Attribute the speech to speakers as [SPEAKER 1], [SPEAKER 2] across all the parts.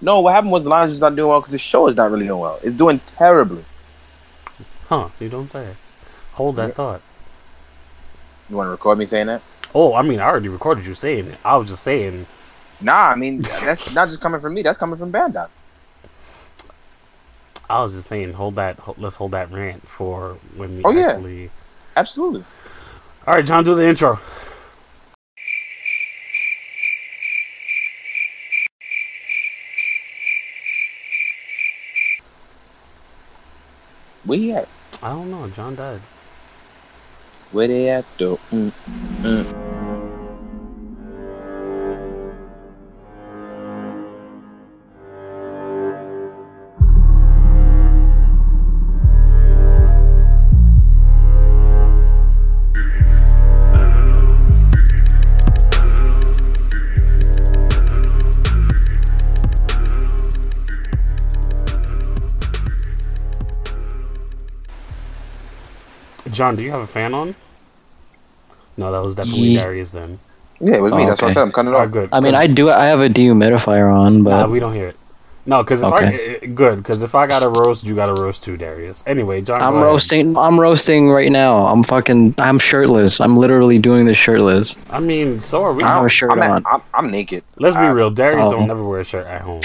[SPEAKER 1] No, what happened was the Lions just not doing well because the show is not really doing well. It's doing terribly.
[SPEAKER 2] Huh, you don't say. Hold that
[SPEAKER 1] Yeah.
[SPEAKER 2] thought.
[SPEAKER 1] You want to record me saying that?
[SPEAKER 2] Oh, I mean, I already recorded you saying it. I was just saying.
[SPEAKER 1] Nah, I mean that's not just coming from me. That's coming from Bandai.
[SPEAKER 2] I was just saying. Hold that. ho- Let's hold that rant for when we
[SPEAKER 1] Oh, yeah.
[SPEAKER 2] actually.
[SPEAKER 1] Absolutely.
[SPEAKER 2] All right, John, do the intro.
[SPEAKER 1] Where he at?
[SPEAKER 2] I don't know. John died.
[SPEAKER 1] Where they at though? Mm, mm.
[SPEAKER 2] John, do you have a fan on? No, that was definitely
[SPEAKER 3] Ye-
[SPEAKER 2] Darius then.
[SPEAKER 1] Yeah, it was me.
[SPEAKER 3] Oh,
[SPEAKER 1] That's what I
[SPEAKER 3] okay.
[SPEAKER 1] said. I'm cutting it
[SPEAKER 2] All right,
[SPEAKER 1] off.
[SPEAKER 2] good.
[SPEAKER 3] I mean,
[SPEAKER 2] 'cause-
[SPEAKER 3] I do. I have a dehumidifier on,
[SPEAKER 2] Nah,
[SPEAKER 3] but
[SPEAKER 2] we don't hear it. No, because if
[SPEAKER 3] Okay.
[SPEAKER 2] I eh, good, because if I got to roast, you got to roast too, Darius. Anyway, John,
[SPEAKER 3] I'm
[SPEAKER 2] go ahead.
[SPEAKER 3] roasting. I'm roasting right now. I'm fucking. I'm shirtless. I'm literally doing this shirtless.
[SPEAKER 2] I mean, so are we.
[SPEAKER 3] I don't have a shirt
[SPEAKER 1] I'm, at-
[SPEAKER 3] on.
[SPEAKER 1] I'm, I'm naked.
[SPEAKER 2] Let's be
[SPEAKER 1] I-
[SPEAKER 2] real. Darius
[SPEAKER 3] Oh.
[SPEAKER 2] don't never wear a shirt at home.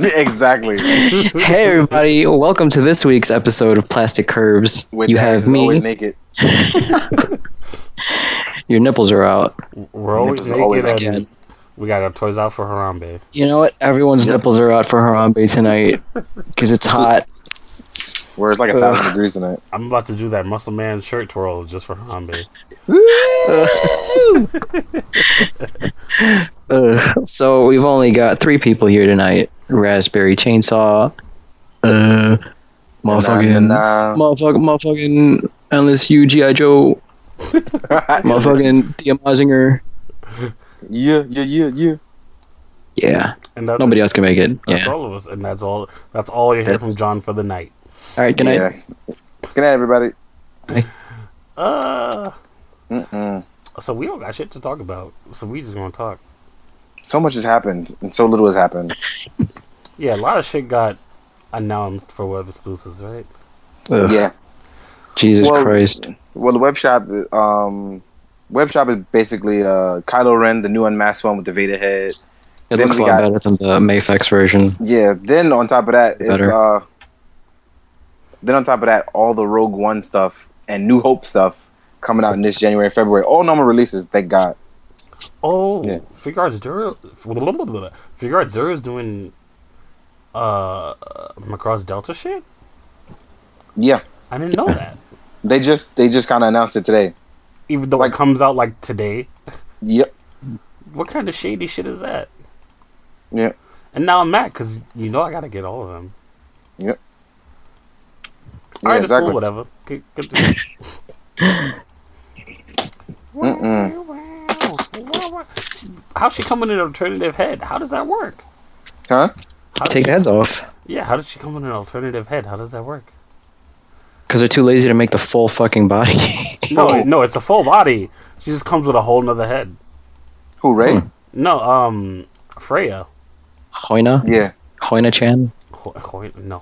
[SPEAKER 1] exactly.
[SPEAKER 3] hey everybody, welcome to this week's episode of Plastic Curves.
[SPEAKER 1] With
[SPEAKER 3] you
[SPEAKER 1] Darius
[SPEAKER 3] have
[SPEAKER 1] is
[SPEAKER 3] me.
[SPEAKER 1] always naked.
[SPEAKER 3] your nipples are out.
[SPEAKER 2] We're always
[SPEAKER 1] Nipples
[SPEAKER 2] naked.
[SPEAKER 1] are always
[SPEAKER 2] and
[SPEAKER 3] naked.
[SPEAKER 2] we got our toys out for Harambe.
[SPEAKER 3] You know what? Everyone's nipples are out for Harambe tonight because it's hot.
[SPEAKER 1] Where it's like a
[SPEAKER 3] Ugh.
[SPEAKER 1] thousand degrees tonight.
[SPEAKER 2] I'm about to do that muscle man shirt twirl just for Harambe.
[SPEAKER 3] Ugh. So we've only got three people here tonight. Raspberry Chainsaw. Uh, motherfucking.
[SPEAKER 1] Nah, nah,
[SPEAKER 3] motherfucking, motherfucking LSU GI Joe,
[SPEAKER 1] nah.
[SPEAKER 3] motherfucking Thea Mazinger.
[SPEAKER 1] Yeah, yeah, yeah, yeah.
[SPEAKER 3] Yeah,
[SPEAKER 2] And that's,
[SPEAKER 3] nobody else can make it.
[SPEAKER 1] Uh-huh.
[SPEAKER 2] that's
[SPEAKER 3] Yeah. All
[SPEAKER 2] all of us, and that's all. That's all you hear
[SPEAKER 3] That's-
[SPEAKER 2] from John for the night.
[SPEAKER 3] right. Good night.
[SPEAKER 1] Yeah. Good night, everybody.
[SPEAKER 2] Uh,
[SPEAKER 1] Mm-mm.
[SPEAKER 2] so we don't got shit to talk about. So we just gonna talk.
[SPEAKER 1] So much has happened, and so little has happened.
[SPEAKER 2] Yeah, a lot of shit got announced for web exclusives, right?
[SPEAKER 3] Ugh,
[SPEAKER 1] Yeah.
[SPEAKER 3] Jesus
[SPEAKER 1] Well-
[SPEAKER 3] Christ.
[SPEAKER 1] Well, the web shop, um, web shop is basically uh, Kylo Ren, the new unmasked one with the Vader head.
[SPEAKER 3] It
[SPEAKER 1] then
[SPEAKER 3] looks a
[SPEAKER 1] we
[SPEAKER 3] lot
[SPEAKER 1] got-
[SPEAKER 3] better than the Mayfex version.
[SPEAKER 1] Yeah. Then on top of that, it's
[SPEAKER 3] Better.
[SPEAKER 1] uh, then on top of that, all the Rogue One stuff and New Hope stuff coming out in this January and February. All normal releases. Thank God.
[SPEAKER 2] Oh,
[SPEAKER 1] Yeah.
[SPEAKER 2] Figard Zero, Figard Zero is doing uh Macross Delta shit.
[SPEAKER 1] Yeah.
[SPEAKER 2] I didn't know that.
[SPEAKER 1] They just they just kind of announced it today.
[SPEAKER 2] Even though
[SPEAKER 1] Like-
[SPEAKER 2] it comes out like today,
[SPEAKER 1] Yep.
[SPEAKER 2] what kind of shady shit is that?
[SPEAKER 1] Yeah.
[SPEAKER 2] And now I'm mad because you know I gotta get all of them.
[SPEAKER 1] Yep.
[SPEAKER 2] All right,
[SPEAKER 1] yeah,
[SPEAKER 2] it's cool, whatever. Good- good to-
[SPEAKER 1] Mm-mm.
[SPEAKER 2] How's she coming in an alternative head? How does that work?
[SPEAKER 1] Huh?
[SPEAKER 2] How does
[SPEAKER 3] Take
[SPEAKER 2] she-
[SPEAKER 3] the heads off
[SPEAKER 2] Yeah, how did she come in an alternative head? How does that work?
[SPEAKER 3] because they're too lazy to make the full fucking body.
[SPEAKER 2] No,
[SPEAKER 1] Whoa.
[SPEAKER 2] Oh, no, it's a full body. She just comes with a whole nother head.
[SPEAKER 1] Who? Ray?
[SPEAKER 3] Hmm.
[SPEAKER 2] No, um, Freya.
[SPEAKER 3] Hoina?
[SPEAKER 1] Yeah.
[SPEAKER 3] Hoina Chan?
[SPEAKER 2] Ho- ho- No,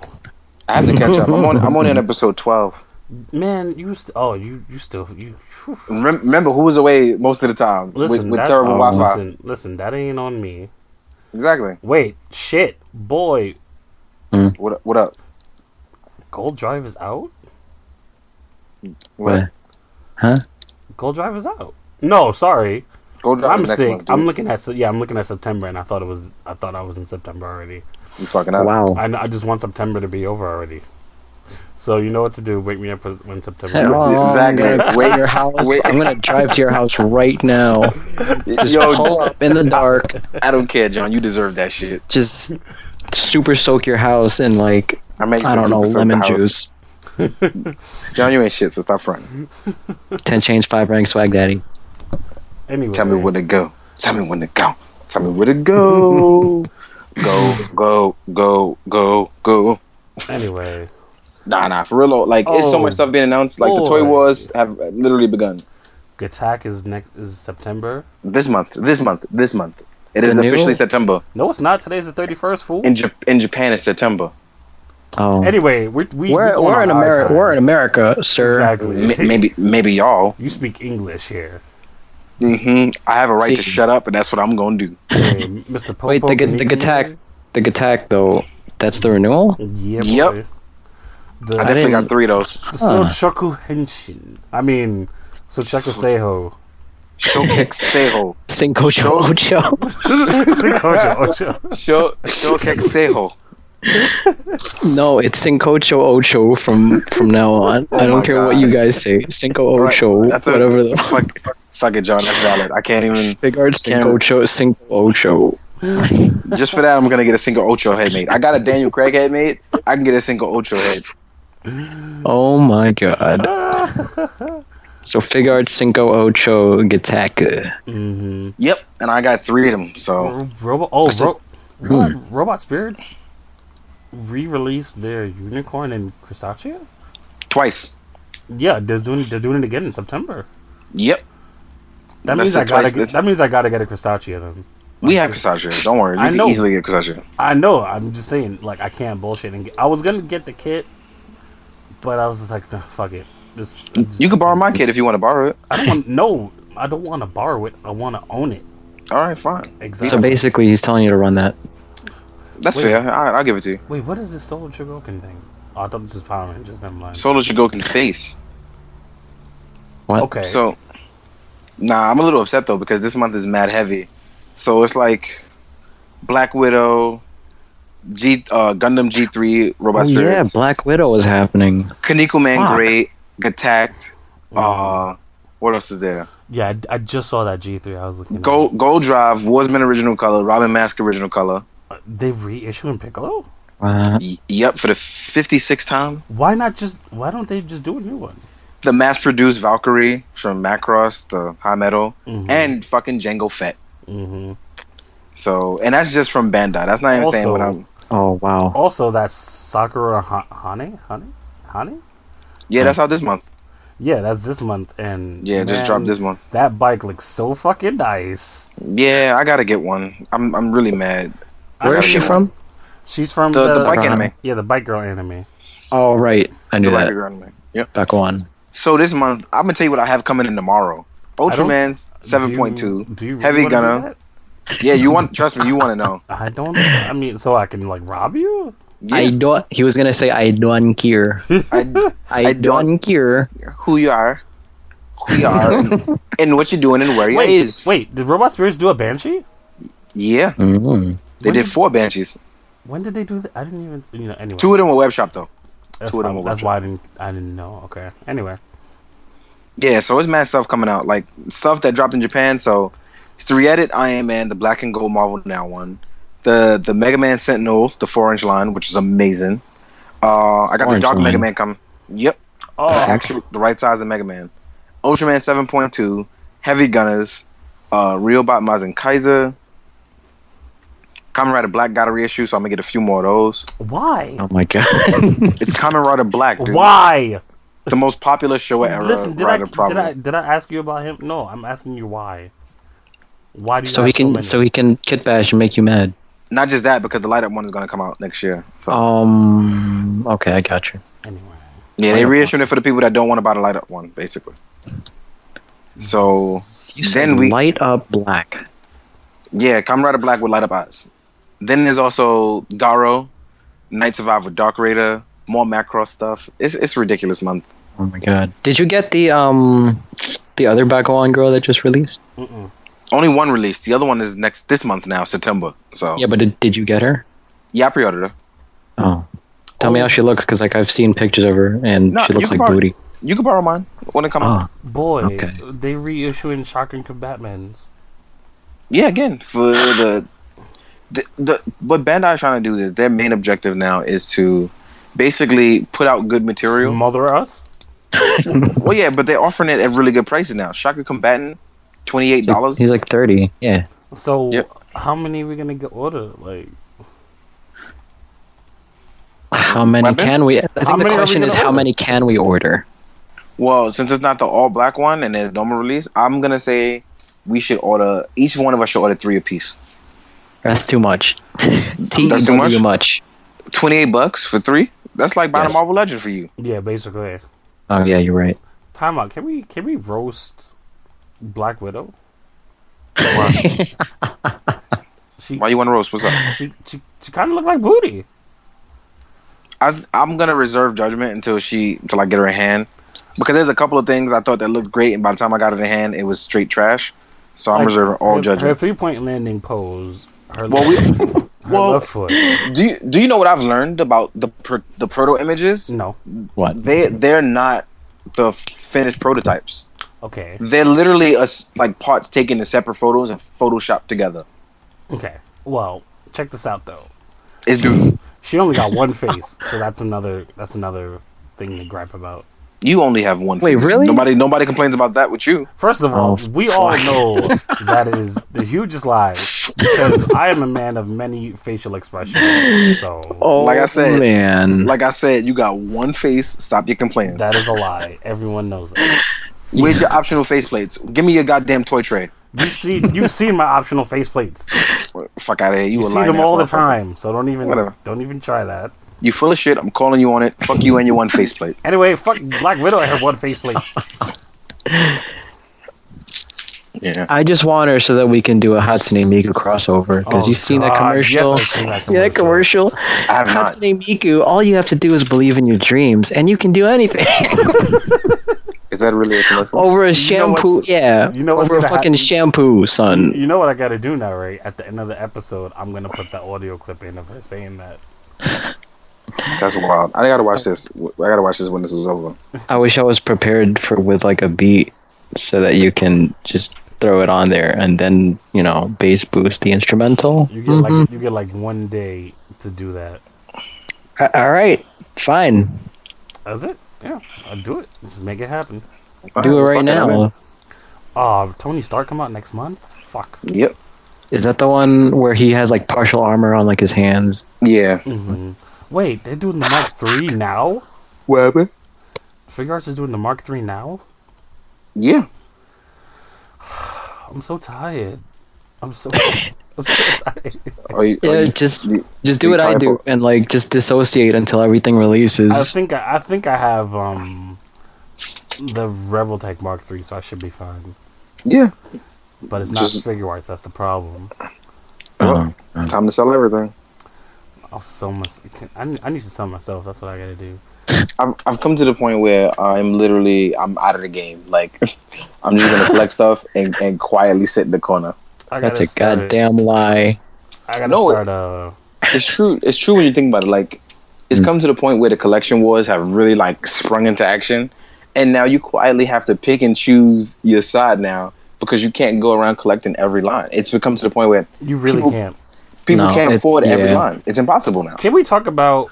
[SPEAKER 1] I have to catch up. I'm on. I'm only on episode twelve.
[SPEAKER 2] man, you. St- oh, you. You still. You. whew.
[SPEAKER 1] Rem- remember who was away most of the time
[SPEAKER 2] Listen,
[SPEAKER 1] with, with
[SPEAKER 2] that-
[SPEAKER 1] terrible
[SPEAKER 2] oh,
[SPEAKER 1] Wi-Fi.
[SPEAKER 2] Listen, listen, that ain't on me.
[SPEAKER 1] Exactly.
[SPEAKER 2] Wait, shit, boy,
[SPEAKER 1] What? up- What up?
[SPEAKER 2] Gold Drive is out.
[SPEAKER 1] What?
[SPEAKER 2] Gold Drive is out. No, sorry,
[SPEAKER 1] Go
[SPEAKER 2] my
[SPEAKER 1] drop this next
[SPEAKER 2] mistake.
[SPEAKER 1] month.
[SPEAKER 2] I'm
[SPEAKER 1] dude.
[SPEAKER 2] looking at. se- Yeah, I'm looking at September, and I thought it was. I thought I was in September already.
[SPEAKER 1] You fucking up.
[SPEAKER 3] Wow.
[SPEAKER 2] I, kn- I just want September to be over already. So you know what to do. Wake me up when September.
[SPEAKER 3] Hello,
[SPEAKER 2] is.
[SPEAKER 1] Exactly.
[SPEAKER 3] I'm gonna go
[SPEAKER 1] Wait-
[SPEAKER 3] to your house.
[SPEAKER 1] wait.
[SPEAKER 3] I'm gonna drive to your house right now. Just
[SPEAKER 1] Yo,
[SPEAKER 3] pull up in the dark.
[SPEAKER 1] I don't care, John. You deserve that shit.
[SPEAKER 3] Just super soak your house in like
[SPEAKER 1] I make
[SPEAKER 3] I
[SPEAKER 1] some
[SPEAKER 3] don't know
[SPEAKER 1] super soap
[SPEAKER 3] lemon
[SPEAKER 1] house.
[SPEAKER 3] juice.
[SPEAKER 1] John, you ain't shit, so stop fronting.
[SPEAKER 3] Ten change five rank swag daddy.
[SPEAKER 2] Anyway,
[SPEAKER 1] Tell me where to go. Tell me when to go. Tell me where to go. go, go, go, go, go.
[SPEAKER 2] Anyway,
[SPEAKER 1] Nah, nah, for real. though, Like it's so
[SPEAKER 2] Oh.
[SPEAKER 1] much stuff being announced. Like the toy
[SPEAKER 2] Boy.
[SPEAKER 1] wars have literally begun
[SPEAKER 2] Attack is next is September.
[SPEAKER 1] this month. This month. This month. It is
[SPEAKER 3] The new-
[SPEAKER 1] officially September.
[SPEAKER 2] No, it's not. Today's the thirty first, fool.
[SPEAKER 1] In, Jap in Japan, it's September.
[SPEAKER 3] Oh,
[SPEAKER 2] Anyway, we we we
[SPEAKER 3] we're
[SPEAKER 2] going
[SPEAKER 3] we're
[SPEAKER 2] on
[SPEAKER 3] in
[SPEAKER 2] our
[SPEAKER 3] America.
[SPEAKER 2] time.
[SPEAKER 3] We're in America, sir.
[SPEAKER 1] M-
[SPEAKER 2] Exactly.
[SPEAKER 1] maybe, maybe y'all.
[SPEAKER 2] you speak English here,
[SPEAKER 1] hmm I have a right to
[SPEAKER 3] See.
[SPEAKER 1] shut up, and that's what I'm gonna do.
[SPEAKER 2] Hey, Mr. Popo.
[SPEAKER 3] Wait, the
[SPEAKER 2] can
[SPEAKER 3] Ga-
[SPEAKER 2] you
[SPEAKER 3] the
[SPEAKER 2] hear me?
[SPEAKER 3] Gattack, the Gattack though. That's the renewal.
[SPEAKER 2] Yeah,
[SPEAKER 1] Yep.
[SPEAKER 2] boy.
[SPEAKER 1] I
[SPEAKER 2] The,
[SPEAKER 1] definitely
[SPEAKER 3] didn't-
[SPEAKER 1] got three of those.
[SPEAKER 2] the Sochoku Henshin. I mean, Sochoku Seiho.
[SPEAKER 1] Shokek Seho.
[SPEAKER 3] Cinco de Ocho.
[SPEAKER 2] Seikojo Ocho.
[SPEAKER 1] Sho- Shokek Seho.
[SPEAKER 3] no, it's Cinco de Ocho from from now on. I
[SPEAKER 1] my
[SPEAKER 3] don't care what
[SPEAKER 1] God.
[SPEAKER 3] you guys say. Cinco
[SPEAKER 1] Right.
[SPEAKER 3] Ocho,
[SPEAKER 1] That's a-
[SPEAKER 3] whatever the fuck.
[SPEAKER 1] Fuck, fuck it, John. That's valid. I can't even.
[SPEAKER 3] Big Art Cinco Ocho, Cinco Ocho.
[SPEAKER 1] Just for that, I'm gonna get a single Ocho head made. I got a Daniel Craig head made. I can get a single Ocho head.
[SPEAKER 3] Oh my god. So Fig Art Cinco Ocho Gattaca.
[SPEAKER 2] mm-hmm.
[SPEAKER 1] Yep, and I got three of them. So
[SPEAKER 2] Robo- oh,
[SPEAKER 3] said-
[SPEAKER 2] ro- what? Robot Spirits re-released their Unicorn and Chrysachia?
[SPEAKER 1] twice.
[SPEAKER 2] Yeah, they're doing they're doing it again in September.
[SPEAKER 1] Yep, That's
[SPEAKER 2] That means
[SPEAKER 1] the
[SPEAKER 2] I gotta
[SPEAKER 1] twice-
[SPEAKER 2] get, that means I gotta get a Crustacea then.
[SPEAKER 1] we have Cassandra. Don't worry, you
[SPEAKER 2] I
[SPEAKER 1] can
[SPEAKER 2] know.
[SPEAKER 1] easily get Cassandra.
[SPEAKER 2] I know. I'm just saying, like I can't bullshit and get, I was gonna get the kit, but I was just like, nah, fuck it. Just, just-
[SPEAKER 1] You can borrow my kid if you want to borrow it.
[SPEAKER 2] I don't want, no, I don't want to borrow it. I want to own it.
[SPEAKER 1] All right, fine.
[SPEAKER 2] Exactly.
[SPEAKER 3] So basically, he's telling you to run that.
[SPEAKER 1] That's
[SPEAKER 2] Wait.
[SPEAKER 1] fair. All right, I'll give it to you.
[SPEAKER 2] Wait, what is this Solar Shogoken thing? Oh, I thought this was Power Rangers. Never mind.
[SPEAKER 1] Solo Shogoken face.
[SPEAKER 3] What?
[SPEAKER 2] okay.
[SPEAKER 1] So, nah, I'm a little upset though because this month is mad heavy. So it's like Black Widow, G uh, Gundam G3, Robot
[SPEAKER 3] Oh, yeah,
[SPEAKER 1] Spirits,
[SPEAKER 3] Black Widow is happening.
[SPEAKER 1] Kaneko Man
[SPEAKER 3] Fuck.
[SPEAKER 1] Great, Attacked. Uh, what else is there?
[SPEAKER 2] yeah, I, I just saw that G three. I was looking. at it.
[SPEAKER 1] Gold Gold Drive, Warsman Original Color, Robin Mask Original Color.
[SPEAKER 2] Uh, They reissuing Piccolo?
[SPEAKER 3] Wow.
[SPEAKER 1] Y- yep, for the 56th time.
[SPEAKER 2] Why not just? Why don't they just do a new one?
[SPEAKER 1] The mass produced Valkyrie from Macross, the high metal,
[SPEAKER 3] Mm-hmm.
[SPEAKER 2] Mhm.
[SPEAKER 1] and fucking Django Fett. Mm-hmm.
[SPEAKER 2] hmm
[SPEAKER 1] So, and that's just from Bandai. That's not even saying what
[SPEAKER 2] Also-
[SPEAKER 1] I'm.
[SPEAKER 3] oh wow.
[SPEAKER 2] Also, that Sakura Ha- Hane, Hane, Hane.
[SPEAKER 1] Yeah, that's out this month.
[SPEAKER 2] Yeah, that's this month, and
[SPEAKER 1] Yeah, just
[SPEAKER 2] man,
[SPEAKER 1] dropped this month.
[SPEAKER 2] That bike looks so fucking nice.
[SPEAKER 1] Yeah, I gotta get one. I'm I'm really mad.
[SPEAKER 2] I
[SPEAKER 3] Where is
[SPEAKER 2] gotta
[SPEAKER 3] she
[SPEAKER 2] get
[SPEAKER 3] from?
[SPEAKER 2] one. She's from
[SPEAKER 1] The, the bike anime.
[SPEAKER 2] Yeah, the bike girl anime.
[SPEAKER 3] Oh right, I
[SPEAKER 1] The
[SPEAKER 3] knew
[SPEAKER 1] bike
[SPEAKER 3] that.
[SPEAKER 1] anime. Yep.
[SPEAKER 3] Back on.
[SPEAKER 1] So this month, I'm gonna tell you what I have coming in tomorrow. Ultraman seven point two.
[SPEAKER 2] Do you really
[SPEAKER 1] Heavy
[SPEAKER 2] wanna do
[SPEAKER 1] Gunner.
[SPEAKER 2] that?
[SPEAKER 1] Yeah, you want? Trust me, you want to know.
[SPEAKER 2] I don't. I mean, so I can like rob you?
[SPEAKER 1] Yeah,
[SPEAKER 3] I don't. He was gonna say I don't care.
[SPEAKER 1] I-
[SPEAKER 3] I,
[SPEAKER 1] I don't-
[SPEAKER 3] don't, care.
[SPEAKER 1] who you are, who you are, and, and what you're doing and where you
[SPEAKER 2] Wait,
[SPEAKER 1] is.
[SPEAKER 2] wait. Did Robot Spirits do a Banshee?
[SPEAKER 1] Yeah,
[SPEAKER 3] Mm.
[SPEAKER 1] they
[SPEAKER 2] When
[SPEAKER 1] did
[SPEAKER 2] did-
[SPEAKER 1] four banshees.
[SPEAKER 2] When did they do that? I didn't even. You know. Anyway,
[SPEAKER 1] Two of them were web shop though.
[SPEAKER 2] that's,
[SPEAKER 1] two of them
[SPEAKER 2] fine.
[SPEAKER 1] were
[SPEAKER 2] that's why I didn't. I didn't know. Okay. Anyway.
[SPEAKER 1] Yeah, so it's mad stuff coming out, like stuff that dropped in Japan. So, three edit Iron Man, the Black and Gold Marvel Now one, the the Mega Man Sentinels, the four inch line, which is amazing. Uh, I got the
[SPEAKER 3] Four-inch
[SPEAKER 1] Dark Mega
[SPEAKER 3] line.
[SPEAKER 1] Man coming. Yep,
[SPEAKER 2] Oh,
[SPEAKER 1] the actual the right size of Mega Man. Ultraman seven point two, Heavy Gunners, uh, Reobot Mazen Kaiser. Kamen Rider Black got a reissue, so I'm gonna get a few more of those.
[SPEAKER 2] why?
[SPEAKER 3] Oh my god.
[SPEAKER 1] It's Kamen Rider Black, dude.
[SPEAKER 2] Why?
[SPEAKER 1] The most popular Showa era
[SPEAKER 2] Listen, did I,
[SPEAKER 1] rider,
[SPEAKER 2] did
[SPEAKER 1] probably.
[SPEAKER 2] I did I ask you about him? No, I'm asking you why. Why do you
[SPEAKER 3] so
[SPEAKER 2] have
[SPEAKER 3] he can.
[SPEAKER 2] so
[SPEAKER 3] So he can kit bash and make you mad.
[SPEAKER 1] Not just that, because the light up one is gonna come out next year. So
[SPEAKER 3] Oh, Um. Okay, I got you.
[SPEAKER 2] many? anyway.
[SPEAKER 1] Yeah, they
[SPEAKER 3] Light up
[SPEAKER 1] reissuing it for the people that don't want to buy the light up one, basically. So
[SPEAKER 3] You said
[SPEAKER 1] Then we-
[SPEAKER 3] light up black.
[SPEAKER 1] yeah, Comrade Black with light up eyes. Then there's also Garo, Night Survivor, Dark Raider, more Macross stuff. It's it's a ridiculous month.
[SPEAKER 3] Oh my god. Did you get the um the other Bakugan girl that just released?
[SPEAKER 2] Mm-mm.
[SPEAKER 1] Only one release. The other one is next this month now, September. So
[SPEAKER 3] Yeah, but did, did you get her?
[SPEAKER 1] yeah, I pre-ordered it.
[SPEAKER 3] Oh. Tell me
[SPEAKER 2] Oh.
[SPEAKER 3] how she looks, because like I've seen pictures of her, and
[SPEAKER 1] No,
[SPEAKER 3] she
[SPEAKER 1] you
[SPEAKER 3] looks
[SPEAKER 1] can
[SPEAKER 3] like
[SPEAKER 1] borrow-
[SPEAKER 3] booty.
[SPEAKER 1] You can borrow mine when it comes out.
[SPEAKER 3] Oh,
[SPEAKER 2] Boy,
[SPEAKER 3] Okay.
[SPEAKER 2] they reissuing Shocking Combatments.
[SPEAKER 1] Yeah, again for the. The, the, what Bandai is trying to do is their main objective now is to basically put out good material.
[SPEAKER 2] Smother us?
[SPEAKER 3] Hmm.
[SPEAKER 1] Well, yeah, but they're offering it at really good prices now. Shocker Combatant, twenty eight dollars.
[SPEAKER 3] he's like thirty. Yeah.
[SPEAKER 2] So
[SPEAKER 1] Yep.
[SPEAKER 2] how many we gonna get order? Like
[SPEAKER 3] How many
[SPEAKER 1] Weapon?
[SPEAKER 3] can we? I think
[SPEAKER 2] How
[SPEAKER 3] the
[SPEAKER 2] many are we
[SPEAKER 3] question
[SPEAKER 2] gonna
[SPEAKER 3] is how
[SPEAKER 2] order?
[SPEAKER 3] many can we order?
[SPEAKER 1] Well, since it's not the all black one and it's normal release, I'm gonna say we should order. Each one of us should order three apiece.
[SPEAKER 3] That's too much. T-
[SPEAKER 1] That's too
[SPEAKER 3] don't do
[SPEAKER 1] much?
[SPEAKER 3] Too much.
[SPEAKER 1] Twenty eight bucks for three. That's like buying
[SPEAKER 3] Yes.
[SPEAKER 1] a Marvel Legend for you.
[SPEAKER 2] Yeah, basically.
[SPEAKER 3] Oh yeah, you're right.
[SPEAKER 2] Time out. Can we can we roast Black Widow? She
[SPEAKER 1] Why you want to roast? What's up?
[SPEAKER 2] she she, she kind of looked like booty.
[SPEAKER 1] I, I'm gonna reserve judgment until she until I get her in hand because there's a couple of things I thought that looked great, and by the time I got it in hand, it was straight trash. So I'm
[SPEAKER 2] Like,
[SPEAKER 1] reserving all
[SPEAKER 2] her, Her
[SPEAKER 1] judgment.
[SPEAKER 2] three point landing pose. Her
[SPEAKER 1] Well, we-
[SPEAKER 2] left, her
[SPEAKER 1] well-
[SPEAKER 2] left foot.
[SPEAKER 1] Do you, do you know what I've learned about the pr- the proto images?
[SPEAKER 2] No.
[SPEAKER 3] What?
[SPEAKER 1] They they're not the finished prototypes.
[SPEAKER 2] Okay.
[SPEAKER 1] They're literally a s like parts taken in separate photos and photoshopped together.
[SPEAKER 2] Okay. Well, check this out though.
[SPEAKER 1] It's dude,
[SPEAKER 2] She only got one face, so that's another that's another thing to gripe about.
[SPEAKER 1] you only have one.
[SPEAKER 3] Wait,
[SPEAKER 1] face.
[SPEAKER 3] really?
[SPEAKER 1] Nobody nobody complains about that with you.
[SPEAKER 2] First of all,
[SPEAKER 3] Oh,
[SPEAKER 2] we
[SPEAKER 3] fuck.
[SPEAKER 2] all know that is the hugest lie because I am a man of many facial expressions. So
[SPEAKER 3] Oh,
[SPEAKER 1] Like I said,
[SPEAKER 3] man.
[SPEAKER 1] Like I said, you got one face. Stop your complaining.
[SPEAKER 2] that is a lie. Everyone knows it.
[SPEAKER 1] Where's your optional faceplates? Give me your goddamn toy tray.
[SPEAKER 2] You've seen you've seen my optional faceplates.
[SPEAKER 1] Fuck out of here. You,
[SPEAKER 2] You
[SPEAKER 1] a
[SPEAKER 2] see
[SPEAKER 1] lying
[SPEAKER 2] them
[SPEAKER 1] ass
[SPEAKER 2] all the
[SPEAKER 1] motherfucker.
[SPEAKER 2] time, so don't even
[SPEAKER 1] Whatever.
[SPEAKER 2] don't even try that.
[SPEAKER 1] You full of shit. I'm calling you on it. Fuck you and your one faceplate.
[SPEAKER 2] Anyway, fuck Black Widow had one faceplate.
[SPEAKER 1] Yeah.
[SPEAKER 3] I just want her so that we can do a Hatsune Miku crossover because
[SPEAKER 2] Oh,
[SPEAKER 3] you've seen that
[SPEAKER 2] God.
[SPEAKER 3] commercial.
[SPEAKER 2] Yes, I've seen that
[SPEAKER 3] See that commercial?
[SPEAKER 1] I have not.
[SPEAKER 3] Hatsune Miku. All you have to do is believe in your dreams, and you can do anything.
[SPEAKER 1] Is that really a commercial?
[SPEAKER 3] over
[SPEAKER 2] know
[SPEAKER 3] a
[SPEAKER 2] what's-
[SPEAKER 3] shampoo, yeah.
[SPEAKER 2] you know what's
[SPEAKER 3] over a
[SPEAKER 2] gonna
[SPEAKER 3] fucking
[SPEAKER 2] happen?
[SPEAKER 3] shampoo, son.
[SPEAKER 2] You know what I gotta do now, right? At the end of the episode, I'm gonna put the audio clip in of her saying that.
[SPEAKER 1] That's wild. I gotta watch this. I gotta watch this when this is over.
[SPEAKER 3] I wish I was prepared for with like a beat, so that you can just throw it on there and then you know bass boost the instrumental.
[SPEAKER 2] You get like you get like one day to do that.
[SPEAKER 3] A- All right, fine.
[SPEAKER 2] That's it. Yeah, I'll do it. Just make it happen.
[SPEAKER 3] do it
[SPEAKER 1] Fuck
[SPEAKER 3] right
[SPEAKER 1] I'm in.
[SPEAKER 3] now.
[SPEAKER 2] Uh, Tony Stark come out next month. Fuck.
[SPEAKER 1] Yep.
[SPEAKER 3] Is that the one where he has like partial armor on like his hands?
[SPEAKER 1] Yeah.
[SPEAKER 2] hmm Wait, they're doing the Mark Three now.
[SPEAKER 1] What happened?
[SPEAKER 2] Figure Arts is doing the Mark Three now.
[SPEAKER 1] Yeah.
[SPEAKER 2] I'm so tired. I'm so. I'm so tired.
[SPEAKER 1] Are you, are
[SPEAKER 3] Yeah,
[SPEAKER 1] you-
[SPEAKER 3] just
[SPEAKER 1] you-
[SPEAKER 3] just do what I do
[SPEAKER 1] Retired.
[SPEAKER 3] and like just dissociate until everything releases.
[SPEAKER 2] I think I, I think I have um the Rebel Tech Mark Three, so I should be fine.
[SPEAKER 1] yeah.
[SPEAKER 2] But it's not
[SPEAKER 1] Just-
[SPEAKER 2] Figure Arts. That's the problem.
[SPEAKER 3] Oh,
[SPEAKER 1] Time to sell everything.
[SPEAKER 2] I'll sell myself. I, need- I need to sell myself. That's what I gotta do.
[SPEAKER 1] I've, I've come to the point where I'm literally I'm out of the game. Like I'm just gonna collect stuff and, and quietly sit in the corner.
[SPEAKER 2] I
[SPEAKER 3] that's
[SPEAKER 2] gotta
[SPEAKER 3] a
[SPEAKER 2] start-
[SPEAKER 3] goddamn lie.
[SPEAKER 2] I gotta
[SPEAKER 1] No, it-
[SPEAKER 2] start uh
[SPEAKER 1] It's true. It's true when you think about it. Like it's
[SPEAKER 3] Mm.
[SPEAKER 1] come to the point where the collection wars have really like sprung into action, and now you quietly have to pick and choose your side now because you can't go around collecting every line. It's become to the point where
[SPEAKER 2] You really
[SPEAKER 1] People-
[SPEAKER 2] can't.
[SPEAKER 1] people
[SPEAKER 3] No,
[SPEAKER 1] can't
[SPEAKER 3] it-
[SPEAKER 1] afford every
[SPEAKER 3] yeah.
[SPEAKER 1] line. It's impossible now.
[SPEAKER 2] Can we talk about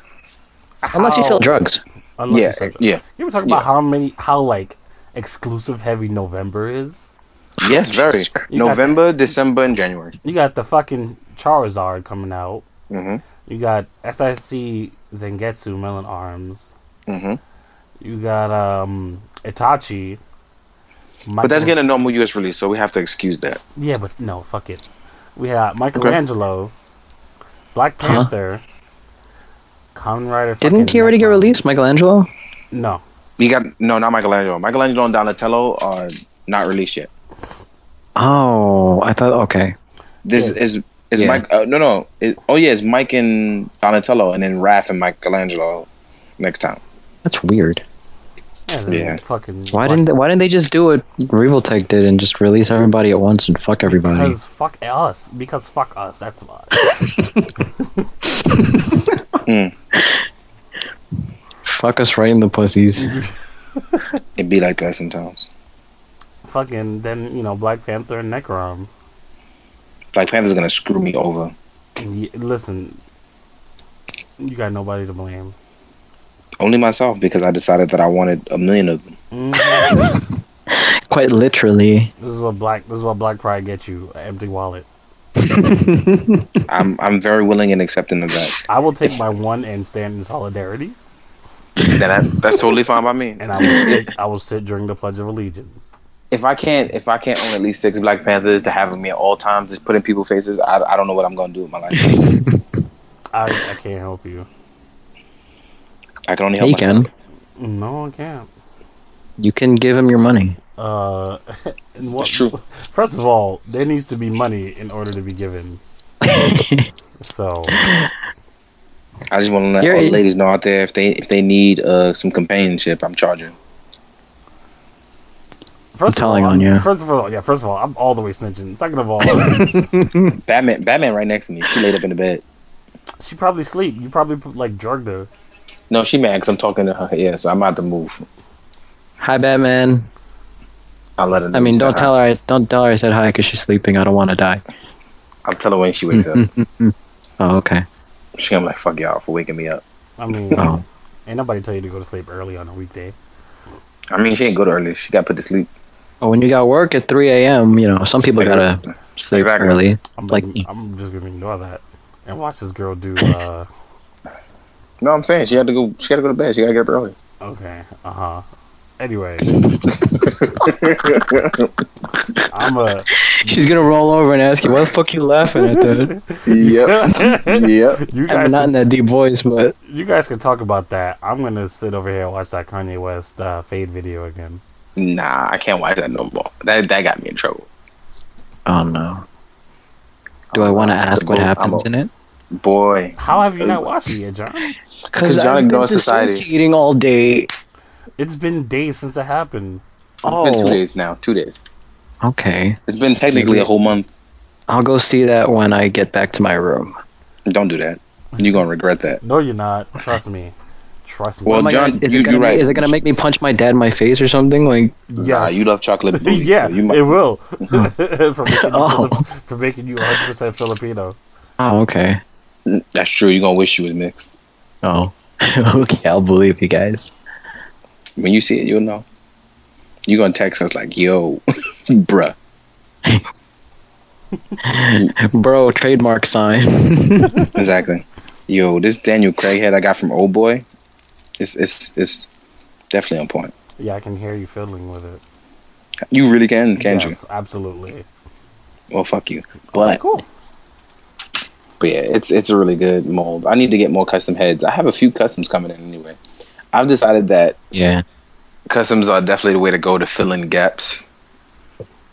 [SPEAKER 3] Unless you
[SPEAKER 2] how-
[SPEAKER 1] Oh.
[SPEAKER 3] sell drugs.
[SPEAKER 2] Unless you
[SPEAKER 1] Yeah,
[SPEAKER 2] sell drugs.
[SPEAKER 1] yeah,
[SPEAKER 2] Can we talk about
[SPEAKER 1] Yeah.
[SPEAKER 2] how many how like exclusive heavy November is?
[SPEAKER 1] yes, very.
[SPEAKER 2] You got
[SPEAKER 1] November, December, and January.
[SPEAKER 2] You got the fucking Charizard coming out.
[SPEAKER 1] hmm
[SPEAKER 2] You got SIC Zengetsu Melon Arms.
[SPEAKER 1] hmm
[SPEAKER 2] You got um Itachi.
[SPEAKER 1] But that's getting a normal U.S. release, so we have to excuse that.
[SPEAKER 2] Yeah, but no, fuck it. We have Michelangelo, Black
[SPEAKER 1] Uh-huh.
[SPEAKER 2] Panther, Kamen Rider.
[SPEAKER 3] Didn't
[SPEAKER 2] fucking
[SPEAKER 3] he already get
[SPEAKER 2] Necron.
[SPEAKER 3] released, Michelangelo?
[SPEAKER 2] No.
[SPEAKER 1] We got no, not Michelangelo. Michelangelo and Donatello are not released yet.
[SPEAKER 3] Oh, I thought okay.
[SPEAKER 1] This
[SPEAKER 2] Yeah.
[SPEAKER 1] is is
[SPEAKER 3] Yeah.
[SPEAKER 1] Mike. Uh, no, no. It, oh yeah, it's Mike and Donatello, and then Raph and Michelangelo next time.
[SPEAKER 3] That's weird.
[SPEAKER 2] Yeah. the
[SPEAKER 1] Yeah.
[SPEAKER 2] Fucking.
[SPEAKER 3] Why didn't they, why didn't they just do what Reveltech did and just release everybody at once and fuck everybody?
[SPEAKER 2] Because fuck us. Because fuck us. That's why.
[SPEAKER 3] Fuck us right in the pussies.
[SPEAKER 1] It be like that sometimes.
[SPEAKER 2] fucking then you know Black Panther and Necrom.
[SPEAKER 1] Black Panther's gonna screw me over.
[SPEAKER 2] And y- listen, you got nobody to blame.
[SPEAKER 1] Only myself because I decided that I wanted a million of them.
[SPEAKER 2] Mhm.
[SPEAKER 3] Quite literally.
[SPEAKER 2] this is what black. This is what Black Pride gets you. An empty wallet.
[SPEAKER 1] I'm I'm very willing and accepting of that.
[SPEAKER 2] I will take my one and stand in solidarity,
[SPEAKER 1] Then that, that's totally fine by me.
[SPEAKER 2] and I will sit. I will sit during the Pledge of Allegiance.
[SPEAKER 1] if I can't if I can't own at least six Black Panthers to have me at all times, just put in people faces, I, I don't know what I'm gonna do with my life.
[SPEAKER 2] I, I can't help you.
[SPEAKER 1] I can only
[SPEAKER 3] Yeah,
[SPEAKER 1] help
[SPEAKER 3] you
[SPEAKER 1] myself.
[SPEAKER 3] can.
[SPEAKER 2] No, I can't.
[SPEAKER 3] You can give him your money.
[SPEAKER 2] Uh, and what,
[SPEAKER 1] That's true.
[SPEAKER 2] First of all, there needs to be money in order to be given. so
[SPEAKER 1] I just want to let
[SPEAKER 3] You're-
[SPEAKER 1] all the ladies know out there if they if they need uh, some companionship, I'm charging.
[SPEAKER 2] first
[SPEAKER 3] telling
[SPEAKER 2] of all,
[SPEAKER 3] on you.
[SPEAKER 2] First of all, yeah. First of all, I'm all the way snitching. Second of all,
[SPEAKER 1] Batman, Batman, right next to me. She laid up in the bed.
[SPEAKER 2] she probably sleep. You probably like drugged her.
[SPEAKER 1] No, she mad because I'm talking to her. Yeah, so I'm about to move.
[SPEAKER 3] Hi, Batman.
[SPEAKER 1] I'll let her. know
[SPEAKER 3] I mean,
[SPEAKER 1] you said hi.
[SPEAKER 3] don't tell her. I, don't tell her I said hi because she's sleeping. I don't want to die.
[SPEAKER 1] I'll tell her when she wakes up.
[SPEAKER 3] Oh, okay.
[SPEAKER 1] She gonna be like, "Fuck y'all for waking me up."
[SPEAKER 2] I mean,
[SPEAKER 3] Oh,
[SPEAKER 2] ain't nobody tell you to go to sleep early on a weekday.
[SPEAKER 1] I mean, she ain't good early. She got put to sleep.
[SPEAKER 3] well, Oh, when you got work at 3 a.m., you know, some people gotta
[SPEAKER 1] Exactly.
[SPEAKER 3] sleep
[SPEAKER 1] Exactly.
[SPEAKER 3] early.
[SPEAKER 2] I'm
[SPEAKER 3] Like
[SPEAKER 2] gonna-
[SPEAKER 3] me.
[SPEAKER 2] I'm just gonna ignore that and watch this girl do. uh
[SPEAKER 1] No, I'm saying she had to go. She got to go to bed. She got to get up early.
[SPEAKER 2] Okay. Uh huh. Anyway, I'm a.
[SPEAKER 3] She's gonna roll over and ask you, "What the fuck you laughing at?" That?
[SPEAKER 1] yep.
[SPEAKER 2] You
[SPEAKER 3] I'm
[SPEAKER 2] guys,
[SPEAKER 3] not in that deep voice, but
[SPEAKER 2] you guys can talk about that. I'm gonna sit over here and watch that Kanye West uh, fade video again.
[SPEAKER 1] Nah, I can't watch that no more. That that got me in trouble.
[SPEAKER 3] oh no. Do I want to ask what happens in it?
[SPEAKER 1] Boy,
[SPEAKER 2] How have you
[SPEAKER 1] Uh,
[SPEAKER 2] not watched it yet, John?
[SPEAKER 3] Because
[SPEAKER 1] John
[SPEAKER 3] I've been
[SPEAKER 1] ignores society.
[SPEAKER 3] dissociating all day.
[SPEAKER 2] It's been days since it happened.
[SPEAKER 1] it's been two
[SPEAKER 3] Oh,
[SPEAKER 1] days now. Two days.
[SPEAKER 3] okay.
[SPEAKER 1] It's been technically a whole month.
[SPEAKER 3] I'll go see that when I get back to my room.
[SPEAKER 1] Don't do that. You're gonna regret that.
[SPEAKER 2] No, you're not. Trust me. Trust me.
[SPEAKER 3] Oh
[SPEAKER 1] Well,
[SPEAKER 3] my
[SPEAKER 1] John,
[SPEAKER 3] God, is,
[SPEAKER 1] you-
[SPEAKER 3] it gonna
[SPEAKER 1] you're
[SPEAKER 3] make,
[SPEAKER 1] right.
[SPEAKER 3] is it gonna make me punch my dad in my face or something? Like,
[SPEAKER 2] Yes.
[SPEAKER 1] Nah, you love chocolate. Booty,
[SPEAKER 2] yeah,
[SPEAKER 1] so you might,
[SPEAKER 2] it will. for, making
[SPEAKER 3] Oh.
[SPEAKER 2] you, Fili- for making you 100% Filipino.
[SPEAKER 3] oh, okay.
[SPEAKER 1] that's true. You're gonna wish you was mixed.
[SPEAKER 3] Oh, okay. I'll believe you guys.
[SPEAKER 1] When you see it, you'll know. You're gonna text us like, "Yo, bruh."
[SPEAKER 3] Bro, trademark sign.
[SPEAKER 1] Exactly. Yo, this Daniel Craig head I got from Old Boy, it's it's it's definitely on point.
[SPEAKER 2] Yeah, I can hear you fiddling with it.
[SPEAKER 1] You really can, can't
[SPEAKER 2] yes, absolutely.
[SPEAKER 1] you? Well, fuck you. But
[SPEAKER 2] Cool.
[SPEAKER 1] but yeah, it's it's a really good mold. I need to get more custom heads. I have a few customs coming in anyway. I've decided that
[SPEAKER 3] yeah.
[SPEAKER 1] customs are definitely the way to go to fill in gaps.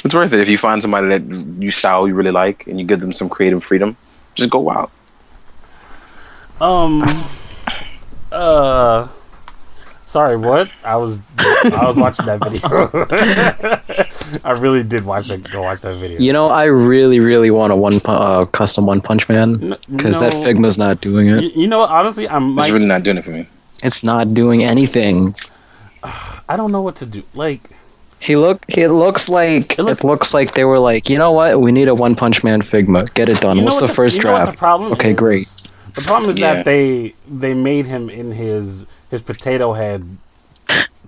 [SPEAKER 1] It's worth it if you find somebody that you style you really like and you give them some creative freedom. Just go wild.
[SPEAKER 2] Um. Uh. Sorry, what? I was I was watching that video. I really did watch that. Go watch that video.
[SPEAKER 3] You know, I really, really want a one pu- uh, custom One Punch Man because that
[SPEAKER 2] no.
[SPEAKER 3] Figma's not doing it.
[SPEAKER 2] You, you know, what, honestly, I might.
[SPEAKER 1] it's really not doing it for me.
[SPEAKER 3] It's not doing anything.
[SPEAKER 2] I don't know what to do. Like,
[SPEAKER 3] He look. It looks like. It
[SPEAKER 2] It
[SPEAKER 3] looks,
[SPEAKER 2] looks-
[SPEAKER 3] like they were like, you know what? We need a One Punch Man Figma. Get it done.
[SPEAKER 2] you know
[SPEAKER 3] What's
[SPEAKER 2] what
[SPEAKER 3] the, first
[SPEAKER 2] you know what
[SPEAKER 3] draft?
[SPEAKER 2] the problem
[SPEAKER 3] okay,
[SPEAKER 2] is?
[SPEAKER 3] great.
[SPEAKER 2] The problem is
[SPEAKER 1] Yeah.
[SPEAKER 2] that they they made him in his his potato head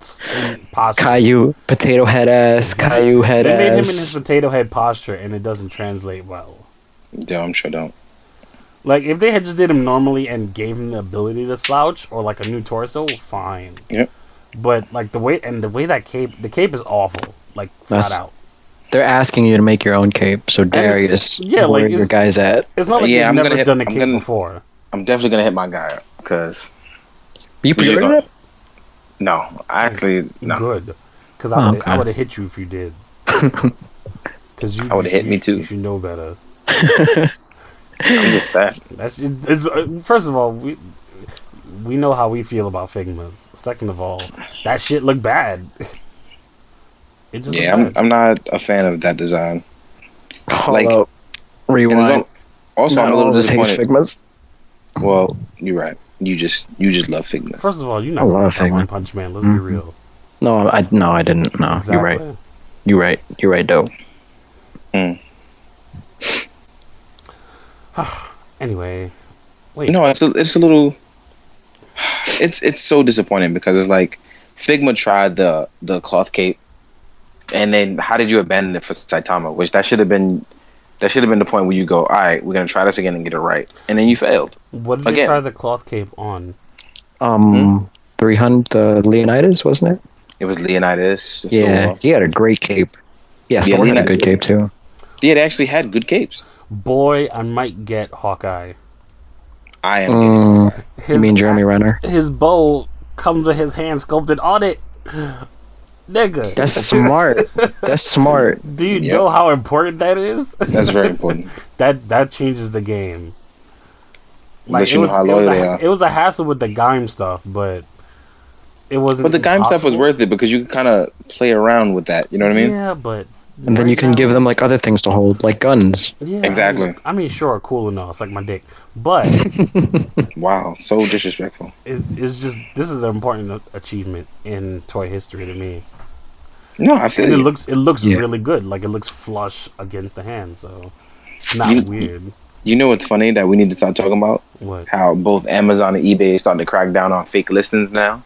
[SPEAKER 2] s- in posture.
[SPEAKER 3] Caillou potato head ass. Caillou head
[SPEAKER 2] they made him in his
[SPEAKER 3] ass.
[SPEAKER 2] potato head posture, and it doesn't translate well.
[SPEAKER 1] Damn, sure don't.
[SPEAKER 2] Like if they had just did him normally and gave him the ability to slouch or like a new torso, fine.
[SPEAKER 1] Yep.
[SPEAKER 2] But like the way and the way that cape the cape is awful. Like flat
[SPEAKER 3] That's-
[SPEAKER 2] out.
[SPEAKER 3] They're asking you to make your own cape. So Darius,
[SPEAKER 2] yeah,
[SPEAKER 3] where
[SPEAKER 2] like,
[SPEAKER 3] are your
[SPEAKER 2] it's-
[SPEAKER 3] guys at?
[SPEAKER 2] It's not like
[SPEAKER 1] Yeah,
[SPEAKER 2] they've
[SPEAKER 1] I'm
[SPEAKER 2] never
[SPEAKER 1] gonna hit-
[SPEAKER 2] done a
[SPEAKER 1] I'm
[SPEAKER 2] cape
[SPEAKER 1] gonna-
[SPEAKER 2] before.
[SPEAKER 1] I'm definitely gonna hit my guy because We
[SPEAKER 3] You
[SPEAKER 1] just
[SPEAKER 3] pre-ordered
[SPEAKER 1] got-
[SPEAKER 3] it?
[SPEAKER 1] No, I actually no.
[SPEAKER 2] Good. Because
[SPEAKER 3] Oh,
[SPEAKER 2] I would
[SPEAKER 3] okay.
[SPEAKER 2] I would have hit you if you did. Because you
[SPEAKER 1] I would've hit
[SPEAKER 2] you-
[SPEAKER 1] me, too.
[SPEAKER 2] You should know better.
[SPEAKER 1] I'm just sad.
[SPEAKER 2] That's it's, uh, first of all we. We know how we feel about Figmas. Second of all, that shit looked bad. It just
[SPEAKER 1] Yeah, I'm,
[SPEAKER 2] looked bad.
[SPEAKER 1] I'm not a fan of that design.
[SPEAKER 3] Hold
[SPEAKER 1] Like-
[SPEAKER 3] up.
[SPEAKER 1] And there's
[SPEAKER 3] Rewind.
[SPEAKER 1] al- also,
[SPEAKER 3] Not
[SPEAKER 1] I'm a little
[SPEAKER 3] all of us hates
[SPEAKER 1] disappointed.
[SPEAKER 3] Figmas.
[SPEAKER 1] Well, you're right. You just you just love Figma.
[SPEAKER 2] First of all, you
[SPEAKER 3] I
[SPEAKER 2] know
[SPEAKER 3] love
[SPEAKER 2] about One
[SPEAKER 3] Figma.
[SPEAKER 2] Punch Man. Let's
[SPEAKER 3] Mhm.
[SPEAKER 2] be real.
[SPEAKER 3] No, I no, I didn't. No, you're right.
[SPEAKER 2] Exactly.
[SPEAKER 3] You're right. You're right, though.
[SPEAKER 2] Anyway, wait.
[SPEAKER 1] no, it's a, it's a little. It's it's so disappointing because it's like Figma tried the the cloth cape, and then how did you abandon it for Saitama? Which that should have been. That should have been the point where you go, all right, we're gonna try this again and get it right, and then you failed.
[SPEAKER 2] What did they
[SPEAKER 1] Again.
[SPEAKER 2] try the cloth cape on?
[SPEAKER 3] Um,
[SPEAKER 1] Hmm?
[SPEAKER 3] 300 uh, Leonidas, wasn't it?
[SPEAKER 1] It was Leonidas.
[SPEAKER 3] Yeah,
[SPEAKER 1] Thor.
[SPEAKER 3] he had a great cape. Yeah,
[SPEAKER 1] Yeah,
[SPEAKER 3] Thor had a
[SPEAKER 1] Lena-
[SPEAKER 3] good cape too.
[SPEAKER 1] Yeah, they actually had good capes.
[SPEAKER 2] Boy, I might get Hawkeye.
[SPEAKER 1] I am.
[SPEAKER 3] Mm, you
[SPEAKER 2] His,
[SPEAKER 3] mean Jeremy Renner?
[SPEAKER 2] His bow comes with his hand sculpted on it. Nigga,
[SPEAKER 3] That's smart. That's smart.
[SPEAKER 2] do you
[SPEAKER 1] Yep.
[SPEAKER 2] know how important that is?
[SPEAKER 1] That's very important.
[SPEAKER 2] that that changes the game.
[SPEAKER 1] Let you know how
[SPEAKER 2] it, was
[SPEAKER 1] loyal they
[SPEAKER 2] a,
[SPEAKER 1] are.
[SPEAKER 2] it was a hassle with the Gaim stuff, but it
[SPEAKER 1] But
[SPEAKER 2] wasn't.
[SPEAKER 1] the Gaim stuff was
[SPEAKER 2] impossible.
[SPEAKER 1] worth it because you could kind of play around with that. You know what I mean?
[SPEAKER 2] Yeah, but
[SPEAKER 3] And then you can give them like other things to hold, like guns.
[SPEAKER 2] Yeah, I mean-
[SPEAKER 1] Exactly.
[SPEAKER 2] I mean, sure, cool enough. It's like my dick, but
[SPEAKER 1] Wow, so disrespectful.
[SPEAKER 2] it, it's just this is an important a- achievement in toy history to me.
[SPEAKER 1] No, I feel
[SPEAKER 2] And it
[SPEAKER 1] you.
[SPEAKER 2] looks it looks
[SPEAKER 3] Yeah.
[SPEAKER 2] really good. Like it looks flush against the hand, so it's
[SPEAKER 1] You-
[SPEAKER 2] not weird.
[SPEAKER 1] you know what's funny that we need to start talking about
[SPEAKER 2] What?
[SPEAKER 1] how both Amazon and eBay starting to crack down on fake listings now.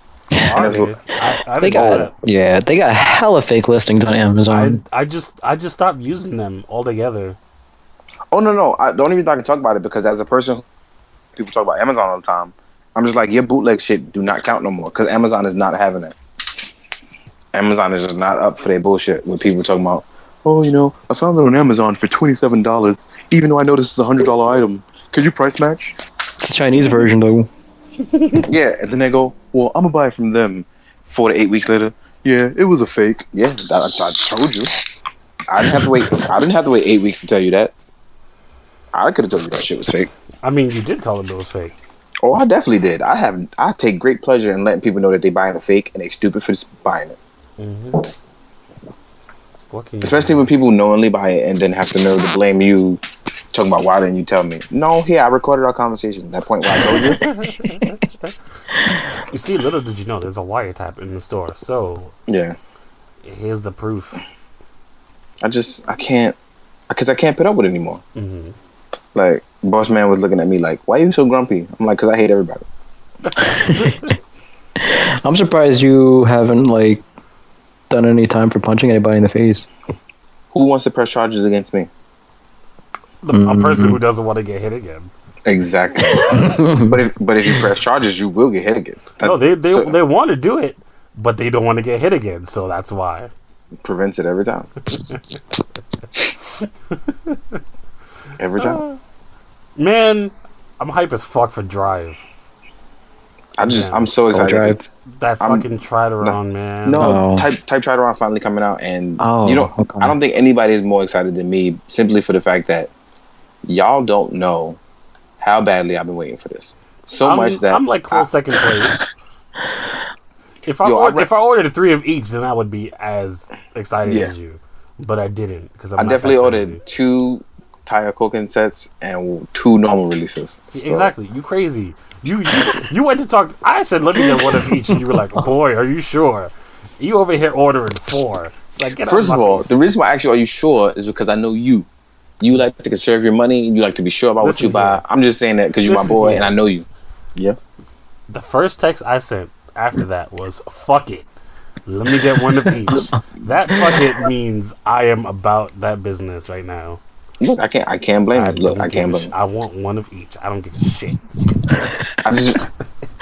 [SPEAKER 2] Are
[SPEAKER 1] that's
[SPEAKER 2] they?
[SPEAKER 1] what-
[SPEAKER 2] I, I,
[SPEAKER 3] They
[SPEAKER 2] didn't know that.
[SPEAKER 3] got yeah, they got hella fake listings on
[SPEAKER 2] I
[SPEAKER 3] Amazon.
[SPEAKER 2] I just I just stopped using them altogether.
[SPEAKER 1] Oh no, no, I, the only reason I can talk about it because as a person, people talk about Amazon all the time. I'm just like your bootleg shit do not count no more because Amazon is not having it. Amazon is just not up for their bullshit with people talking about. Oh, you know, I found it on Amazon for twenty seven dollars, even though I know this is a hundred dollar item. Could you price match?
[SPEAKER 3] It's the Chinese version though.
[SPEAKER 1] Yeah, and then they go, well, I'm gonna buy it from them. Four to eight weeks later, yeah, it was a fake. Yeah, that, I, I told you. I didn't have to wait. I didn't have to wait eight weeks to tell you that. I could have told you that shit was fake.
[SPEAKER 2] I mean, you did tell them it was fake.
[SPEAKER 1] Oh, I definitely did. I have. I take great pleasure in letting people know that they buying a fake and they stupid for just buying it.
[SPEAKER 2] hmm What can you
[SPEAKER 1] Especially when people knowingly buy it and then have to know to blame you. Talking about why didn't you tell me? No, here I recorded our conversation. That point where I told you.
[SPEAKER 2] you see, little did you know, there's a wiretap in the store. So
[SPEAKER 1] Yeah,
[SPEAKER 2] here's the proof.
[SPEAKER 1] I just I can't because I can't put up with it anymore.
[SPEAKER 2] hmm
[SPEAKER 1] Like boss man was looking at me like, why are you so grumpy? I'm like, cause I hate everybody.
[SPEAKER 3] I'm surprised you haven't like done any time for punching anybody in the face.
[SPEAKER 1] Who wants to press charges against me?
[SPEAKER 2] The, A person who doesn't want to get hit again.
[SPEAKER 1] Exactly. but if but if you press charges, you will get hit again. That
[SPEAKER 2] No, they they,
[SPEAKER 1] Uh, so-
[SPEAKER 2] they want to do it, but they don't want to get hit again. So that's why.
[SPEAKER 1] prevents it every time. every time.
[SPEAKER 2] Man, I'm hype as fuck for Drive.
[SPEAKER 1] I just
[SPEAKER 2] Yeah.
[SPEAKER 1] I'm so
[SPEAKER 3] Go
[SPEAKER 1] excited.
[SPEAKER 3] drive.
[SPEAKER 2] That
[SPEAKER 1] I'm-
[SPEAKER 2] fucking tried around, man.
[SPEAKER 1] No,
[SPEAKER 3] Oh.
[SPEAKER 1] type type tried around finally coming out, and
[SPEAKER 3] Oh,
[SPEAKER 1] you don't.
[SPEAKER 3] okay.
[SPEAKER 1] I don't think anybody is more excited than me simply for the fact that y'all don't know how badly I've been waiting for this. So
[SPEAKER 2] I'm,
[SPEAKER 1] much that
[SPEAKER 2] I'm like close
[SPEAKER 1] I-
[SPEAKER 2] second place. If I,
[SPEAKER 1] Yo, I
[SPEAKER 2] ordered,
[SPEAKER 1] re-
[SPEAKER 2] if I ordered three of each, then I would be as excited
[SPEAKER 1] Yeah.
[SPEAKER 2] as you. But I didn't because
[SPEAKER 1] I definitely ordered two tire cooking sets and two normal releases. So-
[SPEAKER 2] Exactly, you crazy. You, you you went to talk. I said, "Let me get one of each," and you were like, "Boy, are you sure? You over here ordering four? Like, get out
[SPEAKER 1] First
[SPEAKER 2] my
[SPEAKER 1] of all,
[SPEAKER 2] face.
[SPEAKER 1] the reason why I asked you, are you sure, is because I know you. You like to conserve your money. You like to be sure about
[SPEAKER 2] Listen
[SPEAKER 1] what you buy.
[SPEAKER 2] here.
[SPEAKER 1] I'm just saying that because you're my
[SPEAKER 2] Listen
[SPEAKER 1] boy
[SPEAKER 2] here.
[SPEAKER 1] and I know you. Yeah.
[SPEAKER 2] The first text I sent after that was "fuck it." Let me get one of each. that "fuck it" means I am about that business right now.
[SPEAKER 1] Look, I can't. I can't blame you. Look,
[SPEAKER 2] don't
[SPEAKER 1] I can't
[SPEAKER 2] give
[SPEAKER 1] blame.
[SPEAKER 2] a
[SPEAKER 1] you.
[SPEAKER 2] sh- I want one of each. I don't give a shit.
[SPEAKER 1] I just,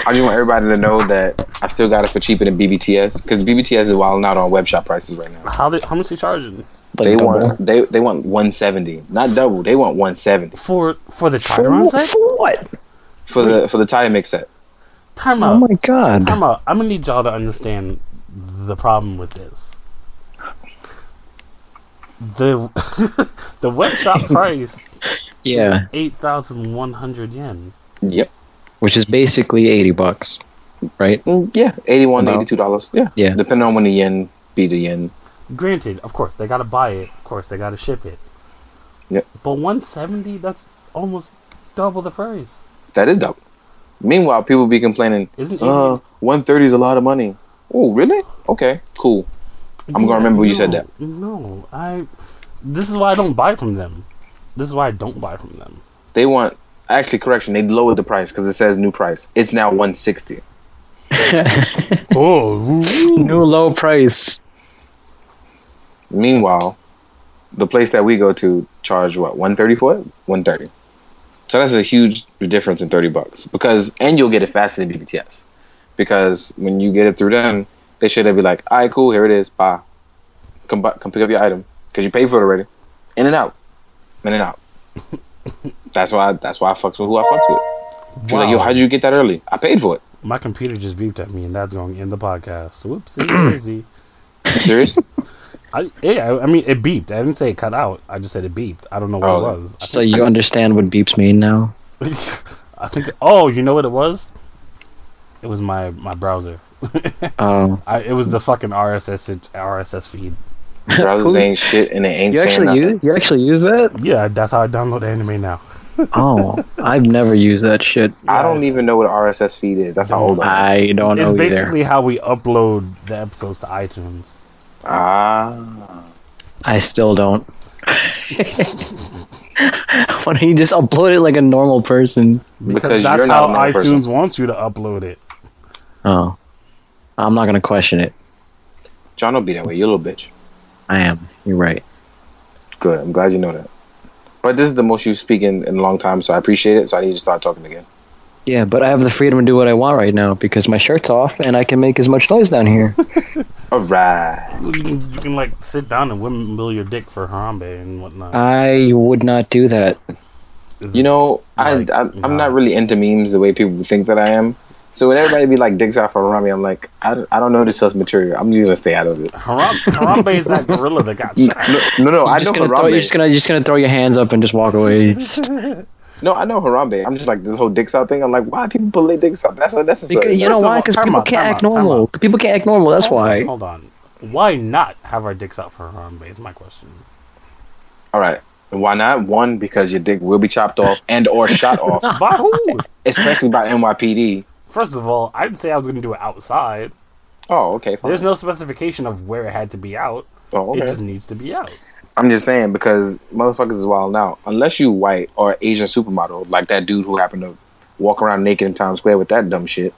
[SPEAKER 1] I just want everybody to know that I still got it for cheaper than BBTS because BBTS is wilding out on web shop prices right now.
[SPEAKER 2] How did, how much they charging
[SPEAKER 3] Like
[SPEAKER 1] They
[SPEAKER 3] double.
[SPEAKER 1] want they they want 170, not double. They want 170
[SPEAKER 2] for for the
[SPEAKER 3] For,
[SPEAKER 2] Trideron
[SPEAKER 3] wh-
[SPEAKER 2] set?
[SPEAKER 3] for what?
[SPEAKER 1] for the for the tire mix set.
[SPEAKER 2] Time
[SPEAKER 3] Oh
[SPEAKER 2] out.
[SPEAKER 3] my god.
[SPEAKER 2] time out. I'm gonna need y'all to understand the problem with this. The the web shop price
[SPEAKER 3] Yeah,
[SPEAKER 2] eight thousand one hundred yen.
[SPEAKER 1] Yep.
[SPEAKER 3] which is basically 80 bucks, right?
[SPEAKER 1] Mm, yeah. 81
[SPEAKER 3] About.
[SPEAKER 1] 82 dollars. Yeah.
[SPEAKER 3] Yeah.
[SPEAKER 1] Depending on when the yen be the yen.
[SPEAKER 2] Granted, of course they gotta buy it. Of course they gotta ship it.
[SPEAKER 1] Yep.
[SPEAKER 2] But one seventy, that's almost double the price.
[SPEAKER 1] That is double. Meanwhile, people be complaining.
[SPEAKER 2] Isn't
[SPEAKER 1] Uh, 130 is a lot of money. Oh, really? Okay, cool. I'm gonna remember you said that.
[SPEAKER 2] No, I. This is why I don't buy from them. This is why I don't buy from them.
[SPEAKER 1] They want actually correction. They lowered the price because it says new price. It's now 160.
[SPEAKER 2] Oh,
[SPEAKER 3] New low price.
[SPEAKER 1] Meanwhile, the place that we go to charge what 130 for it? 130. So that's a huge difference in 30 bucks because and you'll get it faster than BBTS because when you get it through them, they should be like, all right, cool, here it is, bye. Come, bu- come pick up your item. because you paid for it already. In and out, in and out. that's why. That's why I fucks with who I fucks with. You're like, yo, how'd you get that early? I paid for it.
[SPEAKER 2] My computer just beeped at me, and that's going in the podcast. Whoopsie daisy.
[SPEAKER 1] You serious?
[SPEAKER 2] I, yeah, I- I mean, it beeped. I didn't say it cut out. I just said it beeped. I don't know what
[SPEAKER 1] Oh.
[SPEAKER 2] it was.
[SPEAKER 3] So you understand what beeps mean now?
[SPEAKER 2] I think. Oh, you know what it was? It was my my browser.
[SPEAKER 3] Oh,
[SPEAKER 2] I, it was the fucking RSS it- RSS feed.
[SPEAKER 1] Browsers ain't shit, and they ain't
[SPEAKER 3] you
[SPEAKER 1] saying
[SPEAKER 3] actually
[SPEAKER 1] nothing.
[SPEAKER 3] use you actually use that?
[SPEAKER 2] Yeah, that's how I download anime now.
[SPEAKER 3] Oh, I've never used that shit.
[SPEAKER 1] I don't even know what RSS feed is. That's how old I am.
[SPEAKER 3] I don't
[SPEAKER 2] It's
[SPEAKER 3] know either.
[SPEAKER 2] basically how we upload the episodes to iTunes.
[SPEAKER 1] Ah.
[SPEAKER 3] I still don't. Why don't you just upload it like a normal person?
[SPEAKER 1] Because
[SPEAKER 2] that's
[SPEAKER 1] you're
[SPEAKER 2] how
[SPEAKER 1] not a normal
[SPEAKER 2] iTunes
[SPEAKER 1] person.
[SPEAKER 2] wants you to upload it.
[SPEAKER 3] Oh, I'm not gonna question it.
[SPEAKER 1] John don't be that way. You little bitch.
[SPEAKER 3] I am. You're right.
[SPEAKER 1] Good. I'm glad you know that. But this is the most you speak in, in a long time, so I appreciate it. So I need to start talking again.
[SPEAKER 3] Yeah, but I have the freedom to do what I want right now because my shirt's off and I can make as much noise down here.
[SPEAKER 1] All right.
[SPEAKER 2] You can, you can like sit down and windmill your dick for Harambe and whatnot.
[SPEAKER 3] I would not do that.
[SPEAKER 1] Uh,
[SPEAKER 2] Is
[SPEAKER 1] You
[SPEAKER 2] it-
[SPEAKER 1] know, I,
[SPEAKER 2] Like,
[SPEAKER 1] I
[SPEAKER 2] nah.
[SPEAKER 1] I'm not really into memes the way people think that I am. So when everybody be like digs out for Rami, I'm like, I, don't- I don't know this source material. I'm just gonna stay out of it.
[SPEAKER 2] Haram- Harambe is that gorilla that got shot.
[SPEAKER 1] No, no, no I
[SPEAKER 3] just
[SPEAKER 1] know
[SPEAKER 3] gonna throw, you're
[SPEAKER 1] Harambe.
[SPEAKER 3] just gonna you're just gonna throw your hands up and just walk away. It's-
[SPEAKER 1] No, I know Harambe. I'm just like this whole dicks out thing. I'm like, why people pull their dicks out? That's
[SPEAKER 3] because,
[SPEAKER 1] unnecessary.
[SPEAKER 3] you know
[SPEAKER 2] First of
[SPEAKER 3] why?
[SPEAKER 2] all,
[SPEAKER 3] Because
[SPEAKER 2] time
[SPEAKER 3] people
[SPEAKER 2] out,
[SPEAKER 3] can't
[SPEAKER 2] time
[SPEAKER 3] act
[SPEAKER 2] out, time
[SPEAKER 3] normal. People can't act normal. That's
[SPEAKER 2] Hold on,
[SPEAKER 3] why.
[SPEAKER 2] Hold on. Why not have our dicks out for Harambe? Is my question.
[SPEAKER 1] All right. Why not? One, because your dick will be chopped off and or shot off,
[SPEAKER 2] By who?
[SPEAKER 1] especially by NYPD.
[SPEAKER 2] First of all, I didn't say I was going to do it outside.
[SPEAKER 1] Oh, okay. Fine.
[SPEAKER 2] There's no specification of where it had to be out.
[SPEAKER 1] Oh, okay.
[SPEAKER 2] It just needs to be out.
[SPEAKER 1] I'm just saying because motherfuckers is wild now. Unless you white or Asian supermodel, like that dude who happened to walk around naked in Times Square with that dumb shit.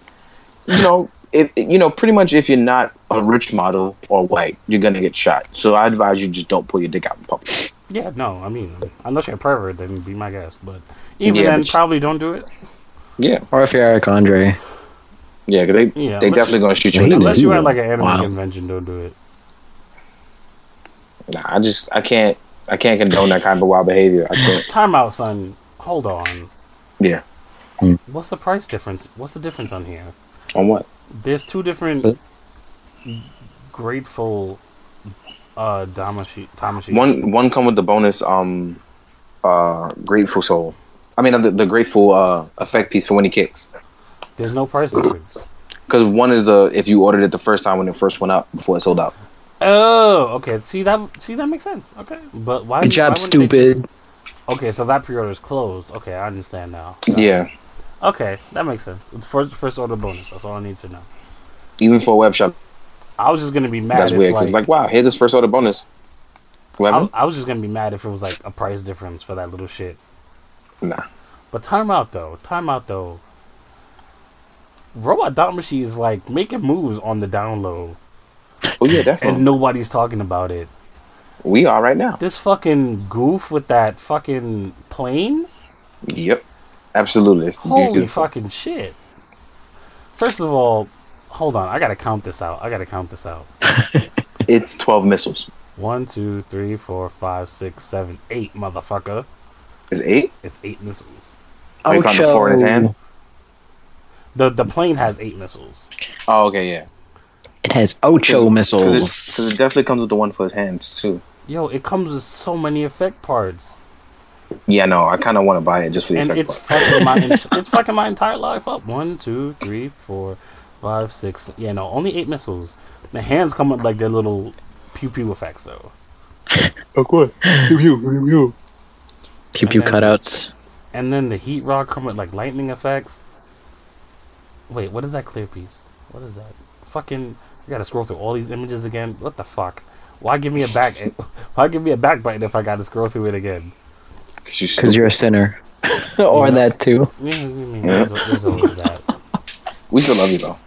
[SPEAKER 1] You know, if you know, pretty much if you're not a rich model or white, you're gonna get shot. So I advise you just don't pull your dick out in public.
[SPEAKER 2] Yeah, no, I mean, unless you're a pervert, then be my guest. But even
[SPEAKER 1] Yeah,
[SPEAKER 2] then,
[SPEAKER 1] but-
[SPEAKER 2] probably don't do it.
[SPEAKER 1] Yeah,
[SPEAKER 3] Or if you're Eric Andre,
[SPEAKER 1] yeah, 'cause they
[SPEAKER 2] Yeah,
[SPEAKER 1] they
[SPEAKER 2] unless
[SPEAKER 1] definitely gonna shoot you. in the
[SPEAKER 2] Unless
[SPEAKER 1] dick.
[SPEAKER 2] you're at like an anime
[SPEAKER 3] Wow.
[SPEAKER 2] convention, don't do it.
[SPEAKER 1] Nah, I just I can't I can't condone that kind of wild behavior. I can't.
[SPEAKER 2] Time out, son. Hold on.
[SPEAKER 1] Yeah.
[SPEAKER 2] What's the price difference? What's the difference on here?
[SPEAKER 1] On what?
[SPEAKER 2] There's two
[SPEAKER 3] But-
[SPEAKER 2] different grateful uh Damashi Tamashi.
[SPEAKER 1] One one come with the bonus um uh grateful soul. I mean uh, the, the grateful uh effect piece for when he kicks.
[SPEAKER 2] There's no price difference.
[SPEAKER 1] Because one is the if you ordered it the first time when it first went out before it sold out.
[SPEAKER 2] Oh, okay. See that see that makes sense. Okay. But why
[SPEAKER 3] Good job,
[SPEAKER 2] why wouldn't they
[SPEAKER 3] stupid.
[SPEAKER 2] just- Okay, so that pre-order is closed. Okay, I understand now.
[SPEAKER 1] Yeah,
[SPEAKER 2] Okay, that makes sense. First first order bonus. That's all I need to know.
[SPEAKER 1] even for a web shop,
[SPEAKER 2] I was just gonna be mad.
[SPEAKER 1] that's
[SPEAKER 2] if,
[SPEAKER 1] weird. 'Cause like, wow, here's this first order bonus. What
[SPEAKER 2] I,
[SPEAKER 1] happened?
[SPEAKER 2] I was just gonna be mad if it was like a price difference for that little shit.
[SPEAKER 1] Nah,
[SPEAKER 2] But time out though, time out though. Robot Damashi is like making moves on the down low,
[SPEAKER 1] oh yeah,
[SPEAKER 2] and
[SPEAKER 1] definitely.
[SPEAKER 2] nobody's talking about it.
[SPEAKER 1] we are right now.
[SPEAKER 2] This fucking goof with that fucking plane.
[SPEAKER 1] Yep, absolutely. It's
[SPEAKER 2] Holy
[SPEAKER 1] beautiful.
[SPEAKER 2] fucking shit! First of all, hold on, I gotta count this out. I gotta count this out.
[SPEAKER 1] It's twelve missiles.
[SPEAKER 2] One, two, three, four, five, six, seven, eight, motherfucker.
[SPEAKER 1] Is it eight?
[SPEAKER 2] It's eight missiles.
[SPEAKER 1] Oh, he climbed the floor in his hand?
[SPEAKER 2] The the plane has eight missiles.
[SPEAKER 1] Oh, okay, yeah.
[SPEAKER 3] It has Ocho
[SPEAKER 1] Because it,
[SPEAKER 3] missiles.
[SPEAKER 1] definitely comes with the one for his hands too.
[SPEAKER 2] Yo, it comes with so many effect parts.
[SPEAKER 1] Yeah, no, I kind of want to buy it just for the
[SPEAKER 2] and
[SPEAKER 1] effect.
[SPEAKER 2] it's
[SPEAKER 1] part.
[SPEAKER 2] fucking my it's fucking my entire life up. One, two, three, four, five, six. Yeah, no, only eight missiles. The hands come with like their little pew pew effects though,
[SPEAKER 3] Pew pew
[SPEAKER 2] and then-
[SPEAKER 3] cutouts.
[SPEAKER 2] and then the heat rock come with like lightning effects. Wait, what is that clear piece? What is that? Fucking, I gotta scroll through all these images again. What the fuck? Why give me a back? Why give me a back button if I gotta scroll through it again?
[SPEAKER 3] Because you're a sinner. or that too.
[SPEAKER 2] Yeah, I mean, there's, there's always that.
[SPEAKER 1] we still love you though.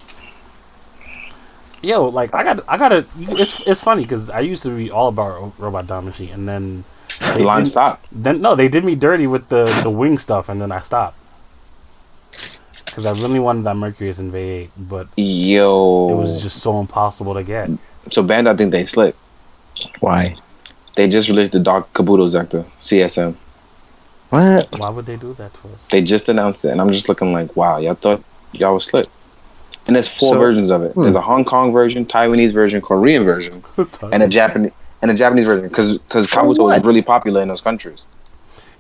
[SPEAKER 2] yo, like I got, I got to. It's it's funny because I used to be all about Ro- Robot Damacy, and then they
[SPEAKER 1] The line
[SPEAKER 2] did-
[SPEAKER 1] stopped.
[SPEAKER 2] Then no, they did me dirty with the the wing stuff, and then I stopped because I really wanted that Mercurius in V8, but
[SPEAKER 1] Yo, Oh.
[SPEAKER 2] it was just so impossible to get.
[SPEAKER 1] so Bandai think they slick.
[SPEAKER 3] Why?
[SPEAKER 1] They just released the Dark Kabuto Sector CSM.
[SPEAKER 3] What?
[SPEAKER 2] Why would they do that to us?
[SPEAKER 1] They just announced it, and I'm just looking like, wow, y'all thought y'all was slick. And there's four
[SPEAKER 3] So-
[SPEAKER 1] versions of it.
[SPEAKER 2] hmm.
[SPEAKER 1] There's a Hong Kong version, Taiwanese version, Korean version, and a Japanese and a Japanese version. Because
[SPEAKER 3] For
[SPEAKER 1] Kabuto is
[SPEAKER 3] what?
[SPEAKER 1] really popular in those countries.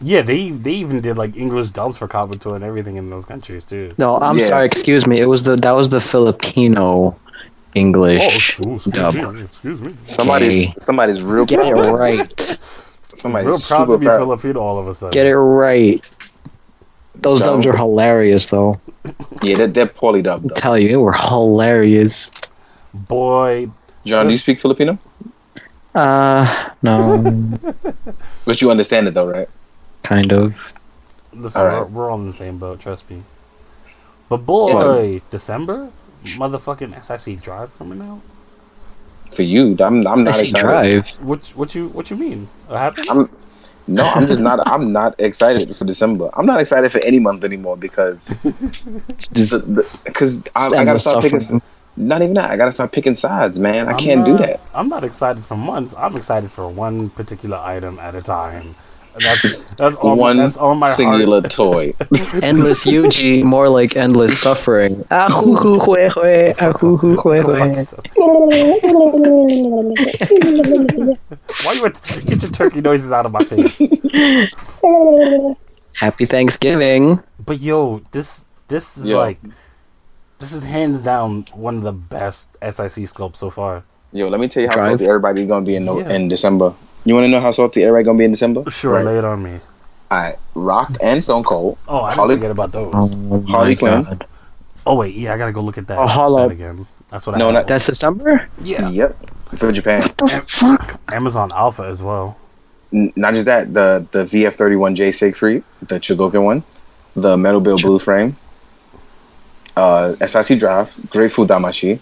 [SPEAKER 2] yeah, they they even did like English dubs for Kabuto and everything in those countries too.
[SPEAKER 3] No, I'm
[SPEAKER 1] Yeah.
[SPEAKER 3] sorry. Excuse me. It was the that was the Filipino English.
[SPEAKER 2] oh, excuse
[SPEAKER 3] dub.
[SPEAKER 2] me, excuse me.
[SPEAKER 1] Somebody's
[SPEAKER 3] Okay.
[SPEAKER 1] somebody's real
[SPEAKER 3] Get it
[SPEAKER 1] proud.
[SPEAKER 3] right.
[SPEAKER 1] Somebody's
[SPEAKER 2] Real proud
[SPEAKER 1] super
[SPEAKER 2] to be
[SPEAKER 1] proud.
[SPEAKER 2] Filipino all of a sudden.
[SPEAKER 3] Get it right. Those
[SPEAKER 1] Dumb.
[SPEAKER 3] dubs are hilarious, though.
[SPEAKER 1] Yeah, they're, they're poorly dubbed.
[SPEAKER 3] I'm
[SPEAKER 1] Though.
[SPEAKER 3] telling you, they were hilarious.
[SPEAKER 2] Boy,
[SPEAKER 1] John, do you speak Filipino?
[SPEAKER 3] Uh, no,
[SPEAKER 1] But you understand it though, right?
[SPEAKER 3] kind of.
[SPEAKER 2] listen,
[SPEAKER 1] All right.
[SPEAKER 2] we're, we're all in the same boat, trust me. But boy, December? Motherfucking SIC Drive coming out?
[SPEAKER 1] For you, I'm, I'm
[SPEAKER 3] I
[SPEAKER 1] not
[SPEAKER 3] see
[SPEAKER 1] excited.
[SPEAKER 3] drive.
[SPEAKER 2] What what you what you mean? What happened?
[SPEAKER 1] I'm- No, I'm just not. I'm not excited for December. I'm not excited for any month anymore because
[SPEAKER 3] It's just
[SPEAKER 1] because I,
[SPEAKER 3] it's
[SPEAKER 1] I gotta
[SPEAKER 3] endless
[SPEAKER 1] start picking.
[SPEAKER 3] suffering.
[SPEAKER 1] Not even that. I gotta start picking sides, man. I
[SPEAKER 2] I'm
[SPEAKER 1] can't do
[SPEAKER 2] not-
[SPEAKER 1] that.
[SPEAKER 2] I'm not excited for months. I'm excited for one particular item at a time. That's that's all.
[SPEAKER 1] One
[SPEAKER 2] that's all my heart.
[SPEAKER 1] singular toy.
[SPEAKER 3] endless Yuji, more like endless suffering. Ahuhuhuehue, ahuhuhuehue.
[SPEAKER 2] Why you at- get your turkey noises out of my face?
[SPEAKER 3] Happy Thanksgiving.
[SPEAKER 2] But yo, this this is
[SPEAKER 1] Yo.
[SPEAKER 2] like this is hands down one of the best SIC sculpts so far.
[SPEAKER 1] Yo, let me tell you how
[SPEAKER 3] Drive.
[SPEAKER 1] salty everybody's gonna be in no,
[SPEAKER 2] Yeah.
[SPEAKER 1] in December. You want to know how salty everybody gonna be in December?
[SPEAKER 2] Sure,
[SPEAKER 1] Right.
[SPEAKER 2] lay it on me.
[SPEAKER 1] All right. Rock and Stone Cold.
[SPEAKER 2] Oh, I
[SPEAKER 1] Holly-
[SPEAKER 2] didn't forget about those.
[SPEAKER 1] Harley Quinn.
[SPEAKER 2] Oh wait, yeah, I gotta go look at that,
[SPEAKER 3] Oh, hold
[SPEAKER 2] that
[SPEAKER 3] up.
[SPEAKER 2] again. That's what I
[SPEAKER 1] No,
[SPEAKER 2] have.
[SPEAKER 1] not-
[SPEAKER 3] That's December.
[SPEAKER 2] yeah.
[SPEAKER 1] Yep. For Japan.
[SPEAKER 3] The fuck?
[SPEAKER 2] Amazon Alpha as well.
[SPEAKER 1] N- not just that, the the VF thirty one J Siegfried, the Chigokin one, the Metal Bill Blue Frame, uh, SIC Drive, Grateful Damashi,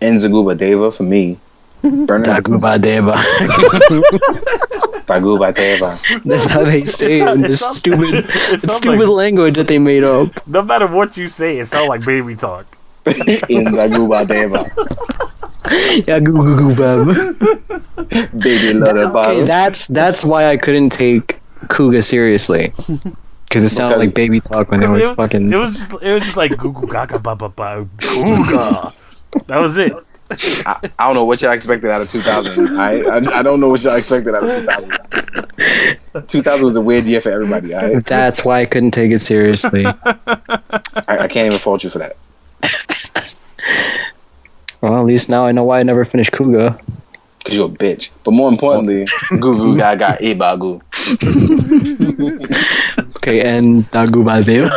[SPEAKER 1] Enzaguba Deva for me, Bernard
[SPEAKER 3] Daguba Deba.
[SPEAKER 1] Daguba Deva.
[SPEAKER 3] That's how they say it in
[SPEAKER 2] It
[SPEAKER 3] this
[SPEAKER 2] sounds-
[SPEAKER 3] stupid,
[SPEAKER 2] it sounds
[SPEAKER 3] stupid
[SPEAKER 2] like-
[SPEAKER 3] language that they made up.
[SPEAKER 2] No matter what you say, it sounds like baby talk.
[SPEAKER 1] Enzaguba Deva.
[SPEAKER 3] Yeah, goo goo goo bub.
[SPEAKER 1] Baby little
[SPEAKER 3] Okay,
[SPEAKER 1] bottle.
[SPEAKER 3] that's that's why I couldn't take Kuga seriously. Because it sounded
[SPEAKER 1] Because-
[SPEAKER 3] like baby talk when they
[SPEAKER 2] It,
[SPEAKER 3] were
[SPEAKER 2] was-
[SPEAKER 3] fucking.
[SPEAKER 2] it was just it was just like goo goo gaga ba ba ba googa. That was it.
[SPEAKER 1] I, I don't know what y'all expected out of 2000. I, I I don't know what y'all expected out of 2000. 2000 was a weird year for everybody. I,
[SPEAKER 3] That's why I couldn't take it seriously.
[SPEAKER 1] I, I can't even fault you for that.
[SPEAKER 3] well, at least now I know why I never finished Kuga.
[SPEAKER 1] Cause you're a bitch. But more importantly, goo goo gaga ibagu.
[SPEAKER 3] Okay, and Daguba Deba.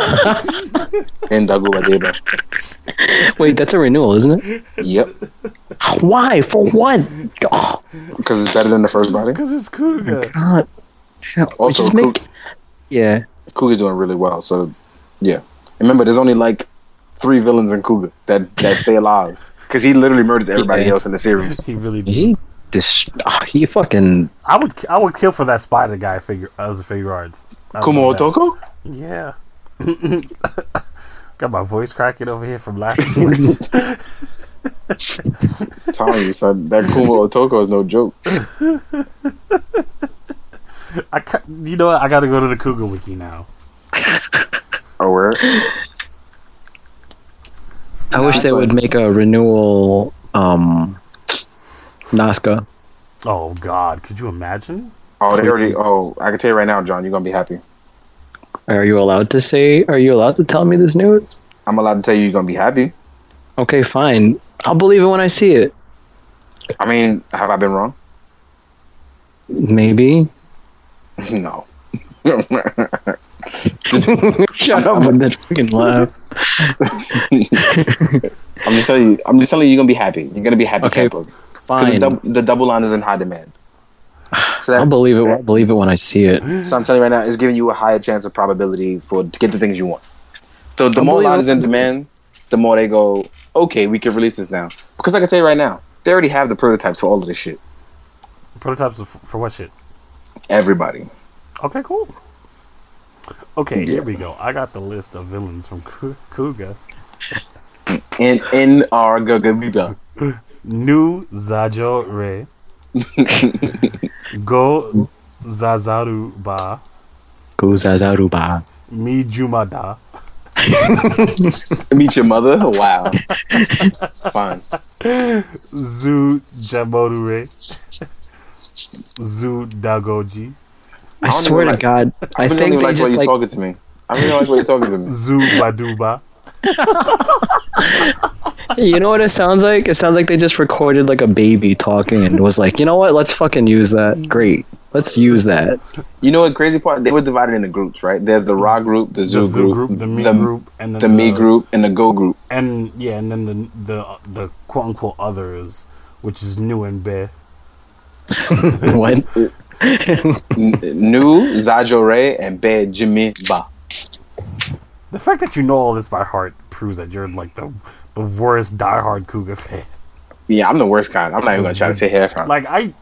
[SPEAKER 1] and Daguba Deba.
[SPEAKER 3] Wait, that's a renewal, isn't it?
[SPEAKER 1] Yep,
[SPEAKER 3] Why? For what? Oh,
[SPEAKER 1] because it's better than the first body.
[SPEAKER 2] Cause it's Kuga.
[SPEAKER 3] God. Hell,
[SPEAKER 1] Also,
[SPEAKER 3] just make- Yeah.
[SPEAKER 1] Cougar's doing really well, so yeah. Remember, there's only like three villains in Cougar that that stay alive because he literally murders everybody
[SPEAKER 3] Yeah.
[SPEAKER 1] else in the series.
[SPEAKER 2] He really did.
[SPEAKER 3] He, dis- ah, he fucking.
[SPEAKER 2] I would I would kill for that spider guy figure as a figure arts. I would love that.
[SPEAKER 1] Toko?
[SPEAKER 2] Yeah. Got my voice cracking over here from laughing.
[SPEAKER 1] Telling you, son, that Kumo Otoko is no joke.
[SPEAKER 2] I ca- you know what? I gotta go to the Kuga wiki now.
[SPEAKER 1] Oh, word.
[SPEAKER 3] I wish they would make a renewal. um Nazca.
[SPEAKER 2] Oh God, could you imagine?
[SPEAKER 1] Oh, they already. Oh, I can tell you right now, John, you're gonna be happy.
[SPEAKER 3] Are you allowed to say? Are you allowed to tell me this news?
[SPEAKER 1] I'm allowed to tell you, you're gonna be happy.
[SPEAKER 3] Okay, fine. I'll believe it when I see it.
[SPEAKER 1] I mean, have I been wrong?
[SPEAKER 3] Maybe.
[SPEAKER 1] no.
[SPEAKER 3] Shut up with that freaking laugh.
[SPEAKER 1] I'm just telling you. I'm just telling you, you're gonna be happy. You're gonna be happy.
[SPEAKER 3] Okay,
[SPEAKER 1] Capo. 'Cause The,
[SPEAKER 3] Fine.
[SPEAKER 1] dub- the double line is in high demand. So
[SPEAKER 3] I'll
[SPEAKER 1] that,
[SPEAKER 3] believe it. I'll believe it when I see it.
[SPEAKER 1] So I'm telling you right now, it's giving you a higher chance of probability for to get the things you want. So the
[SPEAKER 3] I
[SPEAKER 1] more
[SPEAKER 3] believe
[SPEAKER 1] lines
[SPEAKER 3] it.
[SPEAKER 1] in demand, the more they go, okay, we can release this now. Because I can tell you right now, they already have the prototypes for all of this shit.
[SPEAKER 2] Prototypes of- for what shit?
[SPEAKER 1] Everybody.
[SPEAKER 2] Okay, cool. Okay, here we go. I got the list of villains from Ku- Kuga.
[SPEAKER 1] In in our Gagavita.
[SPEAKER 2] New Zajo Rei, Go Zazaru Ba
[SPEAKER 3] Guzazaruba.
[SPEAKER 2] Mijumada.
[SPEAKER 1] Meet your mother. Wow. Fine.
[SPEAKER 2] Zu Jamorure. Zu Dagoji.
[SPEAKER 3] I,
[SPEAKER 1] don't
[SPEAKER 3] swear
[SPEAKER 1] even
[SPEAKER 3] to
[SPEAKER 1] like-
[SPEAKER 3] God, I
[SPEAKER 1] really
[SPEAKER 3] think
[SPEAKER 1] don't
[SPEAKER 3] they
[SPEAKER 1] like
[SPEAKER 3] just
[SPEAKER 1] you're
[SPEAKER 3] like
[SPEAKER 1] talking to me. I really don't like what you're talking to me.
[SPEAKER 2] Zu Baduba.
[SPEAKER 3] you know what it sounds like? It sounds like they just recorded like a baby talking and was like, you know what? Let's fucking use that. Great. Let's use that.
[SPEAKER 1] You know what crazy part? They were divided into groups, right? There's the Ra group, the
[SPEAKER 2] The
[SPEAKER 1] Zoo,
[SPEAKER 2] Zoo group, the Me group, and then
[SPEAKER 1] the Me group, and the Go group.
[SPEAKER 2] and yeah, and then the the the quote unquote others, which is new and bare.
[SPEAKER 3] what?
[SPEAKER 1] N- Nu, Zajo Ray, and Be Jimmy Ba.
[SPEAKER 2] The fact that you know all this by heart proves that you're like the the worst diehard Cougar fan.
[SPEAKER 1] Yeah, I'm the worst kind. I'm not even gonna try to say half from.
[SPEAKER 2] Like I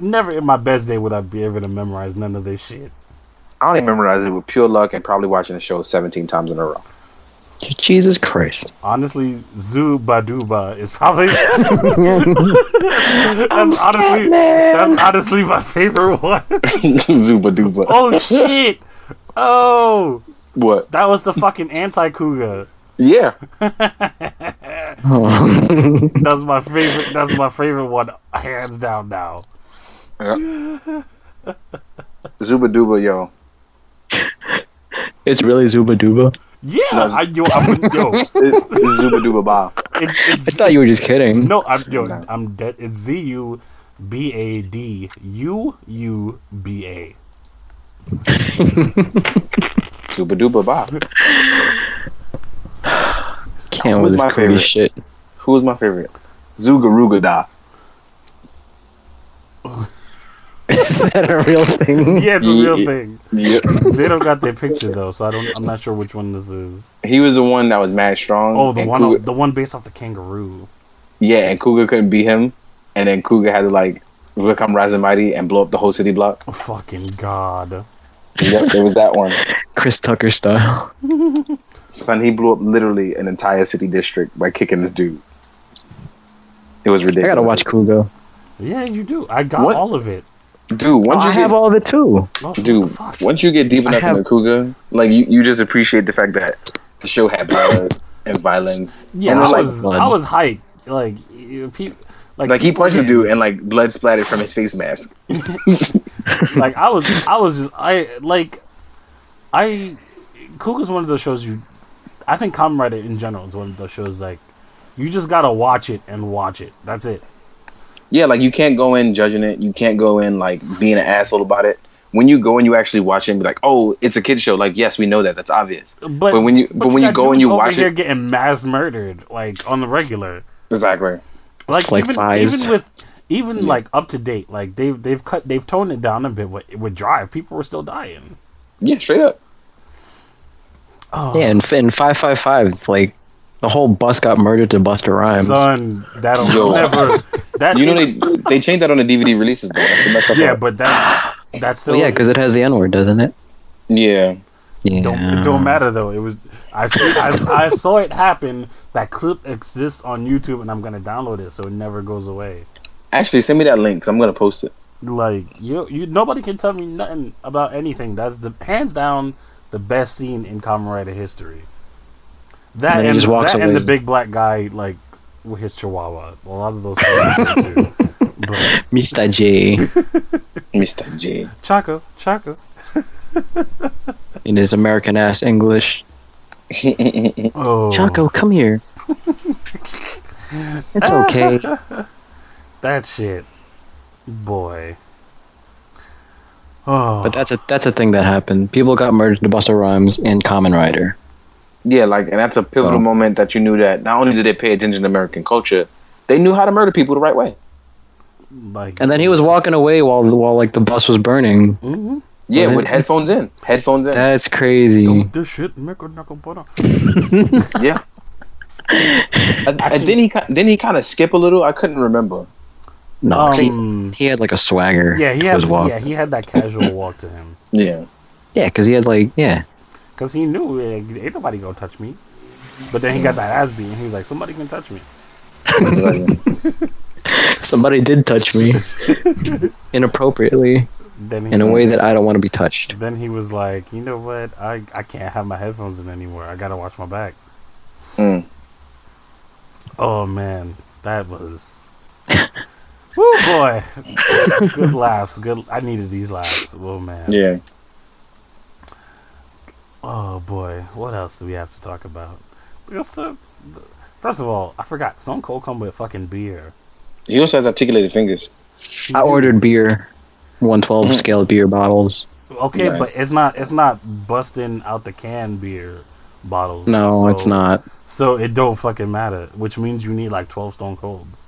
[SPEAKER 2] never in my best day would I be able to memorize none of this shit.
[SPEAKER 1] I only memorize it with pure luck and probably watching the show 17 times in a row.
[SPEAKER 3] Jesus Christ.
[SPEAKER 2] Honestly, Zoo Baduba is probably that's honestly that's honestly my favorite one.
[SPEAKER 1] Zuba duba.
[SPEAKER 2] oh shit! Oh,
[SPEAKER 1] What?
[SPEAKER 2] that was the fucking anti Cougar.
[SPEAKER 1] Yeah.
[SPEAKER 3] Oh.
[SPEAKER 2] That's my favorite. That's my favorite one, hands down. Now,
[SPEAKER 1] Zuba duba, yo.
[SPEAKER 3] it's really Zuba Duba?
[SPEAKER 2] yeah, I, yo, I'm, yo, it's,
[SPEAKER 1] It's, it's Zuba duba ba.
[SPEAKER 3] I
[SPEAKER 2] it's
[SPEAKER 3] thought you were just kidding.
[SPEAKER 2] no, I'm yo, I'm dead. It's Z U B A D U U B A.
[SPEAKER 1] Zuba duba ba.
[SPEAKER 3] Can't
[SPEAKER 1] Who's
[SPEAKER 3] with
[SPEAKER 1] my
[SPEAKER 3] this crazy
[SPEAKER 1] favorite?
[SPEAKER 3] shit.
[SPEAKER 1] Who's my favorite? Zugaruga da.
[SPEAKER 3] Is that a real thing?
[SPEAKER 2] Yeah, it's a real thing.
[SPEAKER 1] Yep.
[SPEAKER 2] They don't got their picture though, so I don't. I'm not sure which one this is.
[SPEAKER 1] he was the one that was mad strong.
[SPEAKER 2] Oh, the
[SPEAKER 1] and
[SPEAKER 2] one,
[SPEAKER 1] Cougar-
[SPEAKER 2] the one based off the kangaroo.
[SPEAKER 1] Yeah, and Cougar couldn't beat him, and then Cougar had to like become rising mighty and blow up the whole city block.
[SPEAKER 2] Oh, Fucking god.
[SPEAKER 1] Yep, it was that one.
[SPEAKER 3] Chris Tucker style.
[SPEAKER 1] Son, he blew up literally an entire city district by kicking this dude. It was
[SPEAKER 3] I
[SPEAKER 1] ridiculous.
[SPEAKER 3] gotta watch Kugo.
[SPEAKER 2] Yeah, you do. I got
[SPEAKER 1] What?
[SPEAKER 2] all of it.
[SPEAKER 1] dude.
[SPEAKER 3] Oh,
[SPEAKER 1] Once
[SPEAKER 3] I
[SPEAKER 1] you
[SPEAKER 3] have
[SPEAKER 1] get,
[SPEAKER 3] all of it too.
[SPEAKER 2] Oh, so what the
[SPEAKER 1] dude,
[SPEAKER 2] fuck?
[SPEAKER 1] once you get deep enough
[SPEAKER 3] have-
[SPEAKER 1] into Cougar, like you, you just appreciate the fact that the show had blood and violence.
[SPEAKER 2] Yeah,
[SPEAKER 1] and
[SPEAKER 2] I
[SPEAKER 1] it's like,
[SPEAKER 2] was,
[SPEAKER 3] blood.
[SPEAKER 2] I was hyped. Like, you- pe- like,
[SPEAKER 1] like he punched the
[SPEAKER 2] dude.
[SPEAKER 1] dude and like blood splattered from his face mask.
[SPEAKER 2] like I was I was just I like I Kuga's one of those shows you I think Kamen Rider in general is one of those shows like you just gotta watch it and watch it. That's it.
[SPEAKER 1] Yeah, like you can't go in judging it. You can't go in like being an asshole about it. When you go and you actually watch it and be like, oh, it's a kid show. Like, yes, we know that. That's obvious.
[SPEAKER 2] But
[SPEAKER 1] But when you- but when you
[SPEAKER 2] got
[SPEAKER 1] go and
[SPEAKER 2] dudes
[SPEAKER 1] you
[SPEAKER 2] over
[SPEAKER 1] watch
[SPEAKER 2] here
[SPEAKER 1] it-
[SPEAKER 2] getting mass murdered like on the regular.
[SPEAKER 1] Exactly.
[SPEAKER 2] Like,
[SPEAKER 3] Like
[SPEAKER 2] even,
[SPEAKER 3] Fives.
[SPEAKER 2] even with even like up to date, like they've they've cut they've toned it down a bit with, with Drive. People were still dying.
[SPEAKER 1] Yeah, straight up.
[SPEAKER 2] Oh,
[SPEAKER 3] Yeah, and, and 555, like, the whole bus got murdered to Buster Rhymes.
[SPEAKER 2] son, that'll
[SPEAKER 1] Yo.
[SPEAKER 2] never. That
[SPEAKER 1] You know they they changed that on the DVD releases though. That's the messed up
[SPEAKER 2] yeah,
[SPEAKER 1] part.
[SPEAKER 2] but that that's still
[SPEAKER 3] Well, yeah, because it has the N word, doesn't it?
[SPEAKER 1] yeah.
[SPEAKER 3] Yeah.
[SPEAKER 2] Don't, It don't matter though. It was I, see, I I saw it happen. That clip exists on YouTube, and I'm gonna download it so it never goes away.
[SPEAKER 1] Actually, send me that link. i I'm gonna post it.
[SPEAKER 2] Like you, you nobody can tell me nothing about anything. That's the hands down the best scene in Kamen Rider history. That
[SPEAKER 3] And then he
[SPEAKER 2] and,
[SPEAKER 3] just walks
[SPEAKER 2] that and the
[SPEAKER 3] away.
[SPEAKER 2] big black guy like with his chihuahua. A lot of those things too. But
[SPEAKER 3] Mr. J
[SPEAKER 1] Mr. J.
[SPEAKER 2] Chaco, Chaco.
[SPEAKER 3] in his American ass English.
[SPEAKER 2] Oh,
[SPEAKER 3] Chaco, come here. it's okay.
[SPEAKER 2] That shit, boy. Oh,
[SPEAKER 3] But that's a that's a thing that happened. People got murdered to Buster Rhymes and Common Rider.
[SPEAKER 1] Yeah, like and that's a pivotal
[SPEAKER 3] So-
[SPEAKER 1] moment that you knew that not only did they pay attention to American culture, they knew how to murder people the right way.
[SPEAKER 2] like
[SPEAKER 3] And then he was walking away while while like the bus was burning.
[SPEAKER 2] hmm
[SPEAKER 1] Yeah,
[SPEAKER 3] Was it-
[SPEAKER 1] with headphones in. Headphones in.
[SPEAKER 3] That's crazy.
[SPEAKER 2] Don't this shit make a knuckle butter.
[SPEAKER 1] yeah. and, and then he ki- then he kind of skip a little. I couldn't remember.
[SPEAKER 3] No,
[SPEAKER 2] Um,
[SPEAKER 3] he, he had like a swagger.
[SPEAKER 2] Yeah, he
[SPEAKER 3] to
[SPEAKER 2] had
[SPEAKER 3] his walk.
[SPEAKER 2] yeah he had that casual walk to him
[SPEAKER 1] Yeah.
[SPEAKER 3] Yeah, because he had like yeah.
[SPEAKER 2] because he knew like, ain't nobody gonna touch me. But then he got that ass beat and he was like, somebody can touch me.
[SPEAKER 3] Somebody did touch me inappropriately
[SPEAKER 2] Then he
[SPEAKER 3] in a
[SPEAKER 2] was-
[SPEAKER 3] way that I don't want to be touched.
[SPEAKER 2] Then he was like, you know what? I, I can't have my headphones in anymore. I gotta watch my back.
[SPEAKER 1] Mm.
[SPEAKER 2] Oh man, that was. Woo boy, good laughs. Good. I needed these laughs. Oh man.
[SPEAKER 1] Yeah.
[SPEAKER 2] Oh boy, what else do we have to talk about? Because the, the- first of all, I forgot Stone Cold come with fucking beer.
[SPEAKER 1] He also has articulated fingers.
[SPEAKER 2] He
[SPEAKER 3] I
[SPEAKER 2] do-
[SPEAKER 3] ordered beer, 112 scale beer bottles.
[SPEAKER 2] Okay,
[SPEAKER 1] Nice.
[SPEAKER 2] but it's not it's not busting out the can beer bottles.
[SPEAKER 3] No,
[SPEAKER 2] so-
[SPEAKER 3] it's not.
[SPEAKER 2] So it don't fucking matter, which means you need like twelve Stone Colds.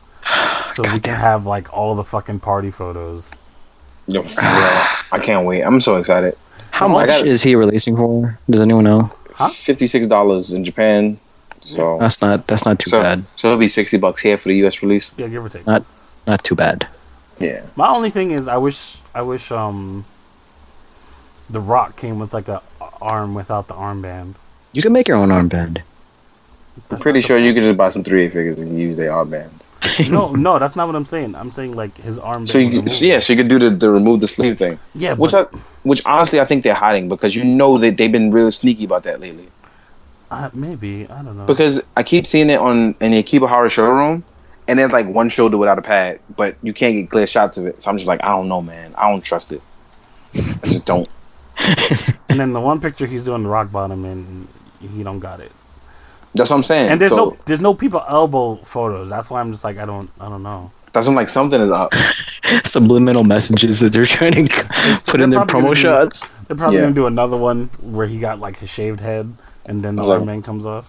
[SPEAKER 2] So we can have like all the fucking party photos.
[SPEAKER 1] Yo, yeah, I can't wait. I'm so excited.
[SPEAKER 3] How
[SPEAKER 1] I
[SPEAKER 3] much
[SPEAKER 1] got-
[SPEAKER 3] is he releasing for? Does anyone know?
[SPEAKER 1] Fifty-six dollars in Japan. So
[SPEAKER 3] That's not. That's not too
[SPEAKER 1] so,
[SPEAKER 3] bad.
[SPEAKER 1] so it'll be sixty bucks here for the US release.
[SPEAKER 2] Yeah, give or take.
[SPEAKER 3] Uh, Not too bad.
[SPEAKER 1] Yeah.
[SPEAKER 2] My only thing is, I wish, I wish, um, the Rock came with like a a arm without the armband.
[SPEAKER 3] You can make your own armband.
[SPEAKER 1] I'm pretty sure you could just buy some 3A figures and use their armband.
[SPEAKER 2] No, no, that's not what I'm saying. I'm saying like his armband.
[SPEAKER 1] So you
[SPEAKER 2] was
[SPEAKER 1] could,
[SPEAKER 2] removed.
[SPEAKER 1] so yeah, so you could do the, the remove the sleeve thing.
[SPEAKER 2] yeah,
[SPEAKER 1] Which I,
[SPEAKER 2] but,
[SPEAKER 1] which honestly I think they're hiding because you know that they've been real sneaky about that lately.
[SPEAKER 2] uh, maybe I don't know.
[SPEAKER 1] Because I keep seeing it on in the Akibahara showroom and there's like one shoulder without a pad, but you can't get clear shots of it. So I'm just like, I don't know, man. I don't trust it. I just don't.
[SPEAKER 2] and then the one picture he's doing the rock bottom and he don't got it.
[SPEAKER 1] That's what I'm saying.
[SPEAKER 2] And there's
[SPEAKER 1] so
[SPEAKER 2] no, there's no people elbow photos. That's why I'm just like I don't, I don't know.
[SPEAKER 1] that's when like something is up.
[SPEAKER 3] Subliminal messages that they're trying to put in
[SPEAKER 2] They're
[SPEAKER 3] their
[SPEAKER 2] probably
[SPEAKER 3] promo
[SPEAKER 2] gonna do-
[SPEAKER 3] shots.
[SPEAKER 2] They're probably
[SPEAKER 1] Yeah.
[SPEAKER 2] gonna do another one where he got like his shaved head and then the
[SPEAKER 1] I was like-
[SPEAKER 2] armband comes off.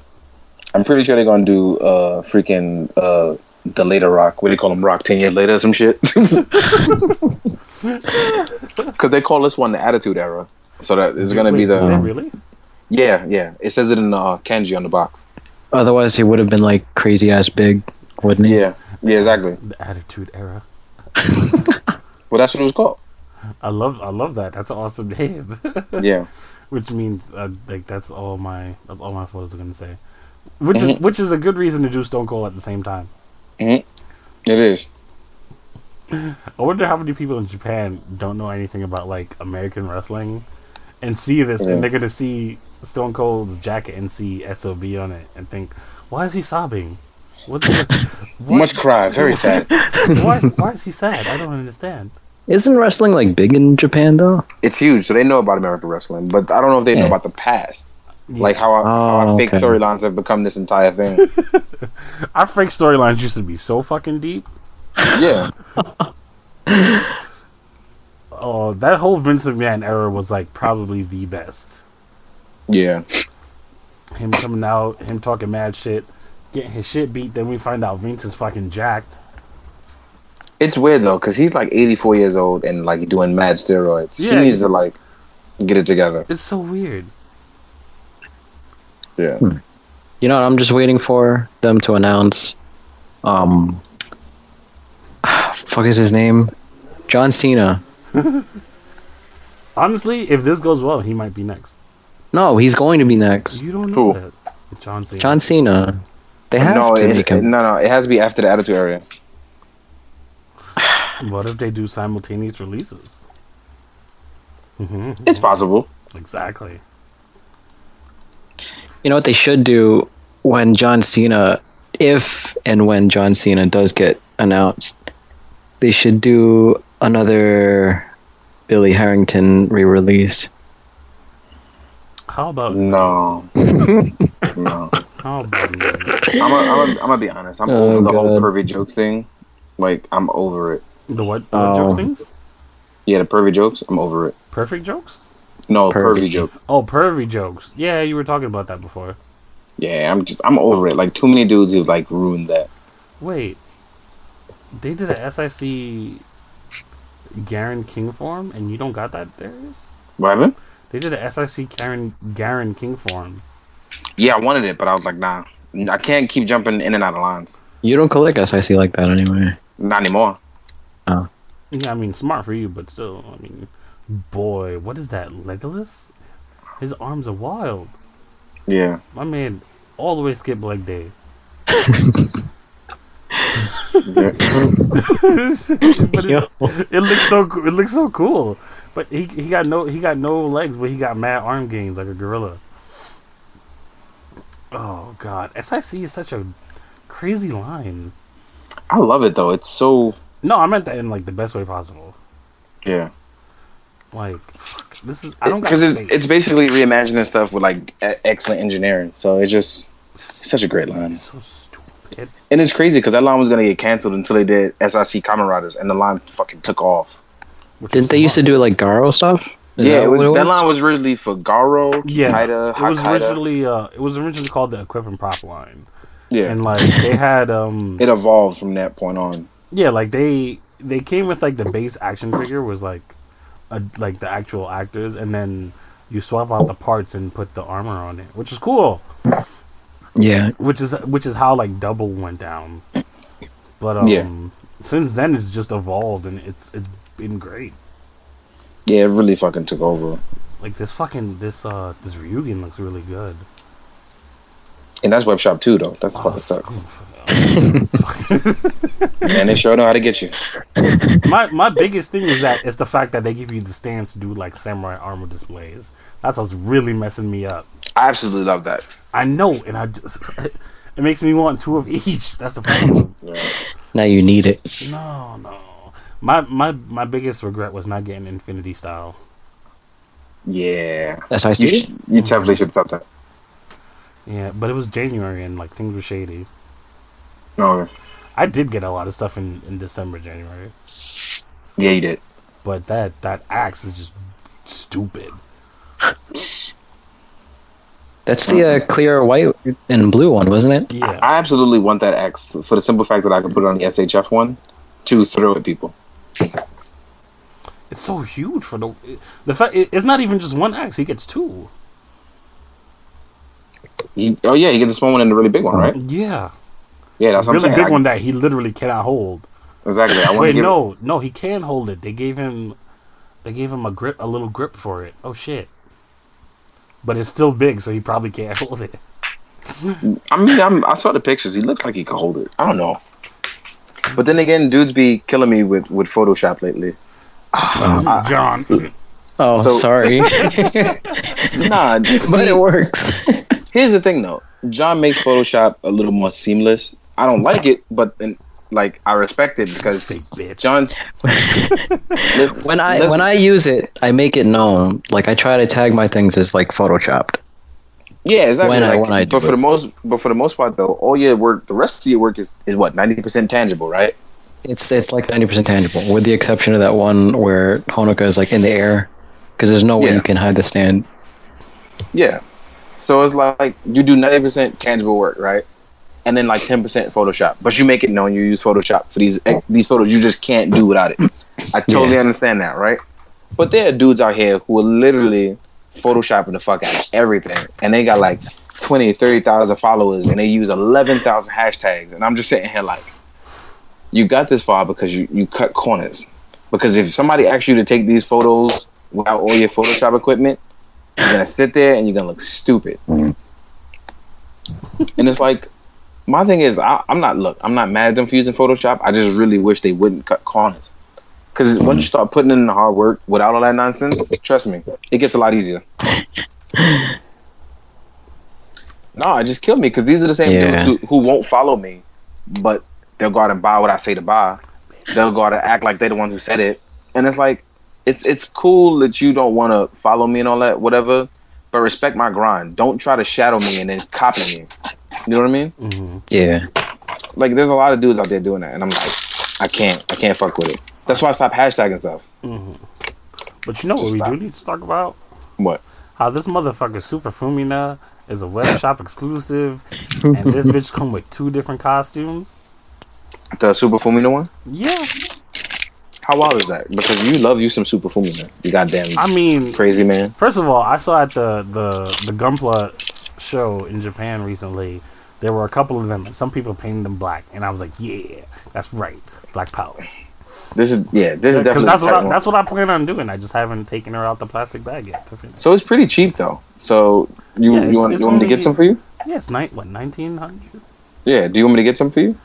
[SPEAKER 1] I'm pretty sure they're gonna do uh freaking uh the later rock. What do they call him? Rock ten years later or some shit. Because they call this one the Attitude Era. So that it's gonna be
[SPEAKER 2] Wait, do they
[SPEAKER 1] the um,
[SPEAKER 2] really.
[SPEAKER 1] yeah yeah. It says it in uh, kanji on the box.
[SPEAKER 3] Otherwise, he would have been like crazy ass big, wouldn't he?
[SPEAKER 1] Yeah yeah exactly.
[SPEAKER 2] The Attitude Era.
[SPEAKER 1] Well, that's what it was called.
[SPEAKER 2] I love, I love that. That's an awesome name.
[SPEAKER 1] Yeah.
[SPEAKER 2] which means uh, like that's all my that's all my photos are gonna say. Which is which is a good reason to do Stone Cold at the same time.
[SPEAKER 1] It is.
[SPEAKER 2] I wonder how many people in Japan don't know anything about like American wrestling and see this
[SPEAKER 1] Yeah.
[SPEAKER 2] and they're gonna see Stone Cold's jacket and see SOB on it and think, why is he sobbing? What's what,
[SPEAKER 1] Much cry, very sad.
[SPEAKER 2] why, why is he sad? I don't understand.
[SPEAKER 3] Isn't wrestling like big in Japan though?
[SPEAKER 1] It's huge, so they know about American wrestling, but I don't know if they know
[SPEAKER 3] Yeah.
[SPEAKER 1] about the past,
[SPEAKER 2] Yeah.
[SPEAKER 1] like how our, how
[SPEAKER 3] Oh,
[SPEAKER 1] our fake
[SPEAKER 3] okay.
[SPEAKER 1] storylines have become this entire thing.
[SPEAKER 2] our fake storylines used to be so fucking deep.
[SPEAKER 1] yeah,
[SPEAKER 2] Oh, that whole Vince McMahon era was like probably the best.
[SPEAKER 1] yeah.
[SPEAKER 2] him coming out, him talking mad shit, getting his shit beat. Then we find out Vince is fucking jacked.
[SPEAKER 1] It's weird though, because he's like 84 years old and like doing mad steroids.
[SPEAKER 2] Yeah.
[SPEAKER 1] he needs to like get it together.
[SPEAKER 2] It's so weird.
[SPEAKER 1] Yeah,
[SPEAKER 3] You know, what I'm just waiting for them to announce. Um, fuck is his name? John Cena.
[SPEAKER 2] Honestly, if this goes well, he might be next.
[SPEAKER 3] No, he's going to be next.
[SPEAKER 2] You don't
[SPEAKER 1] Who?
[SPEAKER 2] know that. John Cena.
[SPEAKER 3] John Cena. They have
[SPEAKER 1] no,
[SPEAKER 3] to
[SPEAKER 1] it's-
[SPEAKER 3] make him.
[SPEAKER 1] no, no. It has to be after the Attitude Era.
[SPEAKER 2] What if they do simultaneous releases? Mhm,
[SPEAKER 1] It's possible.
[SPEAKER 2] exactly.
[SPEAKER 3] You know what they should do when John Cena, if and when John Cena does get announced, they should do another Billy Harrington re-release.
[SPEAKER 2] How about
[SPEAKER 3] Mm.
[SPEAKER 1] No, no.
[SPEAKER 2] how about
[SPEAKER 1] I'm gonna I'm I'm be honest. I'm
[SPEAKER 3] Oh,
[SPEAKER 1] over the whole
[SPEAKER 3] God.
[SPEAKER 1] pervy jokes thing. Like, I'm over it.
[SPEAKER 2] the what, what
[SPEAKER 3] Oh.
[SPEAKER 2] joke things?
[SPEAKER 1] Yeah, the pervy jokes. I'm over it.
[SPEAKER 2] Perfect jokes?
[SPEAKER 1] No,
[SPEAKER 3] Pervy.
[SPEAKER 1] pervy joke.
[SPEAKER 2] Oh, pervy jokes. Yeah, you were talking about that before.
[SPEAKER 1] Yeah, I'm just I'm over it. Like too many dudes who like ruined that.
[SPEAKER 2] Wait, they did a SIC Garen King form, and you don't got that, Darius?
[SPEAKER 1] What happened?
[SPEAKER 2] They did a SIC Karen Garen King form.
[SPEAKER 1] Yeah, I wanted it, but I was like, nah, I can't keep jumping in and out of lines.
[SPEAKER 3] You don't collect SIC like that anyway.
[SPEAKER 1] Not anymore.
[SPEAKER 2] Yeah, I mean, smart for you, but still, I mean, boy, what is that, Legolas? His arms are wild.
[SPEAKER 1] Yeah.
[SPEAKER 2] My man all the way skip leg day. but
[SPEAKER 3] Yo.
[SPEAKER 2] it, it looks so co- it looks so cool. But he he got no he got no legs, but he got mad arm gains like a gorilla. Oh god, SIC is such a crazy line.
[SPEAKER 1] I love it though. It's so
[SPEAKER 2] No, I meant that in like the best way possible.
[SPEAKER 1] yeah.
[SPEAKER 2] Like fuck, this is I don't
[SPEAKER 1] Because it's,
[SPEAKER 2] space.
[SPEAKER 1] it's basically reimagining stuff with like e- excellent engineering. So it's just it's such a great line.
[SPEAKER 2] so stupid.
[SPEAKER 1] And it's crazy because that line was gonna get canceled until they did SIC Kamen Riders, and the line fucking took off.
[SPEAKER 2] Which
[SPEAKER 3] Didn't
[SPEAKER 2] is
[SPEAKER 3] they used to
[SPEAKER 2] smart.
[SPEAKER 3] do like Garo stuff? Is
[SPEAKER 1] yeah,
[SPEAKER 3] that
[SPEAKER 1] it was,
[SPEAKER 3] what
[SPEAKER 1] that line was originally for Garo,
[SPEAKER 2] Yeah,
[SPEAKER 1] Kitaida,
[SPEAKER 2] it was
[SPEAKER 1] Hakkaida.
[SPEAKER 2] originally uh, it was originally called the equip and prop line,
[SPEAKER 1] Yeah,
[SPEAKER 2] and like they had um
[SPEAKER 1] it evolved from that point on.
[SPEAKER 2] yeah like they they came with like the base action figure was like a, like the actual actors, and then you swap out the parts and put the armor on it, which is cool.
[SPEAKER 3] Yeah,
[SPEAKER 2] Which is which is how like double went down, but um
[SPEAKER 1] Yeah.
[SPEAKER 2] since then it's just evolved and it's it's been great.
[SPEAKER 1] Yeah, it really fucking took over.
[SPEAKER 2] Like this fucking this uh this Ryugen looks really good.
[SPEAKER 1] And that's Web Shop too, though. That's about
[SPEAKER 2] Oh,
[SPEAKER 1] to suck.
[SPEAKER 2] so-
[SPEAKER 1] And they sure know how to get you.
[SPEAKER 2] my my biggest thing is that it's the fact that they give you the stance to do like samurai armor displays. That's what's really messing me up.
[SPEAKER 1] I absolutely love that.
[SPEAKER 2] I know, and I just it makes me want two of each. That's the problem.
[SPEAKER 3] now you need it.
[SPEAKER 2] no, no. My my my biggest regret was not getting Infinity Style.
[SPEAKER 1] Yeah,
[SPEAKER 3] That's how I
[SPEAKER 1] you,
[SPEAKER 3] see
[SPEAKER 1] sh-
[SPEAKER 3] it.
[SPEAKER 1] you definitely should have thought
[SPEAKER 2] Yeah, but it was January and like things were shady.
[SPEAKER 1] that. Okay.
[SPEAKER 2] I did get a lot of stuff in in December, January,
[SPEAKER 1] Yeah, you did.
[SPEAKER 2] but that that axe is just stupid.
[SPEAKER 3] That's the uh, clear white and blue one, wasn't it?
[SPEAKER 2] Yeah.
[SPEAKER 1] I absolutely want that X for the simple fact that I can put it on the SHF one to throw at people.
[SPEAKER 2] It's so huge for the the fact it, it's not even just one axe. He gets two.
[SPEAKER 1] You- oh yeah, you get the small one and the really big one, right?
[SPEAKER 2] Yeah,
[SPEAKER 1] Yeah, that's what
[SPEAKER 2] Uh-huh. really
[SPEAKER 1] I'm saying.
[SPEAKER 2] big
[SPEAKER 1] I-
[SPEAKER 2] one that he literally cannot hold.
[SPEAKER 1] Exactly. I want
[SPEAKER 2] Wait,
[SPEAKER 1] to give.
[SPEAKER 2] no, no, he can hold it. They gave him they gave him a grip, a little grip for it. Oh shit! But it's still big, so he probably can't hold it.
[SPEAKER 1] I mean, I'm, I saw the pictures. He looked like he could hold it. I don't know. But then again, dudes be killing me with with Photoshop lately.
[SPEAKER 2] John,
[SPEAKER 3] Oh,
[SPEAKER 1] So-
[SPEAKER 3] sorry,
[SPEAKER 1] Nah,
[SPEAKER 3] but it
[SPEAKER 1] but
[SPEAKER 3] works.
[SPEAKER 1] here's the thing though. John makes Photoshop a little more seamless. I don't like it, but and, like I respect it because
[SPEAKER 2] Big bitch.
[SPEAKER 1] John's.
[SPEAKER 3] when I when I use it, I make it known. Like I try to tag my things as like photoshopped.
[SPEAKER 1] Yeah, exactly.
[SPEAKER 3] When I-
[SPEAKER 1] like,
[SPEAKER 3] when I do
[SPEAKER 1] but for
[SPEAKER 3] it.
[SPEAKER 1] the most, but for the most part, though, all your work, the rest of your work is is what ninety percent tangible, right?
[SPEAKER 3] It's it's like ninety percent tangible, with the exception of that one where Honoka is like in the air, because there's no way
[SPEAKER 1] Yeah.
[SPEAKER 3] you can hide the stand.
[SPEAKER 1] Yeah. So it's like you do ninety percent tangible work, right? And then like ten percent Photoshop, but you make it known you use Photoshop for these eh, these photos. You just can't do without it. I totally
[SPEAKER 3] Yeah.
[SPEAKER 1] understand that, right? But there are dudes out here who are literally photoshopping the fuck out of everything, and they got like 20, 30,000 followers, and they use eleven thousand hashtags. And I'm just sitting here like, you got this far because you you cut corners. Because if somebody asks you to take these photos without all your Photoshop equipment, you're gonna sit there and you're gonna look stupid. and it's like, my thing is, I, I'm not look, I'm not mad at them for using Photoshop. I just really wish they wouldn't cut corners. Because once you start putting in the hard work without all that nonsense, trust me, it gets a lot easier. no, it just killed me because these are the same
[SPEAKER 3] Yeah.
[SPEAKER 1] dudes who, who won't follow me, but they'll go out and buy what I say to buy. They'll go out and act like they're the ones who said it. And it's like, it's it's cool that you don't want to follow me and all that, whatever. But respect my grind. Don't try to shadow me and then copy me. You know what I mean?
[SPEAKER 2] hmm
[SPEAKER 3] Yeah,
[SPEAKER 1] Like, there's a lot of dudes out there doing that, and I'm like, I can't, I can't fuck with it. That's why I stopped hashtagging stuff.
[SPEAKER 2] But you know what we
[SPEAKER 1] stop.
[SPEAKER 2] do need to talk about?
[SPEAKER 1] What?
[SPEAKER 2] How this motherfucker Super Fumina is a web shop exclusive, and this bitch come with two different costumes.
[SPEAKER 1] The Super Fumina one?
[SPEAKER 2] Yeah,
[SPEAKER 1] How wild is that? Because you love you some Super Fumina. You goddamn
[SPEAKER 2] I mean,
[SPEAKER 1] crazy man.
[SPEAKER 2] First of all, I saw at the the the Gunpla show in Japan recently. There were a couple of them, and some people painted them black, and I was like, "Yeah, that's right, black power."
[SPEAKER 1] This is yeah. This is
[SPEAKER 2] Because
[SPEAKER 1] definitely the
[SPEAKER 2] that's what
[SPEAKER 1] type
[SPEAKER 2] I,
[SPEAKER 1] one.
[SPEAKER 2] that's what I plan on doing. I just haven't taken her out the plastic bag yet. To finish.
[SPEAKER 1] So it's pretty cheap though. So you
[SPEAKER 2] Yeah, it's-
[SPEAKER 1] you want
[SPEAKER 2] it's
[SPEAKER 1] you want me to
[SPEAKER 2] only-
[SPEAKER 1] get some for you?
[SPEAKER 2] Yeah, it's night what nineteen hundred.
[SPEAKER 1] Yeah. Do you want me to get some for you?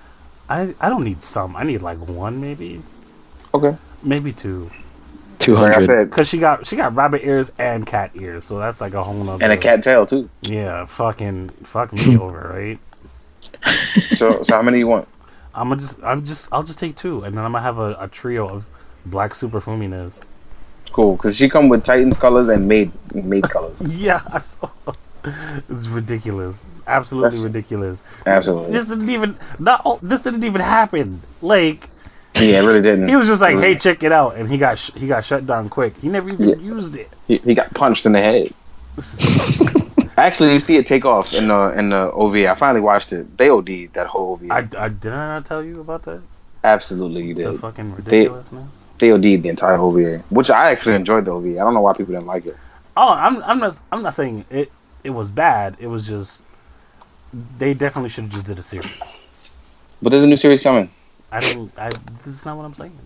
[SPEAKER 2] I I don't need some. I need like one maybe,
[SPEAKER 1] Okay.
[SPEAKER 2] maybe two.
[SPEAKER 3] Two
[SPEAKER 1] Like I
[SPEAKER 3] hundred.
[SPEAKER 1] said,
[SPEAKER 2] Cause she got she got rabbit ears and cat ears, so that's like a whole nother.
[SPEAKER 1] and a cat tail too.
[SPEAKER 2] Yeah, fucking fuck me over, right?
[SPEAKER 1] So, so how many you want?
[SPEAKER 2] I'm gonna just I'm just I'll just take two, and then I'm gonna have a, a trio of black super fuminas.
[SPEAKER 1] Cool, because she come with Titans colors and maid maid colors.
[SPEAKER 2] Yeah, I saw. It's ridiculous. It's absolutely
[SPEAKER 1] That's-
[SPEAKER 2] ridiculous.
[SPEAKER 1] Absolutely.
[SPEAKER 2] This didn't even not all- this didn't even happen. Like
[SPEAKER 1] Yeah, it really didn't.
[SPEAKER 2] he was just like, "Hey, check it out," and he got sh- he got shut down quick. He never even
[SPEAKER 1] Yeah.
[SPEAKER 2] used it.
[SPEAKER 1] He, he got punched in the head.
[SPEAKER 2] This is,
[SPEAKER 1] Actually, you see it take off in the in the OVA. I finally watched it. They OD'd that whole OVA.
[SPEAKER 2] I, I did I not tell you about that?
[SPEAKER 1] Absolutely, you
[SPEAKER 2] The
[SPEAKER 1] did.
[SPEAKER 2] fucking ridiculousness.
[SPEAKER 1] They OD'd the entire OVA, which I actually enjoyed the OVA. I don't know why people didn't like it.
[SPEAKER 2] Oh, I'm I'm not I'm not saying it it was bad. It was just they definitely should have just did a series.
[SPEAKER 1] But there's a new series coming.
[SPEAKER 2] I didn't. I this is not what I'm saying.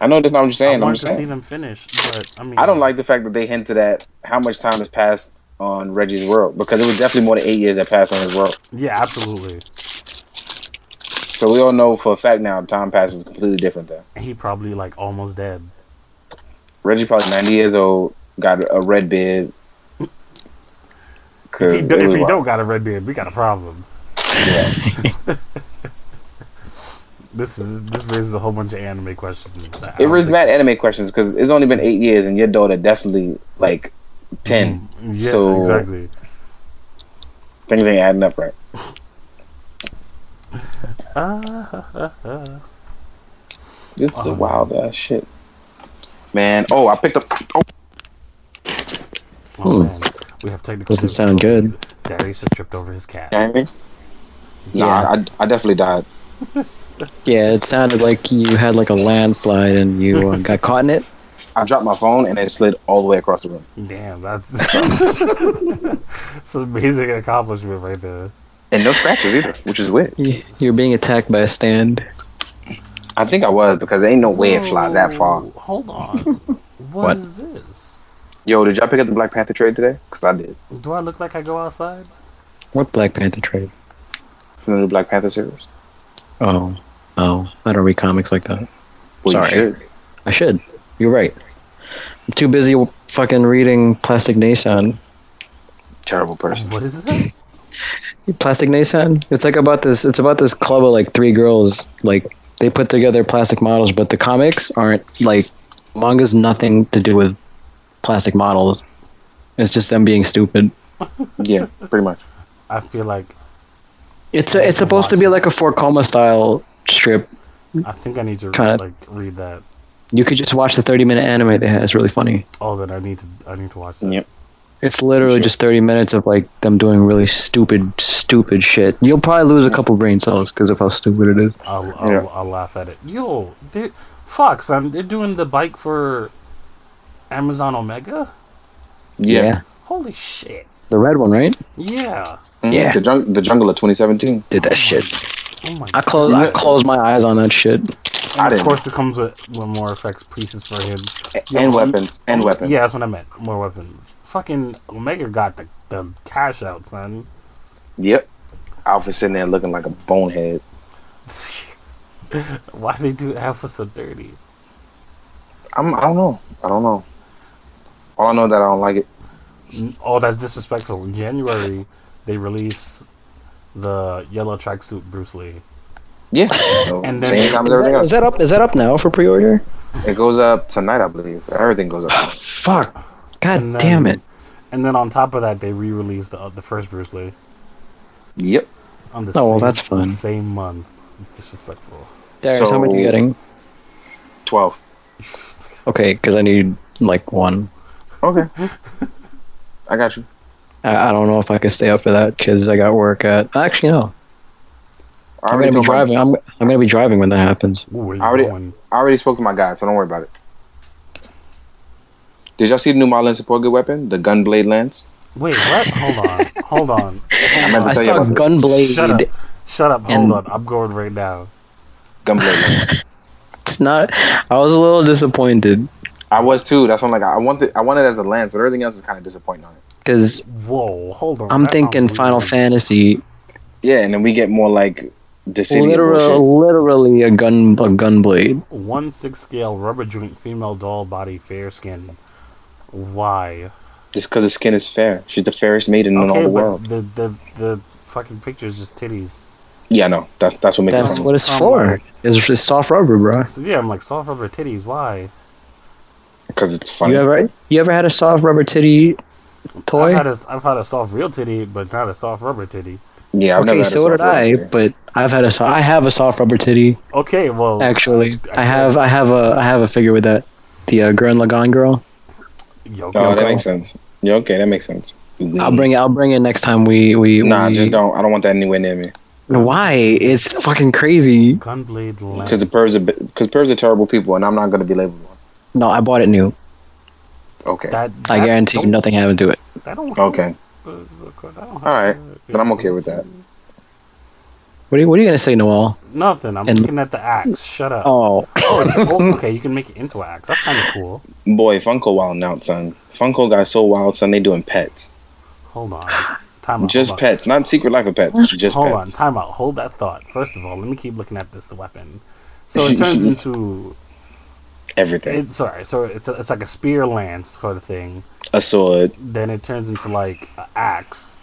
[SPEAKER 1] I know that's not what you're saying.
[SPEAKER 2] I
[SPEAKER 1] I'm
[SPEAKER 2] wanted
[SPEAKER 1] just
[SPEAKER 2] to see
[SPEAKER 1] saying.
[SPEAKER 2] them finish, but I mean,
[SPEAKER 1] I don't like the fact that they hinted at how much time has passed on Reggie's world because it was definitely more than eight years that passed on his world.
[SPEAKER 2] Yeah, absolutely.
[SPEAKER 1] So we all know for a fact now time passes completely different there.
[SPEAKER 2] He probably like almost dead.
[SPEAKER 1] Reggie probably 90 years old, got a red beard.
[SPEAKER 2] If
[SPEAKER 1] 'Cause
[SPEAKER 2] he,
[SPEAKER 1] it
[SPEAKER 2] do, if
[SPEAKER 1] was
[SPEAKER 2] he
[SPEAKER 1] wild.
[SPEAKER 2] don't got a red beard, we got a problem. this is this raises a whole bunch of anime questions.
[SPEAKER 1] It raised mad anime questions because it's only been eight years, and your daughter definitely like ten.
[SPEAKER 2] Mm, Yeah,
[SPEAKER 1] so
[SPEAKER 2] exactly.
[SPEAKER 1] things ain't adding up right. This
[SPEAKER 2] Uh-huh.
[SPEAKER 1] is a wild ass shit, man. Oh, I picked up. Oh, hmm.
[SPEAKER 2] Oh, man. We have technical.
[SPEAKER 3] Doesn't sound good.
[SPEAKER 2] difficulties. Darius just tripped over his cat.
[SPEAKER 1] you know what I mean?
[SPEAKER 3] Yeah.
[SPEAKER 1] Nah, I, I definitely died.
[SPEAKER 3] Yeah, it sounded like you had like a landslide and you uh, got caught in it.
[SPEAKER 1] I dropped my phone and it slid all the way across the room.
[SPEAKER 2] Damn, that's it's an amazing accomplishment right there.
[SPEAKER 1] And no scratches either, which is weird.
[SPEAKER 3] You- You're being attacked by a stand.
[SPEAKER 1] I think I was because there ain't no
[SPEAKER 2] Mm.
[SPEAKER 1] way it fly that far.
[SPEAKER 2] Whoa, Hold on. what
[SPEAKER 3] What?
[SPEAKER 2] is this?
[SPEAKER 1] Yo, did y'all pick up the Black Panther trade today? Because I did.
[SPEAKER 2] Do I look like I go outside?
[SPEAKER 3] What Black Panther trade?
[SPEAKER 1] From the new Black Panther series.
[SPEAKER 3] Oh, oh, I don't read comics like that.
[SPEAKER 1] Well, you
[SPEAKER 3] Sorry.
[SPEAKER 1] should.
[SPEAKER 3] I should. You're right. I'm too busy fucking reading Plastic Nation.
[SPEAKER 1] Terrible person.
[SPEAKER 2] What is that?
[SPEAKER 3] Plastic Nation? It's like about this. It's about this club of like three girls. Like they put together plastic models, but the comics aren't like manga's nothing to do with plastic models. It's just them being stupid.
[SPEAKER 1] Yeah, pretty much.
[SPEAKER 2] I feel like
[SPEAKER 3] It's a, it's supposed to be like a four coma style strip.
[SPEAKER 2] I think I need to
[SPEAKER 3] Try to-
[SPEAKER 2] like read that.
[SPEAKER 3] You could just watch the thirty minute anime they had. It's really funny.
[SPEAKER 2] Oh, then I need to I need to watch that.
[SPEAKER 1] Yep.
[SPEAKER 3] It's literally
[SPEAKER 1] Sure.
[SPEAKER 3] just 30 minutes of like them doing really stupid, stupid shit. You'll probably lose a couple brain cells because of how stupid it is.
[SPEAKER 2] I'll I'll,
[SPEAKER 1] Yeah.
[SPEAKER 2] I'll laugh at it. Yo, they, fuck, son, they're doing the bike for Amazon Omega.
[SPEAKER 1] Yeah.
[SPEAKER 2] Holy shit!
[SPEAKER 3] The red one, right?
[SPEAKER 2] Yeah.
[SPEAKER 1] Mhm.
[SPEAKER 3] Yeah.
[SPEAKER 1] The, jung- the Jungle of 2017.
[SPEAKER 3] Did that shit.
[SPEAKER 2] Oh my
[SPEAKER 3] I close, I close my eyes on that shit.
[SPEAKER 1] I
[SPEAKER 2] And of
[SPEAKER 1] didn't.
[SPEAKER 2] course, it comes with, with more effects pieces for him. Oh,
[SPEAKER 1] and weapons. And weapons.
[SPEAKER 2] Yeah, that's what I meant. More weapons. Fucking Omega got the, the cash out, son.
[SPEAKER 1] Yep. Alpha sitting there looking like a bonehead.
[SPEAKER 2] Why they do Alpha so dirty?
[SPEAKER 1] I'm, I don't know. I don't know. All I know that I don't like it.
[SPEAKER 2] Oh, that's disrespectful. In January, they release the yellow tracksuit Bruce Lee.
[SPEAKER 1] Yeah. So,
[SPEAKER 2] And then-
[SPEAKER 1] same time as
[SPEAKER 3] Is
[SPEAKER 1] everything
[SPEAKER 3] that,
[SPEAKER 1] else.
[SPEAKER 3] is that up? Is that up now for pre-order?
[SPEAKER 1] It goes up tonight, I believe. Everything goes up.
[SPEAKER 3] Fuck. God
[SPEAKER 2] And then-
[SPEAKER 3] damn it.
[SPEAKER 2] And then on top of that, they re-released the, the first Bruce Lee
[SPEAKER 1] yep.
[SPEAKER 2] on the
[SPEAKER 3] Oh, well,
[SPEAKER 2] same,
[SPEAKER 3] that's fun.
[SPEAKER 2] the same month. Disrespectful.
[SPEAKER 3] Darius, how many are you getting?
[SPEAKER 1] 12.
[SPEAKER 3] Okay, because I need like one.
[SPEAKER 1] Okay. I got you.
[SPEAKER 3] I, I don't know if I could stay up for that because I got work at. Actually, no.
[SPEAKER 1] I
[SPEAKER 3] I'm
[SPEAKER 1] already,
[SPEAKER 3] gonna
[SPEAKER 1] told
[SPEAKER 3] be
[SPEAKER 1] my,
[SPEAKER 3] driving. I'm, I'm gonna be driving when that happens.
[SPEAKER 2] Ooh, where you
[SPEAKER 1] I already-
[SPEAKER 2] going?
[SPEAKER 1] I already spoke to my guy, so don't worry about it. Did y'all see the new Marlin support good weapon? The Gunblade Lance?
[SPEAKER 2] Wait, what? Hold on. Hold on.
[SPEAKER 1] I meant to
[SPEAKER 3] I
[SPEAKER 1] tell you
[SPEAKER 3] saw
[SPEAKER 1] about this.
[SPEAKER 2] Shut up.
[SPEAKER 3] Gunblade.
[SPEAKER 2] Shut up. Hold
[SPEAKER 3] And-
[SPEAKER 2] on. I'm going right now.
[SPEAKER 1] Gunblade Lance.
[SPEAKER 3] It's not. I was a little disappointed
[SPEAKER 1] I was too. That's what I'm like. I want the, I want it as a lens, but everything else is kind of disappointing on it.
[SPEAKER 3] because
[SPEAKER 2] Whoa, hold on.
[SPEAKER 3] I'm
[SPEAKER 2] that sounds
[SPEAKER 3] thinking Final
[SPEAKER 2] weird.
[SPEAKER 3] Fantasy.
[SPEAKER 1] Yeah, and then we get more like The city of
[SPEAKER 3] Literally,
[SPEAKER 1] bullshit.
[SPEAKER 3] literally a gun, a gun blade.
[SPEAKER 2] One six scale rubber joint female doll body fair skin. Why?
[SPEAKER 1] Just because the skin is fair. She's the fairest maiden in all
[SPEAKER 2] Okay,
[SPEAKER 1] the
[SPEAKER 2] but
[SPEAKER 1] world.
[SPEAKER 2] the the the fucking picture is just titties.
[SPEAKER 1] Yeah, no, that's that's what makes
[SPEAKER 3] That's
[SPEAKER 1] it.
[SPEAKER 3] what it's
[SPEAKER 2] Oh,
[SPEAKER 3] for. It's, it's soft rubber, bro.
[SPEAKER 2] So yeah, I'm like soft rubber titties. Why?
[SPEAKER 1] Because it's funny.
[SPEAKER 3] You ever, you ever had a soft rubber titty toy?
[SPEAKER 2] I've had a I've had a soft real titty, but not a soft rubber titty.
[SPEAKER 1] yeah, I've never
[SPEAKER 3] okay,
[SPEAKER 1] had a
[SPEAKER 3] so did
[SPEAKER 1] soft
[SPEAKER 3] I,
[SPEAKER 1] rubber.
[SPEAKER 3] but I've had a soft, I have a soft rubber titty
[SPEAKER 2] Okay, well,
[SPEAKER 3] actually. I have, I have a, I have a figure with that. The uh, Gurren Lagann girl.
[SPEAKER 2] yo,
[SPEAKER 1] Oh, that
[SPEAKER 3] Okay.
[SPEAKER 1] makes sense. Yeah, okay, that makes sense.
[SPEAKER 3] I'll bring it. I'll bring it next time we we.
[SPEAKER 1] Nah,
[SPEAKER 3] we-
[SPEAKER 1] just don't. I don't want that anywhere near me.
[SPEAKER 3] Why? It's fucking crazy.
[SPEAKER 2] gunblade lens.
[SPEAKER 1] Because the birds are because birds are terrible people, and I'm not gonna be labeled one.
[SPEAKER 3] No, I bought it new.
[SPEAKER 1] Okay.
[SPEAKER 2] That,
[SPEAKER 3] I
[SPEAKER 2] that
[SPEAKER 3] guarantee you,
[SPEAKER 2] don't-
[SPEAKER 3] nothing happened to it.
[SPEAKER 2] That don't
[SPEAKER 1] Okay.
[SPEAKER 2] All
[SPEAKER 1] right, but I'm okay with that.
[SPEAKER 3] What are you, what are you gonna say, Noel?
[SPEAKER 2] Nothing. I'm
[SPEAKER 3] And-
[SPEAKER 2] looking at the axe. Shut up.
[SPEAKER 3] Oh,
[SPEAKER 2] Oh, it's- oh, okay. You can make it into an axe. That's kind of cool.
[SPEAKER 1] Boy, Funko wilding out, son. Funko got so wild, son. They doing pets.
[SPEAKER 2] Hold on. Time out.
[SPEAKER 1] Just
[SPEAKER 2] hold on.
[SPEAKER 1] pets, not Secret Life of Pets. Just
[SPEAKER 2] Hold on.
[SPEAKER 1] pets.
[SPEAKER 2] Time out. Hold that thought. First of all, let me keep looking at this weapon. So it turns into
[SPEAKER 1] Everything.
[SPEAKER 2] it's sorry. So it's a, it's like a spear lance sort of thing.
[SPEAKER 1] A sword.
[SPEAKER 2] Then it turns into like an axe,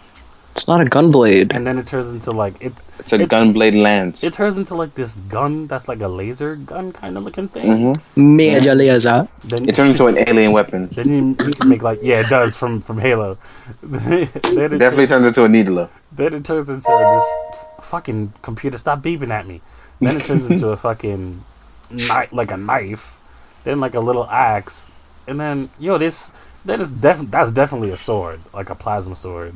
[SPEAKER 3] it's not a gun blade.
[SPEAKER 2] and then it turns into like it
[SPEAKER 1] It's a
[SPEAKER 2] It's-
[SPEAKER 1] gunblade lance.
[SPEAKER 2] it turns into like this gun that's like a laser gun kind of looking thing.
[SPEAKER 1] hmm
[SPEAKER 3] Major laser.
[SPEAKER 2] Then
[SPEAKER 1] Mm-hmm. It turns into an alien weapon.
[SPEAKER 2] Then you, you can make like yeah, it does from from Halo. then, it
[SPEAKER 1] Definitely
[SPEAKER 2] turns,
[SPEAKER 1] turns into a needler.
[SPEAKER 2] then it turns into this f- fucking computer. Stop beeping at me. Then it turns into a fucking knife, like a knife. Then like a little axe, and then yo, this then it's def- that's definitely a sword, like a plasma sword.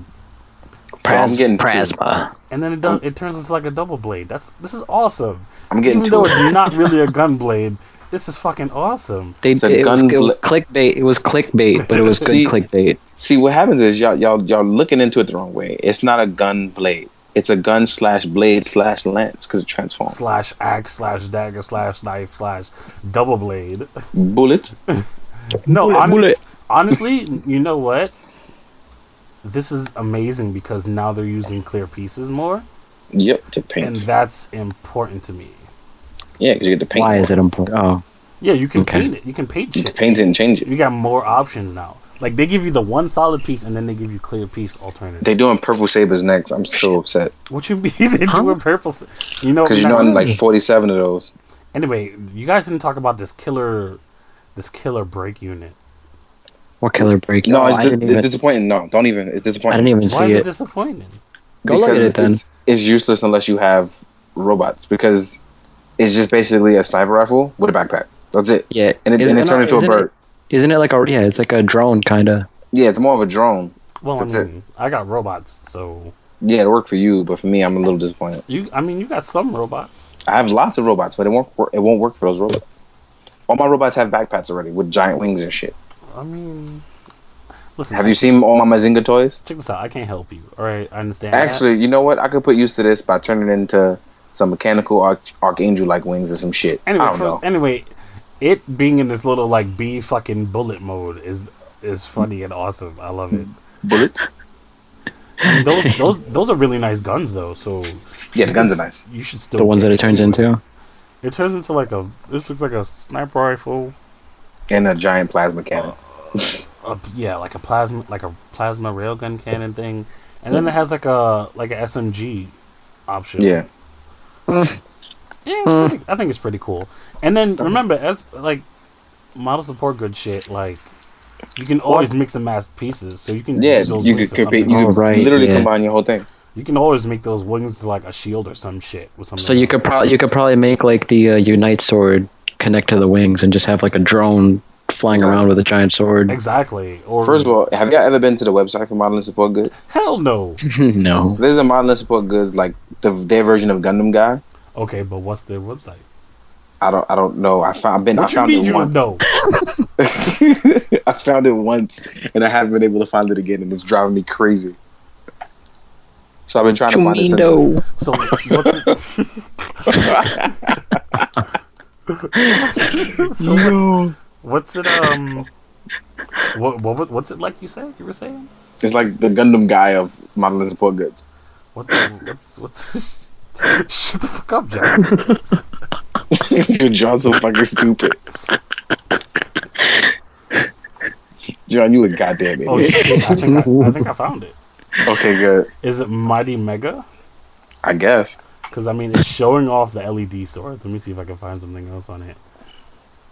[SPEAKER 1] So I'm getting two.
[SPEAKER 3] Prasma.
[SPEAKER 2] And then it
[SPEAKER 1] Mm.
[SPEAKER 2] does, it turns into like a double blade. That's this is awesome.
[SPEAKER 1] I'm getting
[SPEAKER 2] Even
[SPEAKER 1] two.
[SPEAKER 2] though it's not really a gun blade, this is fucking awesome.
[SPEAKER 3] They,
[SPEAKER 1] It's a
[SPEAKER 3] did it, was,
[SPEAKER 1] gun
[SPEAKER 3] it was
[SPEAKER 1] bla-
[SPEAKER 3] clickbait. It was clickbait, but it was
[SPEAKER 1] See?
[SPEAKER 3] good clickbait.
[SPEAKER 1] See what happens is y'all y'all y'all looking into it the wrong way. It's not a gun blade. It's a gun slash blade slash lance because it transforms.
[SPEAKER 2] Slash axe, slash dagger, slash knife, slash double blade.
[SPEAKER 1] Bullets.
[SPEAKER 2] No,
[SPEAKER 3] Bullet,
[SPEAKER 2] hon-
[SPEAKER 3] bullet.
[SPEAKER 2] honestly, you know what? This is amazing because now they're using clear pieces more,
[SPEAKER 1] Yep, to
[SPEAKER 2] and
[SPEAKER 1] paint.
[SPEAKER 2] that's important to me.
[SPEAKER 1] yeah, because you get to paint.
[SPEAKER 3] Why
[SPEAKER 1] more.
[SPEAKER 3] is it important? Oh,
[SPEAKER 2] Yeah, you can
[SPEAKER 3] Okay.
[SPEAKER 2] paint it. You can paint
[SPEAKER 1] You can
[SPEAKER 2] shit.
[SPEAKER 1] paint it and change it.
[SPEAKER 2] You got more options now. Like they give you the one solid piece, and then they give you clear piece alternative.
[SPEAKER 1] They doing purple sabers next. I'm so upset
[SPEAKER 2] what you mean they
[SPEAKER 3] Huh?
[SPEAKER 2] do a purple? s- You know,
[SPEAKER 1] because you know
[SPEAKER 2] now-
[SPEAKER 1] I'm like 47 of those.
[SPEAKER 2] anyway, you guys didn't talk about this killer, this killer break unit.
[SPEAKER 3] what killer break?
[SPEAKER 1] No,
[SPEAKER 3] oh,
[SPEAKER 1] it's,
[SPEAKER 3] I
[SPEAKER 1] di-
[SPEAKER 3] didn't
[SPEAKER 1] it's
[SPEAKER 3] even.
[SPEAKER 1] disappointing. No, don't even. It's
[SPEAKER 3] I
[SPEAKER 1] disappointing.
[SPEAKER 3] didn't even
[SPEAKER 2] Why
[SPEAKER 3] see
[SPEAKER 2] is it
[SPEAKER 3] it.
[SPEAKER 2] disappointing?
[SPEAKER 3] Go look at it then.
[SPEAKER 1] It's, it's useless unless you have robots because it's just basically a sniper rifle with a backpack. That's it.
[SPEAKER 3] Yeah,
[SPEAKER 1] And it, and it
[SPEAKER 3] Isn't
[SPEAKER 1] turned into a
[SPEAKER 3] isn't
[SPEAKER 1] bird.
[SPEAKER 3] It, isn't it like a yeah? It's like a drone kind of.
[SPEAKER 1] Yeah, it's more of a drone.
[SPEAKER 2] Well,
[SPEAKER 1] That's
[SPEAKER 2] I
[SPEAKER 1] it.
[SPEAKER 2] mean, I got robots, so
[SPEAKER 1] Yeah, it worked for you, but for me, I'm a little disappointed.
[SPEAKER 2] you. I mean, you got some robots.
[SPEAKER 1] I have lots of robots, but it won't work. It won't work for those robots. All my robots have backpacks already with giant wings and shit.
[SPEAKER 2] I mean, listen.
[SPEAKER 1] Have you seen all my Mazinga toys?
[SPEAKER 2] Check this out. I can't help you. All right, I understand. that.
[SPEAKER 1] Actually, you know what? I could put use to this by turning it into some mechanical arch- archangel like wings or some shit.
[SPEAKER 2] anyway,
[SPEAKER 1] I don't
[SPEAKER 2] for-
[SPEAKER 1] know.
[SPEAKER 2] anyway, it being in this little like B fucking bullet mode is is funny and awesome. I love it.
[SPEAKER 1] Bullet?
[SPEAKER 2] And those those those are really nice guns though. So
[SPEAKER 1] Yeah, the guns are nice.
[SPEAKER 2] You should still
[SPEAKER 3] The ones
[SPEAKER 2] get
[SPEAKER 3] that it turns into.
[SPEAKER 2] It turns into like a. This looks like a sniper rifle.
[SPEAKER 1] And a giant plasma
[SPEAKER 2] Oh,
[SPEAKER 1] cannon.
[SPEAKER 2] A, yeah, like a plasma, like a plasma railgun cannon thing, and then it has like a like a SMG option.
[SPEAKER 1] Yeah. Hmm.
[SPEAKER 2] Yeah, it's pretty, I think it's pretty cool. And then remember, as like model support good shit, like you can always mix and match pieces, so you can
[SPEAKER 1] Yeah,
[SPEAKER 2] use those
[SPEAKER 1] you
[SPEAKER 2] wings
[SPEAKER 1] could
[SPEAKER 2] for
[SPEAKER 1] compete. You
[SPEAKER 2] something.
[SPEAKER 3] Oh,
[SPEAKER 1] could
[SPEAKER 3] right,
[SPEAKER 1] literally
[SPEAKER 3] yeah.
[SPEAKER 1] combine your whole thing.
[SPEAKER 2] You can always make those wings to like a shield or some shit with something.
[SPEAKER 3] So you
[SPEAKER 2] else.
[SPEAKER 3] could probably you could probably make like the uh, Unite sword connect to the wings and just have like a drone flying around with a giant sword.
[SPEAKER 2] exactly. Or
[SPEAKER 1] First of all, have y'all ever been to the website for modeling support goods?
[SPEAKER 2] hell no.
[SPEAKER 3] no,
[SPEAKER 1] There's a modeling support goods like the, their version of Gundam guy.
[SPEAKER 2] Okay, but what's their website?
[SPEAKER 1] I don't. I don't know. I found. I've been.
[SPEAKER 2] What
[SPEAKER 1] I
[SPEAKER 2] you
[SPEAKER 1] found
[SPEAKER 2] mean
[SPEAKER 1] it
[SPEAKER 2] you
[SPEAKER 1] once.
[SPEAKER 2] don't know?
[SPEAKER 1] I found it once, and I haven't been able to find it again, and it's driving me crazy. So I've been trying to find it since. then.
[SPEAKER 2] So what's it, so what's, what's it um? What, what was- what's it like? You say you were saying
[SPEAKER 1] It's like the Gundam guy of modeling support goods.
[SPEAKER 2] what's what's what's Shut the fuck up, John.
[SPEAKER 1] Dude, John's so fucking stupid. John, you a goddamn
[SPEAKER 2] Oh
[SPEAKER 1] idiot.
[SPEAKER 2] shit! I think I, I think I found it.
[SPEAKER 1] Okay, good.
[SPEAKER 2] Is it Mighty Mega?
[SPEAKER 1] I guess.
[SPEAKER 2] Because I mean, it's showing off the LED swords. Let me see if I can find something else on it.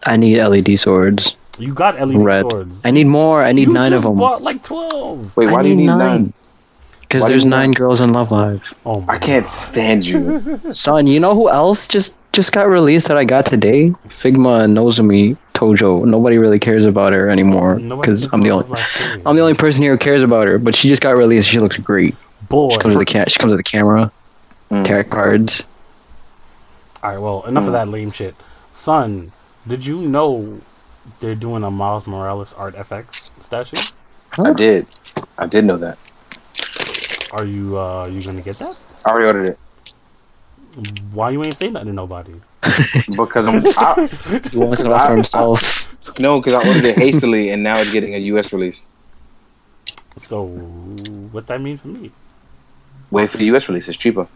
[SPEAKER 3] I need LED swords.
[SPEAKER 2] You got LED
[SPEAKER 3] Red.
[SPEAKER 2] swords.
[SPEAKER 3] I need more. I need
[SPEAKER 2] you
[SPEAKER 3] nine of
[SPEAKER 2] just
[SPEAKER 3] them.
[SPEAKER 2] Bought like twelve.
[SPEAKER 1] Wait,
[SPEAKER 3] I
[SPEAKER 1] why do you need nine?
[SPEAKER 3] Because
[SPEAKER 1] Why do
[SPEAKER 3] there's
[SPEAKER 1] you need
[SPEAKER 3] nine girls in Love Live.
[SPEAKER 2] Oh my!
[SPEAKER 1] I can't stand you.
[SPEAKER 3] Son, you know who else just just got released that I got today? Figma and Nozomi Tojo. Nobody really cares about her anymore
[SPEAKER 2] Nobody
[SPEAKER 3] because
[SPEAKER 2] just
[SPEAKER 3] I'm the
[SPEAKER 2] knows
[SPEAKER 3] only
[SPEAKER 2] my series.
[SPEAKER 3] I'm the only person here who cares about her. But she just got released. She looks great.
[SPEAKER 2] boy.
[SPEAKER 3] She comes with the ca- she comes with the camera,
[SPEAKER 1] Mm.
[SPEAKER 3] tarot cards.
[SPEAKER 2] All right, well, enough of
[SPEAKER 1] Mm.
[SPEAKER 2] that lame shit. Son, did you know they're doing a Miles Morales Art FX statue?
[SPEAKER 1] I did. I did know that.
[SPEAKER 2] Are you uh you gonna get that?
[SPEAKER 1] I already ordered it
[SPEAKER 2] Why you ain't say nothing to nobody?
[SPEAKER 1] because I'm. I,
[SPEAKER 3] He wants it all for himself.
[SPEAKER 1] no, because I ordered it hastily, and now it's getting a U.S. release.
[SPEAKER 2] So what that mean for me?
[SPEAKER 1] Wait for the U.S. release; it's cheaper.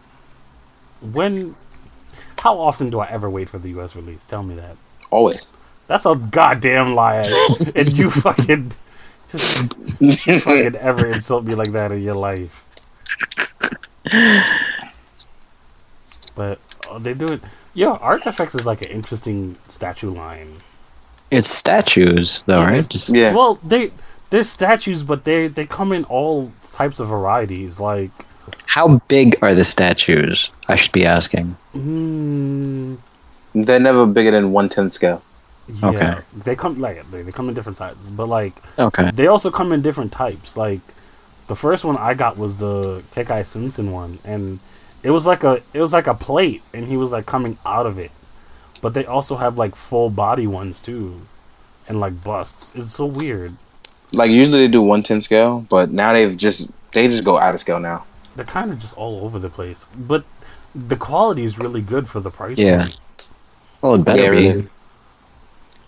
[SPEAKER 2] When? How often do I ever wait for the U.S. release? Tell me that.
[SPEAKER 1] Always.
[SPEAKER 2] That's a goddamn lie, and you fucking just fucking ever insult me like that in your life. But uh, they do it. Yeah, Art FX is like an interesting statue line.
[SPEAKER 3] It's statues though,
[SPEAKER 2] Yeah,
[SPEAKER 3] right?
[SPEAKER 2] it's-
[SPEAKER 3] Just
[SPEAKER 1] yeah.
[SPEAKER 2] Well, they they're statues, but they they come in all types of varieties. Like,
[SPEAKER 3] How big are the statues? I should be asking.
[SPEAKER 2] mm,
[SPEAKER 1] They're never bigger than one tenth scale.
[SPEAKER 2] yeah,
[SPEAKER 3] Okay.
[SPEAKER 2] they come like they, they come in different sizes, but like
[SPEAKER 3] Okay.
[SPEAKER 2] they also come in different types. Like the first one I got was the Kekai Simpson one, and it was like a it was like a plate, and he was like coming out of it. But they also have like full body ones too, and like busts. It's so weird.
[SPEAKER 1] Like usually they do one tenth scale, but now they've just they just go out of scale now.
[SPEAKER 2] They're kind of just all over the place, but the quality is really good for the price.
[SPEAKER 3] Yeah.
[SPEAKER 2] point.
[SPEAKER 3] Well, it better
[SPEAKER 1] Yeah,
[SPEAKER 3] be.
[SPEAKER 1] really.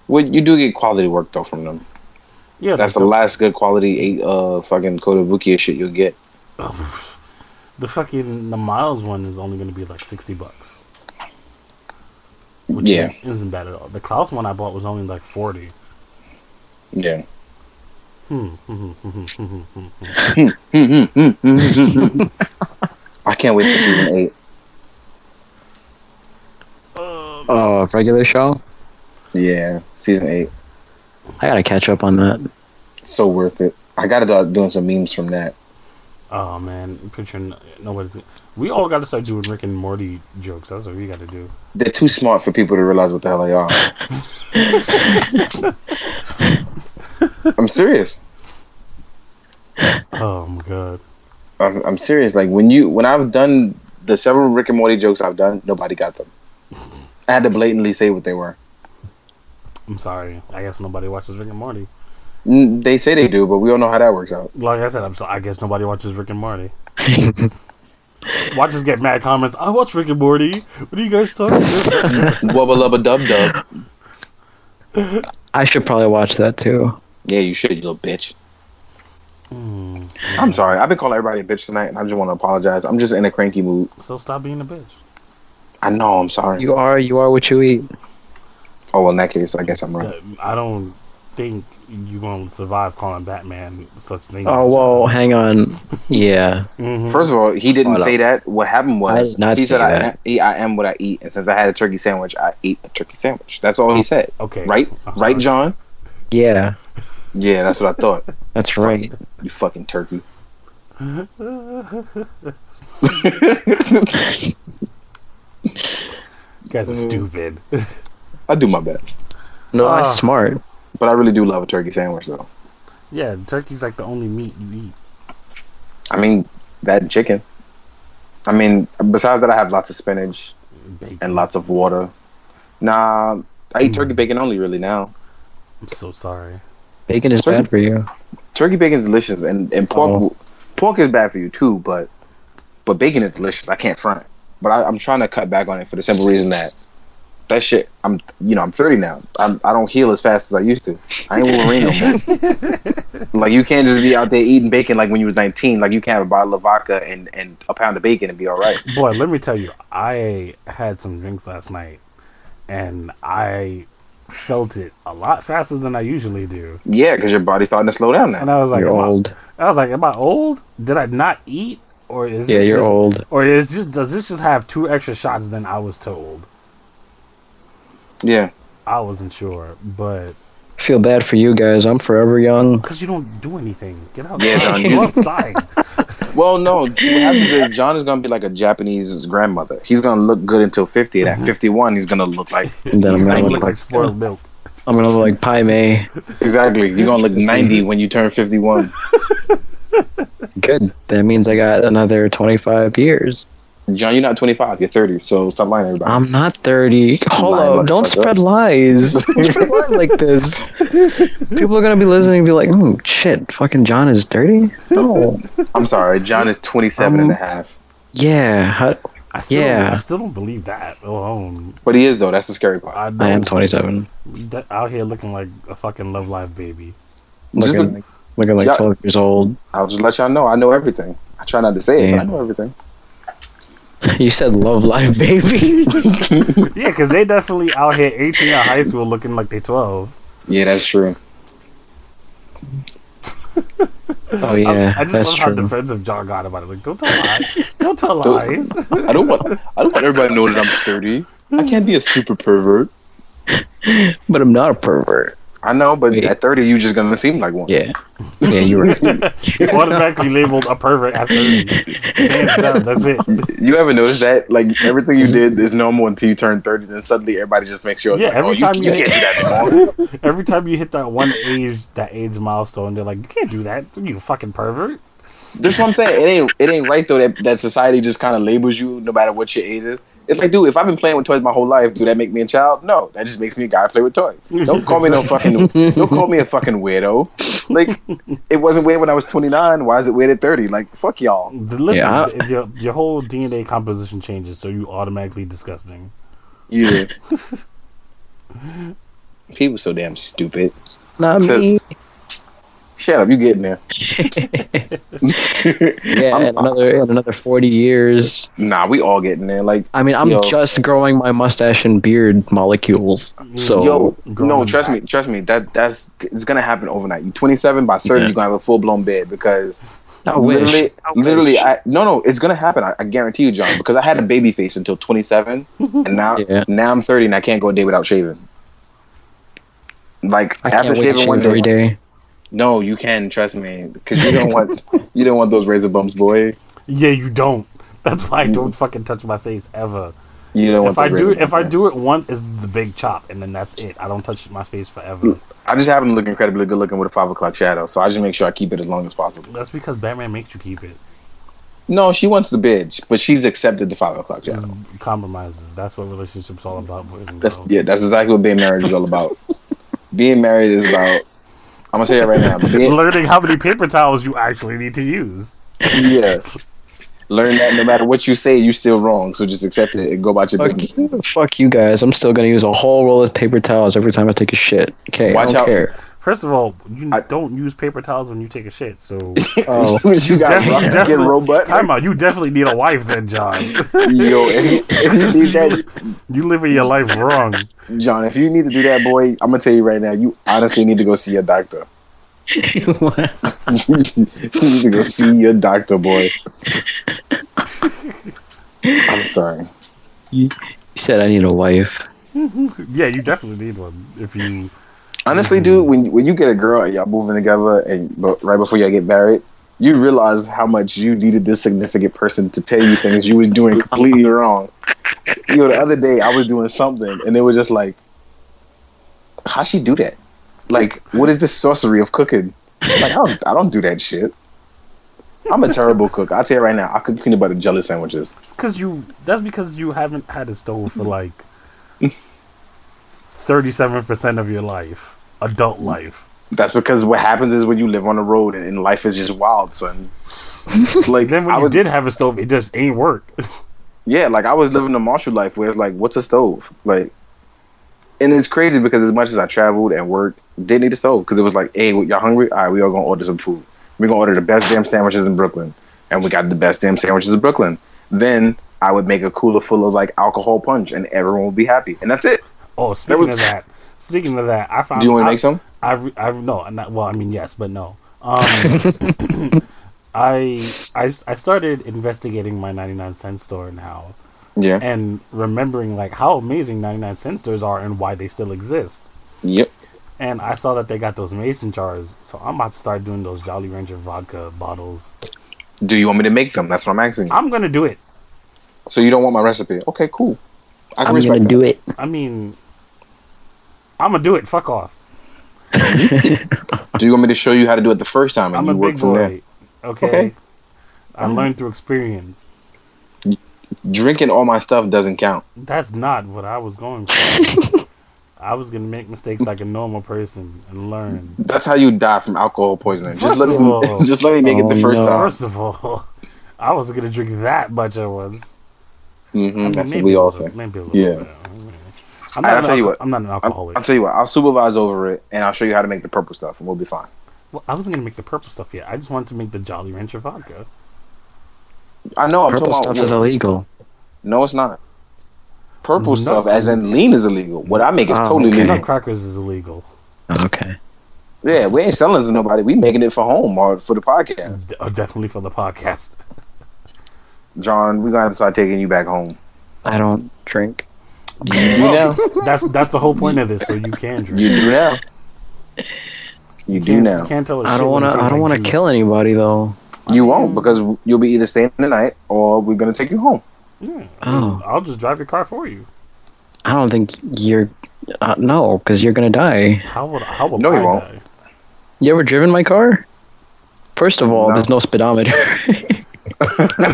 [SPEAKER 1] Well, you do get quality work though from them.
[SPEAKER 2] yeah.
[SPEAKER 1] That's the
[SPEAKER 2] like,
[SPEAKER 1] last good quality uh fucking Kotobukiya shit you'll get.
[SPEAKER 2] the fucking the Miles one is only going to be like sixty bucks.
[SPEAKER 1] Yeah.
[SPEAKER 2] is, isn't bad at all. The Klaus one I bought was only like forty.
[SPEAKER 1] Yeah.
[SPEAKER 2] Hmm, hmm, hmm, hmm, hmm, hmm, hmm.
[SPEAKER 1] I can't wait for season eight.
[SPEAKER 3] Oh, regular show.
[SPEAKER 1] Yeah, season eight.
[SPEAKER 3] I gotta catch up on that.
[SPEAKER 1] So worth it. I gotta start doing some memes from that.
[SPEAKER 2] Oh man, picturing nobody's. We all got to start doing Rick and Morty jokes. That's what we got to do.
[SPEAKER 1] They're too smart for people to realize what the hell they are. I'm serious.
[SPEAKER 2] Oh my god.
[SPEAKER 1] I'm, I'm serious. Like when you when I've done the several Rick and Morty jokes I've done, nobody got them. I had to blatantly say what they were.
[SPEAKER 2] I'm sorry. I guess nobody watches Rick and Morty.
[SPEAKER 1] Mm, They say they do, but we don't know how that works out.
[SPEAKER 2] Like I said, I'm so, I guess nobody watches Rick and Morty. Watch us get mad comments. I watch Rick and Morty. What are you guys talking about?
[SPEAKER 1] Wubba lubba dub dub.
[SPEAKER 3] I should probably watch that too.
[SPEAKER 1] Yeah, you should, you little bitch.
[SPEAKER 3] Hmm.
[SPEAKER 1] I'm sorry. I've been calling everybody a bitch tonight, and I just want to apologize. I'm just in a cranky mood.
[SPEAKER 2] So stop being a bitch.
[SPEAKER 1] I know. I'm sorry.
[SPEAKER 3] You are you are what you eat.
[SPEAKER 1] Oh well, in that case, I guess I'm right.
[SPEAKER 2] Uh, I don't think you're going to survive calling Batman such things.
[SPEAKER 3] Oh whoa, hang on. Yeah.
[SPEAKER 2] Mhm.
[SPEAKER 1] First of all, he didn't
[SPEAKER 3] Hold
[SPEAKER 1] say
[SPEAKER 3] up.
[SPEAKER 1] that. What happened was
[SPEAKER 3] I did not
[SPEAKER 1] he said,
[SPEAKER 3] say
[SPEAKER 1] I,
[SPEAKER 3] that.
[SPEAKER 1] am, "I am what I eat," and since I had a turkey sandwich, I ate a turkey sandwich. That's
[SPEAKER 3] Oh.
[SPEAKER 1] all he said.
[SPEAKER 2] Okay.
[SPEAKER 1] Right?
[SPEAKER 2] Uh-huh.
[SPEAKER 1] Right, John?
[SPEAKER 3] Yeah.
[SPEAKER 1] Yeah, that's what I thought.
[SPEAKER 3] That's right.
[SPEAKER 1] You fucking turkey.
[SPEAKER 2] You guys are
[SPEAKER 1] Mm.
[SPEAKER 2] stupid.
[SPEAKER 1] I do my best,
[SPEAKER 3] No,
[SPEAKER 2] Ah.
[SPEAKER 3] that's smart.
[SPEAKER 1] but I really do love a turkey sandwich, though.
[SPEAKER 2] yeah, turkey's like the only meat you eat.
[SPEAKER 1] I mean, that and chicken. I mean, besides that, I have lots of spinach
[SPEAKER 2] Bacon.
[SPEAKER 1] and lots of water. Nah, I eat turkey bacon only really now.
[SPEAKER 2] I'm so sorry.
[SPEAKER 3] Bacon is
[SPEAKER 1] Sure.
[SPEAKER 3] bad for you.
[SPEAKER 1] Turkey bacon is delicious, and and pork pork is bad for you too, but but bacon is delicious. I can't front, but I, I'm trying to cut back on it for the simple reason that That shit. I'm you know I'm 30 now. I'm, I don't heal as fast as I used to. I ain't Wolverine no more. like you can't just be out there eating bacon like when you was 19. Like you can have a bottle of vodka and and a pound of bacon and be all right.
[SPEAKER 2] Boy, let me tell you, I had some drinks last night, and I felt it a lot faster than I usually do.
[SPEAKER 1] Yeah, because your body's starting to slow down now.
[SPEAKER 2] And I was like,
[SPEAKER 3] You're
[SPEAKER 2] am I-
[SPEAKER 3] old.
[SPEAKER 2] I was like, am I old? Did I not eat? Or is
[SPEAKER 3] Yeah,
[SPEAKER 2] this
[SPEAKER 3] you're
[SPEAKER 2] just-
[SPEAKER 3] old.
[SPEAKER 2] Or is just does this just have two extra shots than I was told?
[SPEAKER 1] Yeah.
[SPEAKER 2] I wasn't sure, but
[SPEAKER 3] Feel bad for you guys. I'm forever young.
[SPEAKER 2] because you don't do anything, get outside.
[SPEAKER 1] Yeah, John,
[SPEAKER 2] go
[SPEAKER 1] you-
[SPEAKER 2] outside.
[SPEAKER 1] Well, no. What happens is John is gonna be like a Japanese grandmother. He's gonna look good until 50. And at 51, he's gonna look like
[SPEAKER 3] And then I'm
[SPEAKER 2] I
[SPEAKER 3] gonna
[SPEAKER 2] look
[SPEAKER 3] look
[SPEAKER 2] like
[SPEAKER 3] like
[SPEAKER 2] spoiled milk.
[SPEAKER 3] I'm gonna look like Pai Mei.
[SPEAKER 1] exactly. You're gonna look 90 when you turn 51.
[SPEAKER 3] Good. That means I got another 25 years.
[SPEAKER 1] John, you're not 25. You're 30. So stop lying, everybody.
[SPEAKER 3] I'm not 30. Hold
[SPEAKER 1] Lying
[SPEAKER 3] up. Don't
[SPEAKER 1] motherfucker.
[SPEAKER 3] spread lies. Don't spread lies like this. People are gonna be listening and be like, "Hmm, shit, fucking John is 30." No.
[SPEAKER 1] I'm sorry. John is 27 and a
[SPEAKER 3] Um,
[SPEAKER 1] half.
[SPEAKER 3] Yeah. how-
[SPEAKER 2] I still,
[SPEAKER 3] Yeah.
[SPEAKER 2] I still don't believe that alone.
[SPEAKER 1] But he is though. That's the scary part.
[SPEAKER 2] I, know
[SPEAKER 3] I am 27.
[SPEAKER 2] that- out here looking like a fucking love life baby.
[SPEAKER 1] Just
[SPEAKER 3] Looking,
[SPEAKER 1] look-
[SPEAKER 3] looking like
[SPEAKER 1] Yeah.
[SPEAKER 3] 12 years old.
[SPEAKER 1] I'll just let y'all know. I know everything. I try not to say it, but I
[SPEAKER 3] Yeah.
[SPEAKER 1] know everything.
[SPEAKER 3] You said love life, baby.
[SPEAKER 2] Yeah, because they definitely out here 18 in high school looking like they 12.
[SPEAKER 1] Yeah, that's true.
[SPEAKER 3] oh
[SPEAKER 2] I-
[SPEAKER 3] yeah,
[SPEAKER 2] I, just
[SPEAKER 3] that's
[SPEAKER 2] love
[SPEAKER 3] true.
[SPEAKER 2] how defensive John got about it. Like, don't tell lies. don't tell lies.
[SPEAKER 1] Don't- I don't want. I don't want everybody to know that I'm 30. I can't be a super pervert.
[SPEAKER 3] but I'm not a pervert.
[SPEAKER 1] I know, but
[SPEAKER 3] Yeah.
[SPEAKER 1] at 30, you're just gonna seem like one.
[SPEAKER 3] Yeah. Yeah, you're right.
[SPEAKER 2] automatically labeled a pervert at 30. Hands down, that's it.
[SPEAKER 1] You ever notice that? Like everything you
[SPEAKER 3] Mm-hmm.
[SPEAKER 1] did is normal until you turn 30, then suddenly everybody just makes you.
[SPEAKER 2] Yeah,
[SPEAKER 1] like,
[SPEAKER 2] every
[SPEAKER 1] oh,
[SPEAKER 2] time
[SPEAKER 1] you,
[SPEAKER 2] you-
[SPEAKER 1] you can't do that anymore.
[SPEAKER 2] Every time you hit that one age, that age milestone, they're like, you can't do that. You fucking pervert.
[SPEAKER 1] This is what I'm saying. It ain't it ain't right though that, that society just kind of labels you no matter what your age is. It's like, dude, if I've been playing with toys my whole life, do that make me a child? No, that just makes me a guy who play with toys. Don't call me no fucking don't call me a fucking weirdo. Like, it wasn't weird when I was 29. Why is it weird at 30? Like, fuck y'all.
[SPEAKER 2] The- Listen,
[SPEAKER 3] Yeah, I-
[SPEAKER 2] th- your, your whole DNA composition changes, so you automatically disgusting.
[SPEAKER 1] Yeah. People so damn stupid.
[SPEAKER 3] not
[SPEAKER 1] So-
[SPEAKER 3] me.
[SPEAKER 1] Shut up, you getting there?
[SPEAKER 3] Yeah,
[SPEAKER 1] I'm-
[SPEAKER 3] in another in another 40 years.
[SPEAKER 1] Nah, we all getting there. Like,
[SPEAKER 3] I mean, I'm
[SPEAKER 1] Yo.
[SPEAKER 3] just growing my mustache and beard molecules. So
[SPEAKER 1] Yo,
[SPEAKER 2] Growing
[SPEAKER 1] no, trust
[SPEAKER 2] back.
[SPEAKER 1] me, trust me. That that's it's gonna happen overnight. You 27 by 30,
[SPEAKER 3] Yeah.
[SPEAKER 1] you're gonna have a full blown beard because
[SPEAKER 3] I wish.
[SPEAKER 1] literally,
[SPEAKER 3] I wish.
[SPEAKER 1] literally, I no, no, it's gonna happen. I, I guarantee you, John, because I had a baby face until 27, and now
[SPEAKER 3] Yeah.
[SPEAKER 1] now I'm 30, and I can't go a day without shaving. Like
[SPEAKER 3] I
[SPEAKER 1] after
[SPEAKER 3] can't wait to
[SPEAKER 1] shaving
[SPEAKER 3] shave
[SPEAKER 1] one day,
[SPEAKER 3] every day.
[SPEAKER 1] no, you can trust me because you don't want you don't want those razor bumps, boy.
[SPEAKER 2] Yeah, you don't. That's why I don't fucking touch my face ever.
[SPEAKER 1] You don't
[SPEAKER 2] If I
[SPEAKER 1] want. those
[SPEAKER 2] do,
[SPEAKER 1] razor
[SPEAKER 2] if I
[SPEAKER 1] bumps, man.
[SPEAKER 2] do it once, it's the big chop, and then that's it. I don't touch my face forever.
[SPEAKER 1] I just happen to look incredibly good looking with a five o'clock shadow, so I just make sure I keep it as long as possible.
[SPEAKER 2] That's because Batman makes you keep it.
[SPEAKER 1] No, she wants the bitch, but she's accepted the five o'clock shadow.
[SPEAKER 2] It's compromises. That's what relationships all about, boys and
[SPEAKER 1] That's
[SPEAKER 2] girls.
[SPEAKER 1] yeah. That's exactly what being married is all about. being married is about. I'm gonna say that right now. Being,
[SPEAKER 2] Learning how many paper towels you actually need to use.
[SPEAKER 1] yeah. Learn that no matter what you say, you're still wrong. So just accept it and go about your
[SPEAKER 3] Fuck,
[SPEAKER 1] business.
[SPEAKER 3] you- fuck you guys. I'm still gonna use a whole roll of paper towels every time I take a shit. Okay,
[SPEAKER 1] Watch
[SPEAKER 3] I don't
[SPEAKER 1] out.
[SPEAKER 3] care.
[SPEAKER 2] First of all, you
[SPEAKER 1] I-
[SPEAKER 2] don't use paper towels when you take a shit, so
[SPEAKER 3] Oh,
[SPEAKER 1] you got
[SPEAKER 2] definitely-
[SPEAKER 1] rock skin
[SPEAKER 2] definitely-
[SPEAKER 1] robot.
[SPEAKER 2] time out. You definitely need a wife, then, John.
[SPEAKER 1] Yo, if, if you need that,
[SPEAKER 2] you living your life wrong.
[SPEAKER 1] John, if you need to do that, boy, I'm gonna tell you right now. You honestly need to go see your doctor. you need to go see your doctor, boy. I'm sorry.
[SPEAKER 3] you said I need a wife.
[SPEAKER 2] Yeah, you definitely need one if you.
[SPEAKER 1] Honestly, dude, when when you get a girl and y'all moving together, and but right before y'all get married, you realize how much you needed this significant person to tell you things you was doing completely wrong. You know, the other day I was doing something, and it was just like, how she do that? Like, what is this sorcery of cooking? Like, I don't, I don't do that shit. I'm a terrible cook. I'll tell you right now, I cook peanut butter and jelly sandwiches.
[SPEAKER 2] It's because you. That's because you haven't had a stove for like thirty-seven percent of your life, adult life.
[SPEAKER 1] That's because what happens is when you live on the road and, and life is just wild, son. like
[SPEAKER 2] Then when
[SPEAKER 1] I
[SPEAKER 2] you
[SPEAKER 1] was-
[SPEAKER 2] did have a stove, it just ain't work.
[SPEAKER 1] Yeah, like I was living the Marshall life where it's like, what's a stove? Like, And it's crazy because as much as I traveled and worked, didn't need a stove because it was like, hey, y'all hungry? All right, we all gonna order some food. We're gonna order the best damn sandwiches in Brooklyn, and we got the best damn sandwiches in Brooklyn. Then I would make a cooler full of like alcohol punch, and everyone would be happy, and that's it.
[SPEAKER 2] Oh, speaking
[SPEAKER 1] was-
[SPEAKER 2] of that, speaking of that, I found.
[SPEAKER 1] Do you want to
[SPEAKER 2] I-
[SPEAKER 1] make some?
[SPEAKER 2] I, re- I no, I'm not well. I mean, yes, but no. Um, I, I I started investigating my 99 cent store and how,
[SPEAKER 1] Yeah.
[SPEAKER 2] and remembering like how amazing 99 cent stores are and why they still exist.
[SPEAKER 1] Yep.
[SPEAKER 2] And I saw that they got those mason jars, so I'm about to start doing those Jolly Rancher vodka bottles.
[SPEAKER 1] Do you want me to make them? That's what I'm asking. you.
[SPEAKER 2] I'm gonna do it.
[SPEAKER 1] So you don't want my recipe? Okay, cool. I can
[SPEAKER 3] I'm
[SPEAKER 1] respect
[SPEAKER 3] gonna
[SPEAKER 1] that.
[SPEAKER 3] do it.
[SPEAKER 2] I mean, I'm gonna do it. Fuck off.
[SPEAKER 1] Do you want me to show you how to do it the first time and
[SPEAKER 2] I'm
[SPEAKER 1] you
[SPEAKER 2] a
[SPEAKER 1] work
[SPEAKER 2] big
[SPEAKER 1] from
[SPEAKER 2] boy. Okay.
[SPEAKER 1] Okay.
[SPEAKER 2] I learned through experience.
[SPEAKER 1] there? Drinking all my stuff doesn't count.
[SPEAKER 2] That's not what I was going for. I was gonna make mistakes like a normal person and learn.
[SPEAKER 1] That's how you die from alcohol poisoning.
[SPEAKER 2] First
[SPEAKER 1] just let me
[SPEAKER 2] of all-
[SPEAKER 1] just let me make it
[SPEAKER 3] Oh,
[SPEAKER 1] the first
[SPEAKER 3] no.
[SPEAKER 1] time.
[SPEAKER 2] First of all, I wasn't gonna drink that much at once.
[SPEAKER 1] hmm
[SPEAKER 2] I mean,
[SPEAKER 1] that's what
[SPEAKER 2] maybe
[SPEAKER 1] we
[SPEAKER 2] a
[SPEAKER 1] all
[SPEAKER 2] little-
[SPEAKER 1] say.
[SPEAKER 2] Maybe a little
[SPEAKER 1] Yeah.
[SPEAKER 2] bit. I'm
[SPEAKER 1] I'll
[SPEAKER 2] not, an
[SPEAKER 1] tell you
[SPEAKER 2] alco-
[SPEAKER 1] what.
[SPEAKER 2] I'm not an
[SPEAKER 1] I'll,
[SPEAKER 2] alcoholic.
[SPEAKER 1] I'll tell you what. I'll supervise over it and I'll show you how to make the purple stuff and we'll be fine.
[SPEAKER 2] Well, I wasn't gonna make the purple stuff yet. I just wanted to make the Jolly Rancher vodka.
[SPEAKER 1] I know. I'm
[SPEAKER 3] Purple
[SPEAKER 1] talking
[SPEAKER 3] stuff
[SPEAKER 1] about.
[SPEAKER 3] is illegal.
[SPEAKER 1] no, it's not. Purple
[SPEAKER 2] No.
[SPEAKER 1] stuff, as in lean, is illegal. What I make is
[SPEAKER 3] Oh,
[SPEAKER 1] totally
[SPEAKER 3] okay.
[SPEAKER 1] legal.
[SPEAKER 2] Nut crackers is illegal.
[SPEAKER 3] Oh, okay.
[SPEAKER 1] Yeah, we ain't selling it to nobody. We making it for home or for the podcast.
[SPEAKER 2] D- oh, definitely for the podcast.
[SPEAKER 1] John, we're gonna have to start taking you back home.
[SPEAKER 3] I don't drink.
[SPEAKER 1] You do now.
[SPEAKER 2] That's that's the whole point of this. So you can drink.
[SPEAKER 1] You do now. You do
[SPEAKER 2] can't-
[SPEAKER 1] now.
[SPEAKER 2] You can't tell.
[SPEAKER 3] I don't wanna. I don't wanna kill anybody though.
[SPEAKER 1] You won't because you'll be either staying the night or we're gonna take you home.
[SPEAKER 2] Yeah.
[SPEAKER 3] Oh.
[SPEAKER 2] I'll just drive your car for you.
[SPEAKER 3] I don't think you're. Uh, no, because you're gonna die.
[SPEAKER 2] How would how would
[SPEAKER 1] No,
[SPEAKER 2] I
[SPEAKER 1] you won't.
[SPEAKER 2] die?
[SPEAKER 3] You ever driven my car? First of all,
[SPEAKER 1] No.
[SPEAKER 3] there's no speedometer.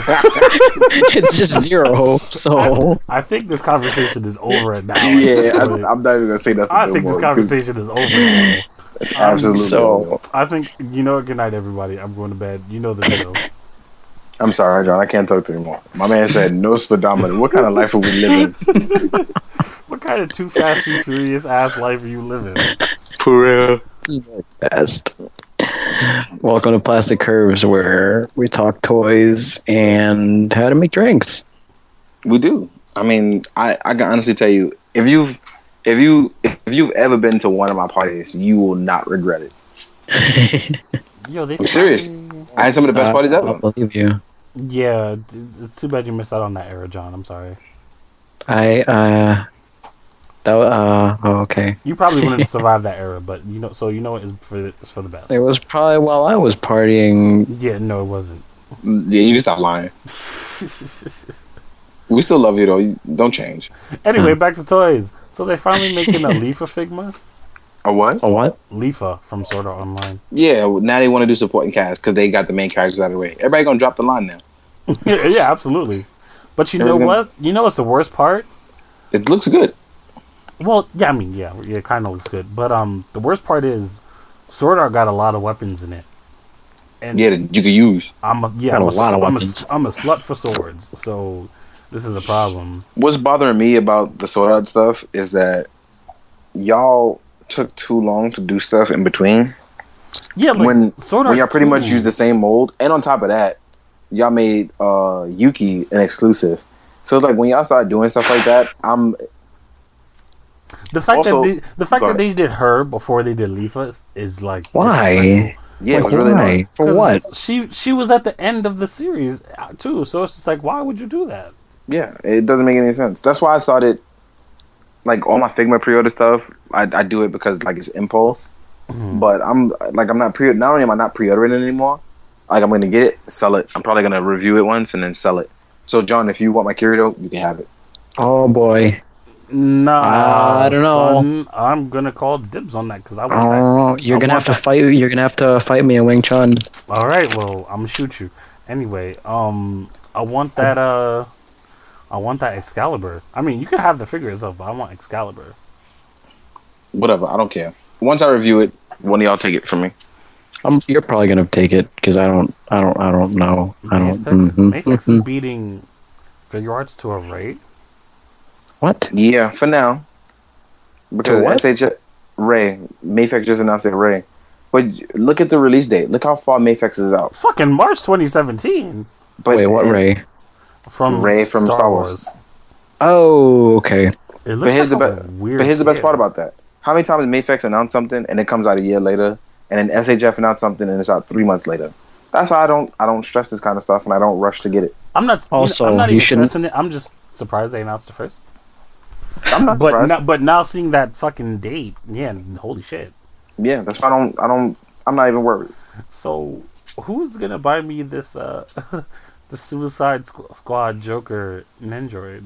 [SPEAKER 3] it's just zero. So
[SPEAKER 2] I think this conversation is over at now.
[SPEAKER 1] Yeah, I,
[SPEAKER 2] Like,
[SPEAKER 1] I'm not even gonna say nothing.
[SPEAKER 2] I
[SPEAKER 1] no
[SPEAKER 2] think
[SPEAKER 1] more.
[SPEAKER 2] this conversation is over. Now.
[SPEAKER 1] It's absolutely.
[SPEAKER 3] So-
[SPEAKER 2] I think you know. Good night, everybody. I'm going to bed. You know the deal.
[SPEAKER 1] I'm sorry, John. I can't talk to you anymore. My man said no speedometer. What kind of life are we living?
[SPEAKER 2] what kind of too fast, too furious ass life are you living?
[SPEAKER 1] For real.
[SPEAKER 3] best. Welcome to Plastic Curves, where we talk toys and how to make drinks.
[SPEAKER 1] We do. I mean, I, I can honestly tell you, if you, if you, if you've ever been to one of my parties, you will not regret it.
[SPEAKER 2] Yo, they
[SPEAKER 1] I'm serious. I had some of the best
[SPEAKER 3] Uh,
[SPEAKER 1] parties
[SPEAKER 3] I
[SPEAKER 1] ever.
[SPEAKER 3] believe you.
[SPEAKER 2] Yeah, d- it's too bad you missed out on that era, John. I'm sorry.
[SPEAKER 3] I uh, that wa- uh oh, okay.
[SPEAKER 2] You probably wouldn't have survived that era, but you know. So you know what is for the, it's for the best.
[SPEAKER 3] It was probably while I was partying.
[SPEAKER 2] Yeah, no, it wasn't.
[SPEAKER 1] Yeah, you can stop lying. We still love you though. You, don't change.
[SPEAKER 3] Hmm.
[SPEAKER 2] anyway, back to toys. So they're finally making a Leafa Figma.
[SPEAKER 1] A what?
[SPEAKER 3] A what?
[SPEAKER 2] Leafa from Sword Art Online.
[SPEAKER 1] Yeah. Now they want to do supporting cast because they got the main characters out of the way. Everybody gonna drop the line now.
[SPEAKER 2] yeah, yeah, absolutely. But you know
[SPEAKER 1] Everything-
[SPEAKER 2] what? You know what's the worst part?
[SPEAKER 1] It looks good.
[SPEAKER 2] Well, yeah, I mean, yeah, yeah, it kind of looks good. But um, the worst part is Sword Art got a lot of weapons in it. And
[SPEAKER 1] Yeah, that you could use.
[SPEAKER 2] I'm a, yeah,
[SPEAKER 3] Got
[SPEAKER 2] I'm
[SPEAKER 3] a lot of
[SPEAKER 2] I'm
[SPEAKER 3] weapons.
[SPEAKER 2] A, I'm a slut for swords, so this is a problem.
[SPEAKER 1] what's bothering me about the sold out stuff is that y'all took too long to do stuff in between
[SPEAKER 2] Yeah, like,
[SPEAKER 1] when
[SPEAKER 2] Sword
[SPEAKER 1] when
[SPEAKER 2] Art
[SPEAKER 1] y'all pretty much
[SPEAKER 2] 2
[SPEAKER 1] used the same mold and on top of that y'all made uh yuki an exclusive so it's like when y'all started doing stuff like that i'm
[SPEAKER 2] the fact
[SPEAKER 1] also-
[SPEAKER 2] that they, the fact
[SPEAKER 1] go
[SPEAKER 2] that they did her before they did Leafa is, is like disrespectful.
[SPEAKER 3] Why?
[SPEAKER 1] yeah it
[SPEAKER 3] Like,
[SPEAKER 1] was really
[SPEAKER 3] why?
[SPEAKER 1] annoying.
[SPEAKER 3] For
[SPEAKER 2] 'Cause
[SPEAKER 3] what?
[SPEAKER 2] She she was at the end of the series uh, too, so it's just like, why would you do that?
[SPEAKER 1] yeah it doesn't make any sense that's why i started like all my figma pre-order stuff i, I do it because like it's impulse
[SPEAKER 3] Mm-hmm.
[SPEAKER 1] but i'm like i'm not pre not only am i not pre-ordering it anymore like i'm gonna get it sell it i'm probably gonna review it once and then sell it so john if you want my Kirito, you can have it
[SPEAKER 3] Oh boy.
[SPEAKER 2] Nah,
[SPEAKER 3] I don't know.
[SPEAKER 2] son, I'm gonna call dibs on that because I want that.
[SPEAKER 3] Oh, you're
[SPEAKER 2] I
[SPEAKER 3] gonna
[SPEAKER 2] want
[SPEAKER 3] have to fight. You're gonna have to fight me in Wing Chun.
[SPEAKER 2] All right, well, I'm gonna shoot you. Anyway, um, I want that. Uh, I want that Excalibur. I mean, you could have the figure itself, but I want Excalibur.
[SPEAKER 1] whatever i don't care once i review it one of y'all take it from me
[SPEAKER 3] I'm, you're probably gonna take it because I don't. I don't. I don't know. I don't.
[SPEAKER 2] Mayfix,
[SPEAKER 3] mhm,
[SPEAKER 2] Mayfix
[SPEAKER 3] mhm.
[SPEAKER 2] is beating figure arts to a rate.
[SPEAKER 3] What?
[SPEAKER 1] yeah for now Because
[SPEAKER 3] what?
[SPEAKER 1] SH Ray Mayfex just announced it Ray, but look at the release date. Look how far Mayfex is out.
[SPEAKER 2] Fucking March 2017
[SPEAKER 1] But
[SPEAKER 3] Wait, what Ray?
[SPEAKER 2] from
[SPEAKER 1] Ray from Star Wars.
[SPEAKER 3] Oh, okay.
[SPEAKER 2] It looks
[SPEAKER 1] But here's
[SPEAKER 2] like
[SPEAKER 1] the
[SPEAKER 2] a
[SPEAKER 1] be-
[SPEAKER 2] weird.
[SPEAKER 1] But here's the best
[SPEAKER 2] scale.
[SPEAKER 1] part about that. How many times Mayfex announced something and it comes out a year later, and then SHF announced something and it's out three months later. That's why I don't I don't stress this kind of stuff and I don't rush to get it.
[SPEAKER 2] I'm not. Also,
[SPEAKER 3] Also,
[SPEAKER 2] I'm not
[SPEAKER 3] you
[SPEAKER 2] even
[SPEAKER 3] shouldn't-
[SPEAKER 2] stressing it. I'm just surprised they announced it first.
[SPEAKER 1] I'm not
[SPEAKER 2] But
[SPEAKER 1] surprised.
[SPEAKER 2] now, but now seeing that fucking date, yeah, holy shit.
[SPEAKER 1] yeah, that's why I don't I don't I'm not even worried.
[SPEAKER 2] So who's gonna buy me this? uh The Suicide Squ- Squad Joker Nendroid.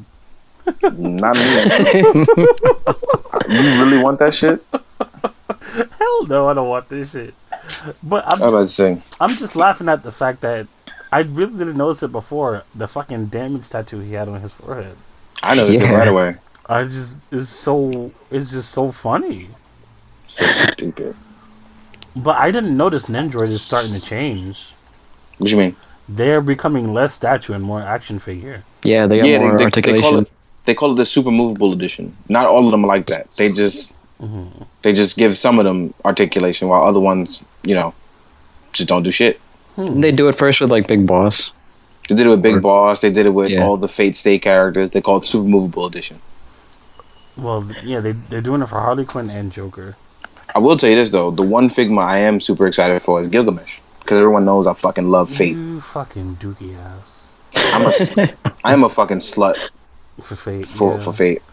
[SPEAKER 1] Not me. you really want that shit?
[SPEAKER 2] Hell no, I don't want this shit. But I'm
[SPEAKER 1] I'm about to
[SPEAKER 2] just,
[SPEAKER 1] say.
[SPEAKER 2] I'm just laughing at the fact that I really didn't notice it before. The fucking damage tattoo he had on his forehead.
[SPEAKER 1] I know this shit
[SPEAKER 3] Yeah.
[SPEAKER 1] right away.
[SPEAKER 2] I just it's so it's just so funny.
[SPEAKER 1] So stupid.
[SPEAKER 2] But I didn't notice Nendroid is starting to change.
[SPEAKER 1] What you mean?
[SPEAKER 2] They're becoming less statue and more action figure.
[SPEAKER 3] Yeah, they got more
[SPEAKER 1] call
[SPEAKER 3] articulation.
[SPEAKER 1] it they call it the super movable edition. Not all of them are like that. They just
[SPEAKER 3] Mm-hmm.
[SPEAKER 2] Mhm.
[SPEAKER 1] they just give some of them articulation while other ones, you know, just don't do shit.
[SPEAKER 2] Hmm.
[SPEAKER 3] Didn't they do it first with like Big Boss?
[SPEAKER 1] They did it with Big
[SPEAKER 3] Or-
[SPEAKER 1] Boss. They did it with
[SPEAKER 3] Yeah.
[SPEAKER 1] all the Fate Stay characters. They call it Super Movable Edition.
[SPEAKER 2] Well, th- yeah, they they're doing it for Harley Quinn and Joker.
[SPEAKER 1] I will tell you this though: the one Figma I am super excited for is Gilgamesh because everyone knows I fucking love Fate.
[SPEAKER 2] You fucking dookie ass
[SPEAKER 1] I'm a s- I am a fucking slut
[SPEAKER 2] for fate.
[SPEAKER 1] for
[SPEAKER 2] yeah.
[SPEAKER 1] for Fate.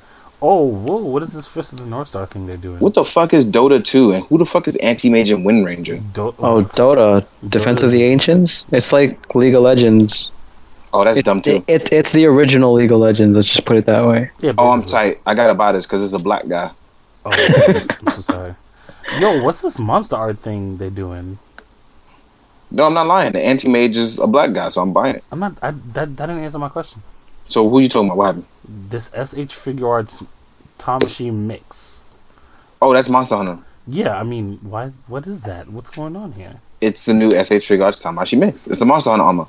[SPEAKER 2] Oh, whoa! What is this Fist of the North Star thing they're doing?
[SPEAKER 1] What the fuck is Dota two and who the fuck is Anti Mage and Wind Ranger?
[SPEAKER 2] Do-
[SPEAKER 3] Oh, Dota, Defense of the Ancients. It's like League of Legends.
[SPEAKER 1] Oh, that's
[SPEAKER 3] It's
[SPEAKER 1] dumb too.
[SPEAKER 3] it- it's it's the original League of Legends. Let's just put it that way.
[SPEAKER 2] Yeah,
[SPEAKER 1] Oh, I'm
[SPEAKER 2] basically.
[SPEAKER 1] tight. I gotta buy this because it's a black guy.
[SPEAKER 2] Oh, I'm so- I'm so sorry. Yo, what's this monster art thing they're doing?
[SPEAKER 1] No, I'm not lying. The anti mage is a black guy, so I'm buying it.
[SPEAKER 2] I'm not. I, that that didn't answer my question.
[SPEAKER 1] So who you talking about? What happened?
[SPEAKER 2] This SH Figure Arts Tamashi mix.
[SPEAKER 1] Oh, that's Monster Hunter.
[SPEAKER 2] Yeah, I mean, why? What is that? What's going on here?
[SPEAKER 1] It's the new SH Trigger Arts Tamashi mix. It's the Monster Hunter armor.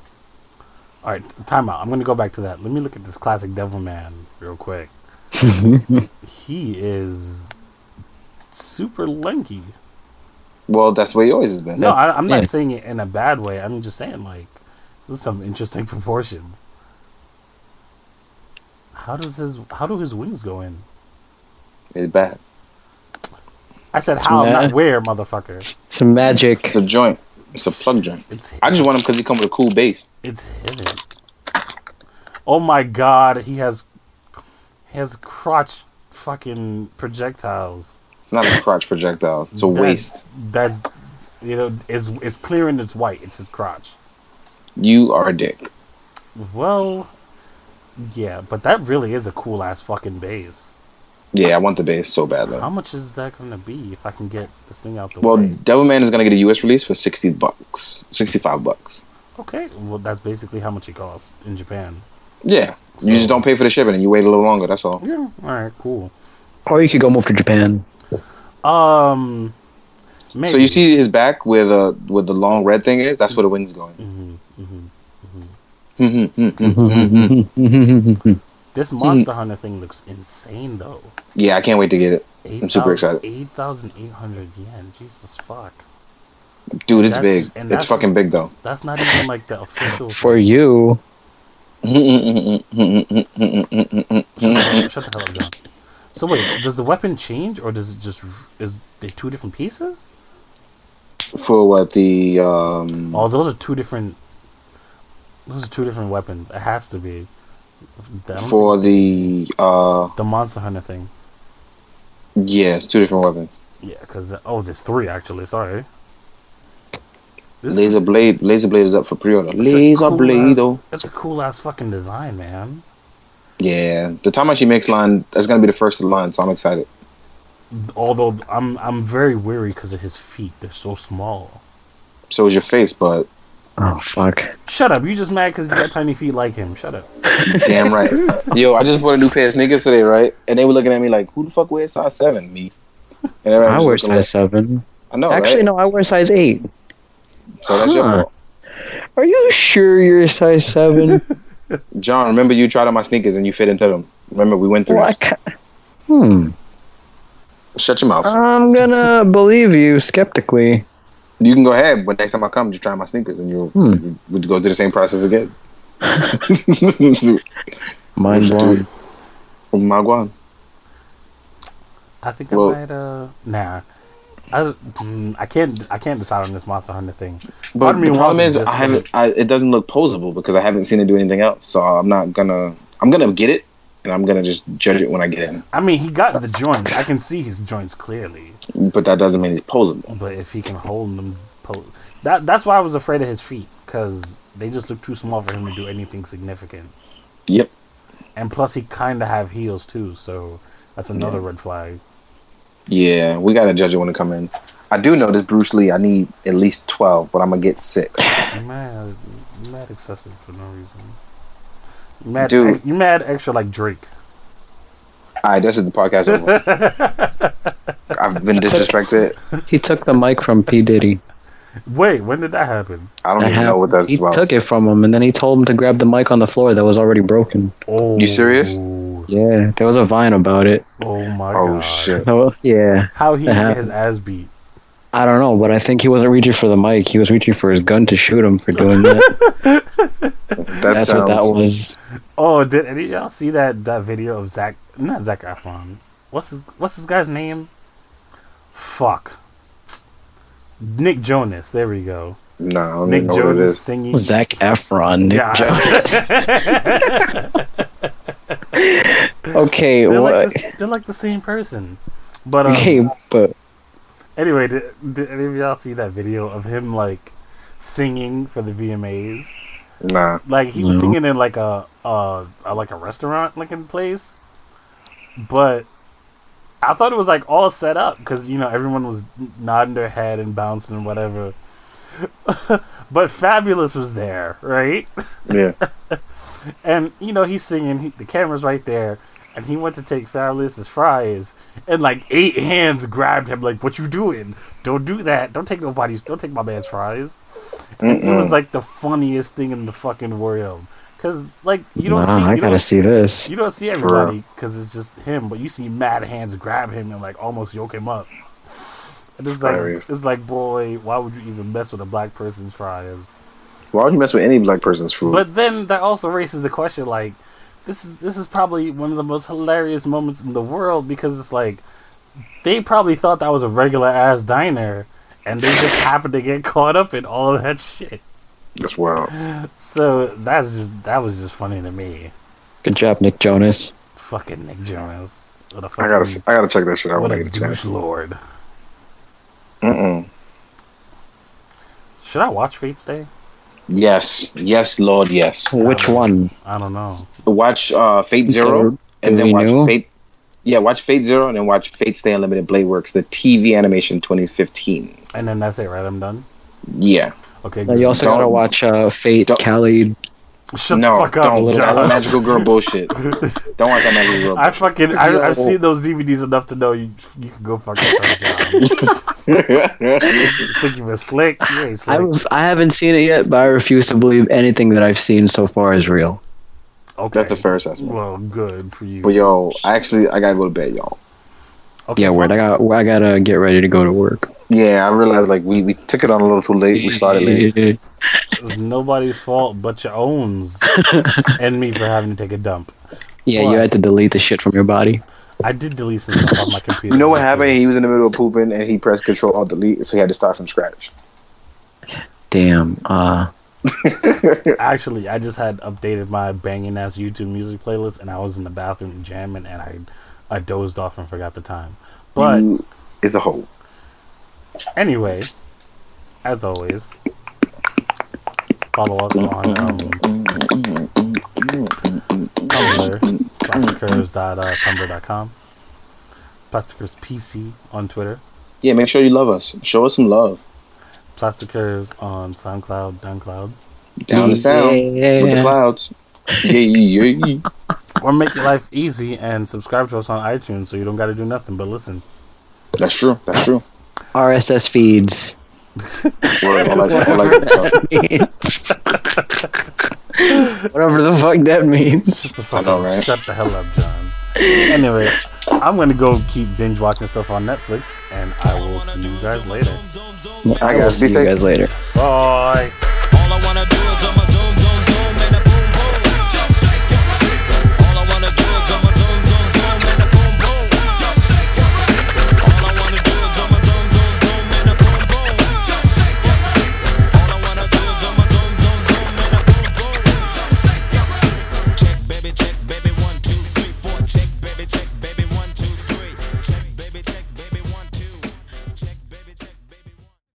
[SPEAKER 2] All right, time out. I'm gonna go back to that. Let me look at this classic Devil Man real quick. he is super lanky.
[SPEAKER 1] Well, that's what he always has been.
[SPEAKER 2] No, I, I'm not
[SPEAKER 3] Yeah.
[SPEAKER 2] saying it in a bad way. I'm just saying like this is some interesting proportions. How does his how do his wings go in?
[SPEAKER 1] It's bad.
[SPEAKER 2] I said how, not
[SPEAKER 3] Nah.
[SPEAKER 2] where, motherfucker.
[SPEAKER 3] It's, it's magic.
[SPEAKER 1] It's a joint. It's a plug joint.
[SPEAKER 2] It's
[SPEAKER 1] I just want him because he come with a cool base.
[SPEAKER 2] It's hidden. Oh my god, he has he has crotch fucking projectiles.
[SPEAKER 1] It's not a crotch projectile. It's a
[SPEAKER 2] That-
[SPEAKER 1] waist.
[SPEAKER 2] That's you know, is it's clear and it's white. It's his crotch.
[SPEAKER 1] You are a dick.
[SPEAKER 2] Well yeah, but that really is a cool ass fucking base.
[SPEAKER 1] Yeah, I want the base so badly.
[SPEAKER 2] How much is that gonna be if I can get this thing out the
[SPEAKER 1] Well,
[SPEAKER 2] way?
[SPEAKER 1] Devilman is gonna get a US release for sixty bucks, sixty-five bucks.
[SPEAKER 2] Okay, well that's basically how much it costs in Japan.
[SPEAKER 1] Yeah, you just don't pay for the shipping and you wait a little longer. That's all.
[SPEAKER 2] Yeah, all right, cool.
[SPEAKER 3] Or you could go move to Japan.
[SPEAKER 2] Um, maybe.
[SPEAKER 1] So you see his back where the where the long red thing is. That's where the wind's going. Mm-hmm.
[SPEAKER 2] Mhm, mhm. this Monster Hunter thing looks insane though.
[SPEAKER 1] yeah, I can't wait to get it,
[SPEAKER 2] I'm
[SPEAKER 1] super excited.
[SPEAKER 2] 8,800 yen. Jesus fuck.
[SPEAKER 1] dude. It's
[SPEAKER 2] That's-
[SPEAKER 1] big. It's
[SPEAKER 2] and that's-
[SPEAKER 1] fucking big though.
[SPEAKER 2] That's not even like the official.
[SPEAKER 3] For you,
[SPEAKER 2] Shut the hell up, John. So wait, does the weapon change or does it just is they two different pieces?
[SPEAKER 1] For what the um,
[SPEAKER 2] Oh, those are two different. Those are two different weapons. It has to be. I don't think-
[SPEAKER 1] for the uh,
[SPEAKER 2] the Monster Hunter thing.
[SPEAKER 1] yeah, it's two different weapons.
[SPEAKER 2] Yeah, because oh, there's three actually. Sorry. This
[SPEAKER 1] Laser blade, laser blade is up for pre-order.
[SPEAKER 2] it's a
[SPEAKER 1] Laser
[SPEAKER 2] cool
[SPEAKER 1] blade,
[SPEAKER 2] ass-
[SPEAKER 1] though.
[SPEAKER 2] That's a cool ass fucking design, man.
[SPEAKER 1] Yeah, the Tamashi Mix line that's gonna be the first of the line, so I'm excited.
[SPEAKER 2] Although I'm I'm very weary because of his feet. They're so small.
[SPEAKER 1] So is your face, but
[SPEAKER 3] oh fuck,
[SPEAKER 2] Shut up! You just mad because you got tiny feet like him. Shut up.
[SPEAKER 1] damn right. Yo, I just bought a new pair of sneakers today, right? And they were looking at me like, "Who the fuck wears size seven? Me." And everybody
[SPEAKER 3] I
[SPEAKER 1] was
[SPEAKER 3] wear
[SPEAKER 1] just looking
[SPEAKER 3] size seven.
[SPEAKER 1] like- I know.
[SPEAKER 3] Actually, no, I wear size eight.
[SPEAKER 1] So that's your
[SPEAKER 3] Huh.
[SPEAKER 1] fault.
[SPEAKER 3] Are you sure you're size seven?
[SPEAKER 1] John, remember you tried on my sneakers and you fit into them. Remember we went through
[SPEAKER 3] well, I
[SPEAKER 1] this.
[SPEAKER 3] ca- hmm.
[SPEAKER 1] Shut your mouth.
[SPEAKER 3] I'm gonna believe you skeptically.
[SPEAKER 1] you can go ahead, but next time I come, just try my sneakers, and you
[SPEAKER 3] Hmm.
[SPEAKER 1] you would go through the same process again.
[SPEAKER 3] Mind blown.
[SPEAKER 1] From my guan.
[SPEAKER 2] I think
[SPEAKER 1] Well-
[SPEAKER 2] I might. Uh, nah, I, mm, I can't. I can't decide on this Monster Hunter thing.
[SPEAKER 1] But
[SPEAKER 2] Part of me
[SPEAKER 1] the problem
[SPEAKER 2] wants
[SPEAKER 1] is,
[SPEAKER 2] to
[SPEAKER 1] I
[SPEAKER 2] just-
[SPEAKER 1] haven't. I, it doesn't look posable because I haven't seen it do anything else. So I'm not gonna. I'm gonna get it, and I'm gonna just judge it when I get in.
[SPEAKER 2] I mean, he got the joints. I can see his joints clearly,
[SPEAKER 1] But that doesn't mean it's posable.
[SPEAKER 2] but if he can hold them, po- that that's why I was afraid of his feet because they just look too small for him to do anything significant.
[SPEAKER 1] Yep.
[SPEAKER 2] And plus, he kind of have heels too, so that's another red flag.
[SPEAKER 1] Yeah, we gotta judge it when it come in. I do know this Bruce Lee. I need at least twelve, but I'm gonna get six.
[SPEAKER 2] You mad, you mad excessive for no reason. You mad,
[SPEAKER 1] Dude.
[SPEAKER 2] you mad extra like Drake.
[SPEAKER 1] All right, this is the podcast over. I've been disrespected.
[SPEAKER 3] He took the mic from P Diddy.
[SPEAKER 2] Wait, when did that happen?
[SPEAKER 1] I don't
[SPEAKER 3] That
[SPEAKER 1] even know
[SPEAKER 3] hap-
[SPEAKER 1] what that's
[SPEAKER 3] he
[SPEAKER 1] about.
[SPEAKER 3] took it from him, and then he told him to grab the mic on the floor that was already broken.
[SPEAKER 2] Oh,
[SPEAKER 1] You serious?
[SPEAKER 2] Oh
[SPEAKER 3] Yeah, there was a vine about it.
[SPEAKER 2] my god!
[SPEAKER 1] oh shit!
[SPEAKER 3] Oh, yeah.
[SPEAKER 2] How he
[SPEAKER 3] That
[SPEAKER 2] get
[SPEAKER 3] happened.
[SPEAKER 2] his ass beat?
[SPEAKER 3] I don't know, but I think he wasn't reaching for the mic. He was reaching for his gun to shoot him for doing that.
[SPEAKER 1] That
[SPEAKER 3] That's what that
[SPEAKER 1] sounds-
[SPEAKER 3] was.
[SPEAKER 2] Oh, did any of y'all see that that video of Zach? Not Zach Efron. What's his What's this guy's name? Fuck. Nick Jonas. There we go.
[SPEAKER 1] No, I don't
[SPEAKER 2] Nick
[SPEAKER 1] even know what it
[SPEAKER 2] Jonas
[SPEAKER 1] is.
[SPEAKER 2] singing.
[SPEAKER 3] Zach Efron. Nick
[SPEAKER 2] Yeah.
[SPEAKER 3] Jonas. okay,
[SPEAKER 2] They're
[SPEAKER 3] what?
[SPEAKER 2] like, the, they're like the same person. But um,
[SPEAKER 3] okay, but
[SPEAKER 2] anyway, did, did any of y'all see that video of him like singing for the VMAs?
[SPEAKER 1] Nah.
[SPEAKER 2] Like he was
[SPEAKER 3] No.
[SPEAKER 2] singing in like a, a, a like a restaurant looking place, but I thought it was like all set up because you know everyone was nodding their head and bouncing and whatever. but Fabulous was there, right?
[SPEAKER 1] Yeah.
[SPEAKER 2] And you know he's singing. He, the camera's right there, and he went to take Fabulous's fries, and like eight hands grabbed him. Like, what you doing? Don't do that. Don't take nobody's. Don't take my man's fries. And it was like the funniest thing in the fucking world. Cause like you don't
[SPEAKER 3] nah,
[SPEAKER 2] see.
[SPEAKER 3] I
[SPEAKER 2] you don't
[SPEAKER 3] gotta see this.
[SPEAKER 2] you don't see
[SPEAKER 1] real.
[SPEAKER 2] everybody because it's just him, but you see mad hands grab him and like almost yoke him up. And it's like
[SPEAKER 1] Hilarious.
[SPEAKER 2] it's like boy, why would you even mess with a black person's fries?
[SPEAKER 1] Why would you mess with any black person's food?
[SPEAKER 2] But then that also raises the question like this is this is probably one of the most hilarious moments in the world because it's like they probably thought that was a regular ass diner and they just happened to get caught up in all that shit.
[SPEAKER 1] That's wild.
[SPEAKER 2] So that's just that was just funny to me.
[SPEAKER 3] Good job, Nick Jonas.
[SPEAKER 2] Fucking Nick Jones. What a
[SPEAKER 1] I
[SPEAKER 2] fucking,
[SPEAKER 1] gotta, I gotta check that shit out
[SPEAKER 2] what
[SPEAKER 1] when I
[SPEAKER 2] a
[SPEAKER 1] get a chance.
[SPEAKER 2] douche lord.
[SPEAKER 1] Mm-mm.
[SPEAKER 2] Should I watch Fate's Day?
[SPEAKER 1] Yes, yes, Lord, yes.
[SPEAKER 3] Which one?
[SPEAKER 2] I don't know.
[SPEAKER 1] Watch uh, Fate Zero,
[SPEAKER 3] The-
[SPEAKER 1] and
[SPEAKER 3] the
[SPEAKER 1] then watch
[SPEAKER 3] renew?
[SPEAKER 1] Fate. Yeah, watch Fate Zero, and then watch Fate Stay Unlimited Blade Works, the TV animation 2015.
[SPEAKER 2] And then that's it, right? I'm done.
[SPEAKER 1] Yeah,
[SPEAKER 2] Okay.
[SPEAKER 3] Now, you
[SPEAKER 2] good.
[SPEAKER 3] also
[SPEAKER 1] Don't-
[SPEAKER 3] gotta watch uh, Fate,
[SPEAKER 1] don't-
[SPEAKER 3] Cali.
[SPEAKER 2] Shut
[SPEAKER 1] no,
[SPEAKER 2] the fuck up,
[SPEAKER 1] don't. That's
[SPEAKER 2] John.
[SPEAKER 1] magical girl bullshit. Don't watch that magical girl.
[SPEAKER 2] I fucking I, I've
[SPEAKER 1] Yo.
[SPEAKER 2] seen those DVDs enough to know you you can go fuck yourself. John. you think you been slick? You ain't
[SPEAKER 3] I,
[SPEAKER 2] slick.
[SPEAKER 3] have, I haven't seen it yet, but I refuse to believe anything that I've seen so far is real.
[SPEAKER 2] okay.
[SPEAKER 1] That's a fair assessment.
[SPEAKER 2] Well, good for you.
[SPEAKER 1] But yo, I actually, I gotta go to bed, y'all.
[SPEAKER 2] Okay,
[SPEAKER 3] Yeah, word. I
[SPEAKER 2] fuck-
[SPEAKER 3] got I gotta get ready to go to work.
[SPEAKER 1] Yeah, I realized like we, we took it on a little too late. We started late.
[SPEAKER 2] It's nobody's fault but your own, and me for having to take a dump.
[SPEAKER 3] Yeah, you
[SPEAKER 2] What?
[SPEAKER 3] had to delete the shit from your body.
[SPEAKER 2] I did delete some stuff on my computer.
[SPEAKER 1] You know what happened? He was in the middle of pooping and he pressed Control Alt Delete, so he had to start from scratch.
[SPEAKER 3] Damn. Uh,
[SPEAKER 2] Actually, I just had updated my banging ass YouTube music playlist, and I was in the bathroom jamming, and I I dozed off and forgot the time. But
[SPEAKER 1] You is a hoe.
[SPEAKER 2] Anyway, as always, follow us on um, Tumblr, uh, plasticcurves.tumblr.com, plasticcurves PC on Twitter,
[SPEAKER 1] Yeah, make sure you love us. Show us some love.
[SPEAKER 2] plasticcurves on SoundCloud, DownCloud,
[SPEAKER 1] Down the sound with the
[SPEAKER 3] yeah.
[SPEAKER 1] clouds. Yeah, yeah, yeah, yeah.
[SPEAKER 2] or make your life easy and subscribe to us on iTunes so you don't got to do nothing but listen.
[SPEAKER 1] That's true. That's true.
[SPEAKER 3] RSS feeds.
[SPEAKER 1] Word, I like, I like that stuff.
[SPEAKER 3] Whatever the fuck that means.
[SPEAKER 2] Shut the
[SPEAKER 1] I
[SPEAKER 2] fuck
[SPEAKER 1] know,
[SPEAKER 2] up.
[SPEAKER 1] right?
[SPEAKER 2] Shut the hell up, John. Anyway, I'm gonna go keep binge watching stuff on Netflix, and I will see you guys later.
[SPEAKER 3] I
[SPEAKER 1] guess.
[SPEAKER 3] will see
[SPEAKER 1] Be
[SPEAKER 3] you
[SPEAKER 1] safe.
[SPEAKER 3] guys later.
[SPEAKER 2] Bye.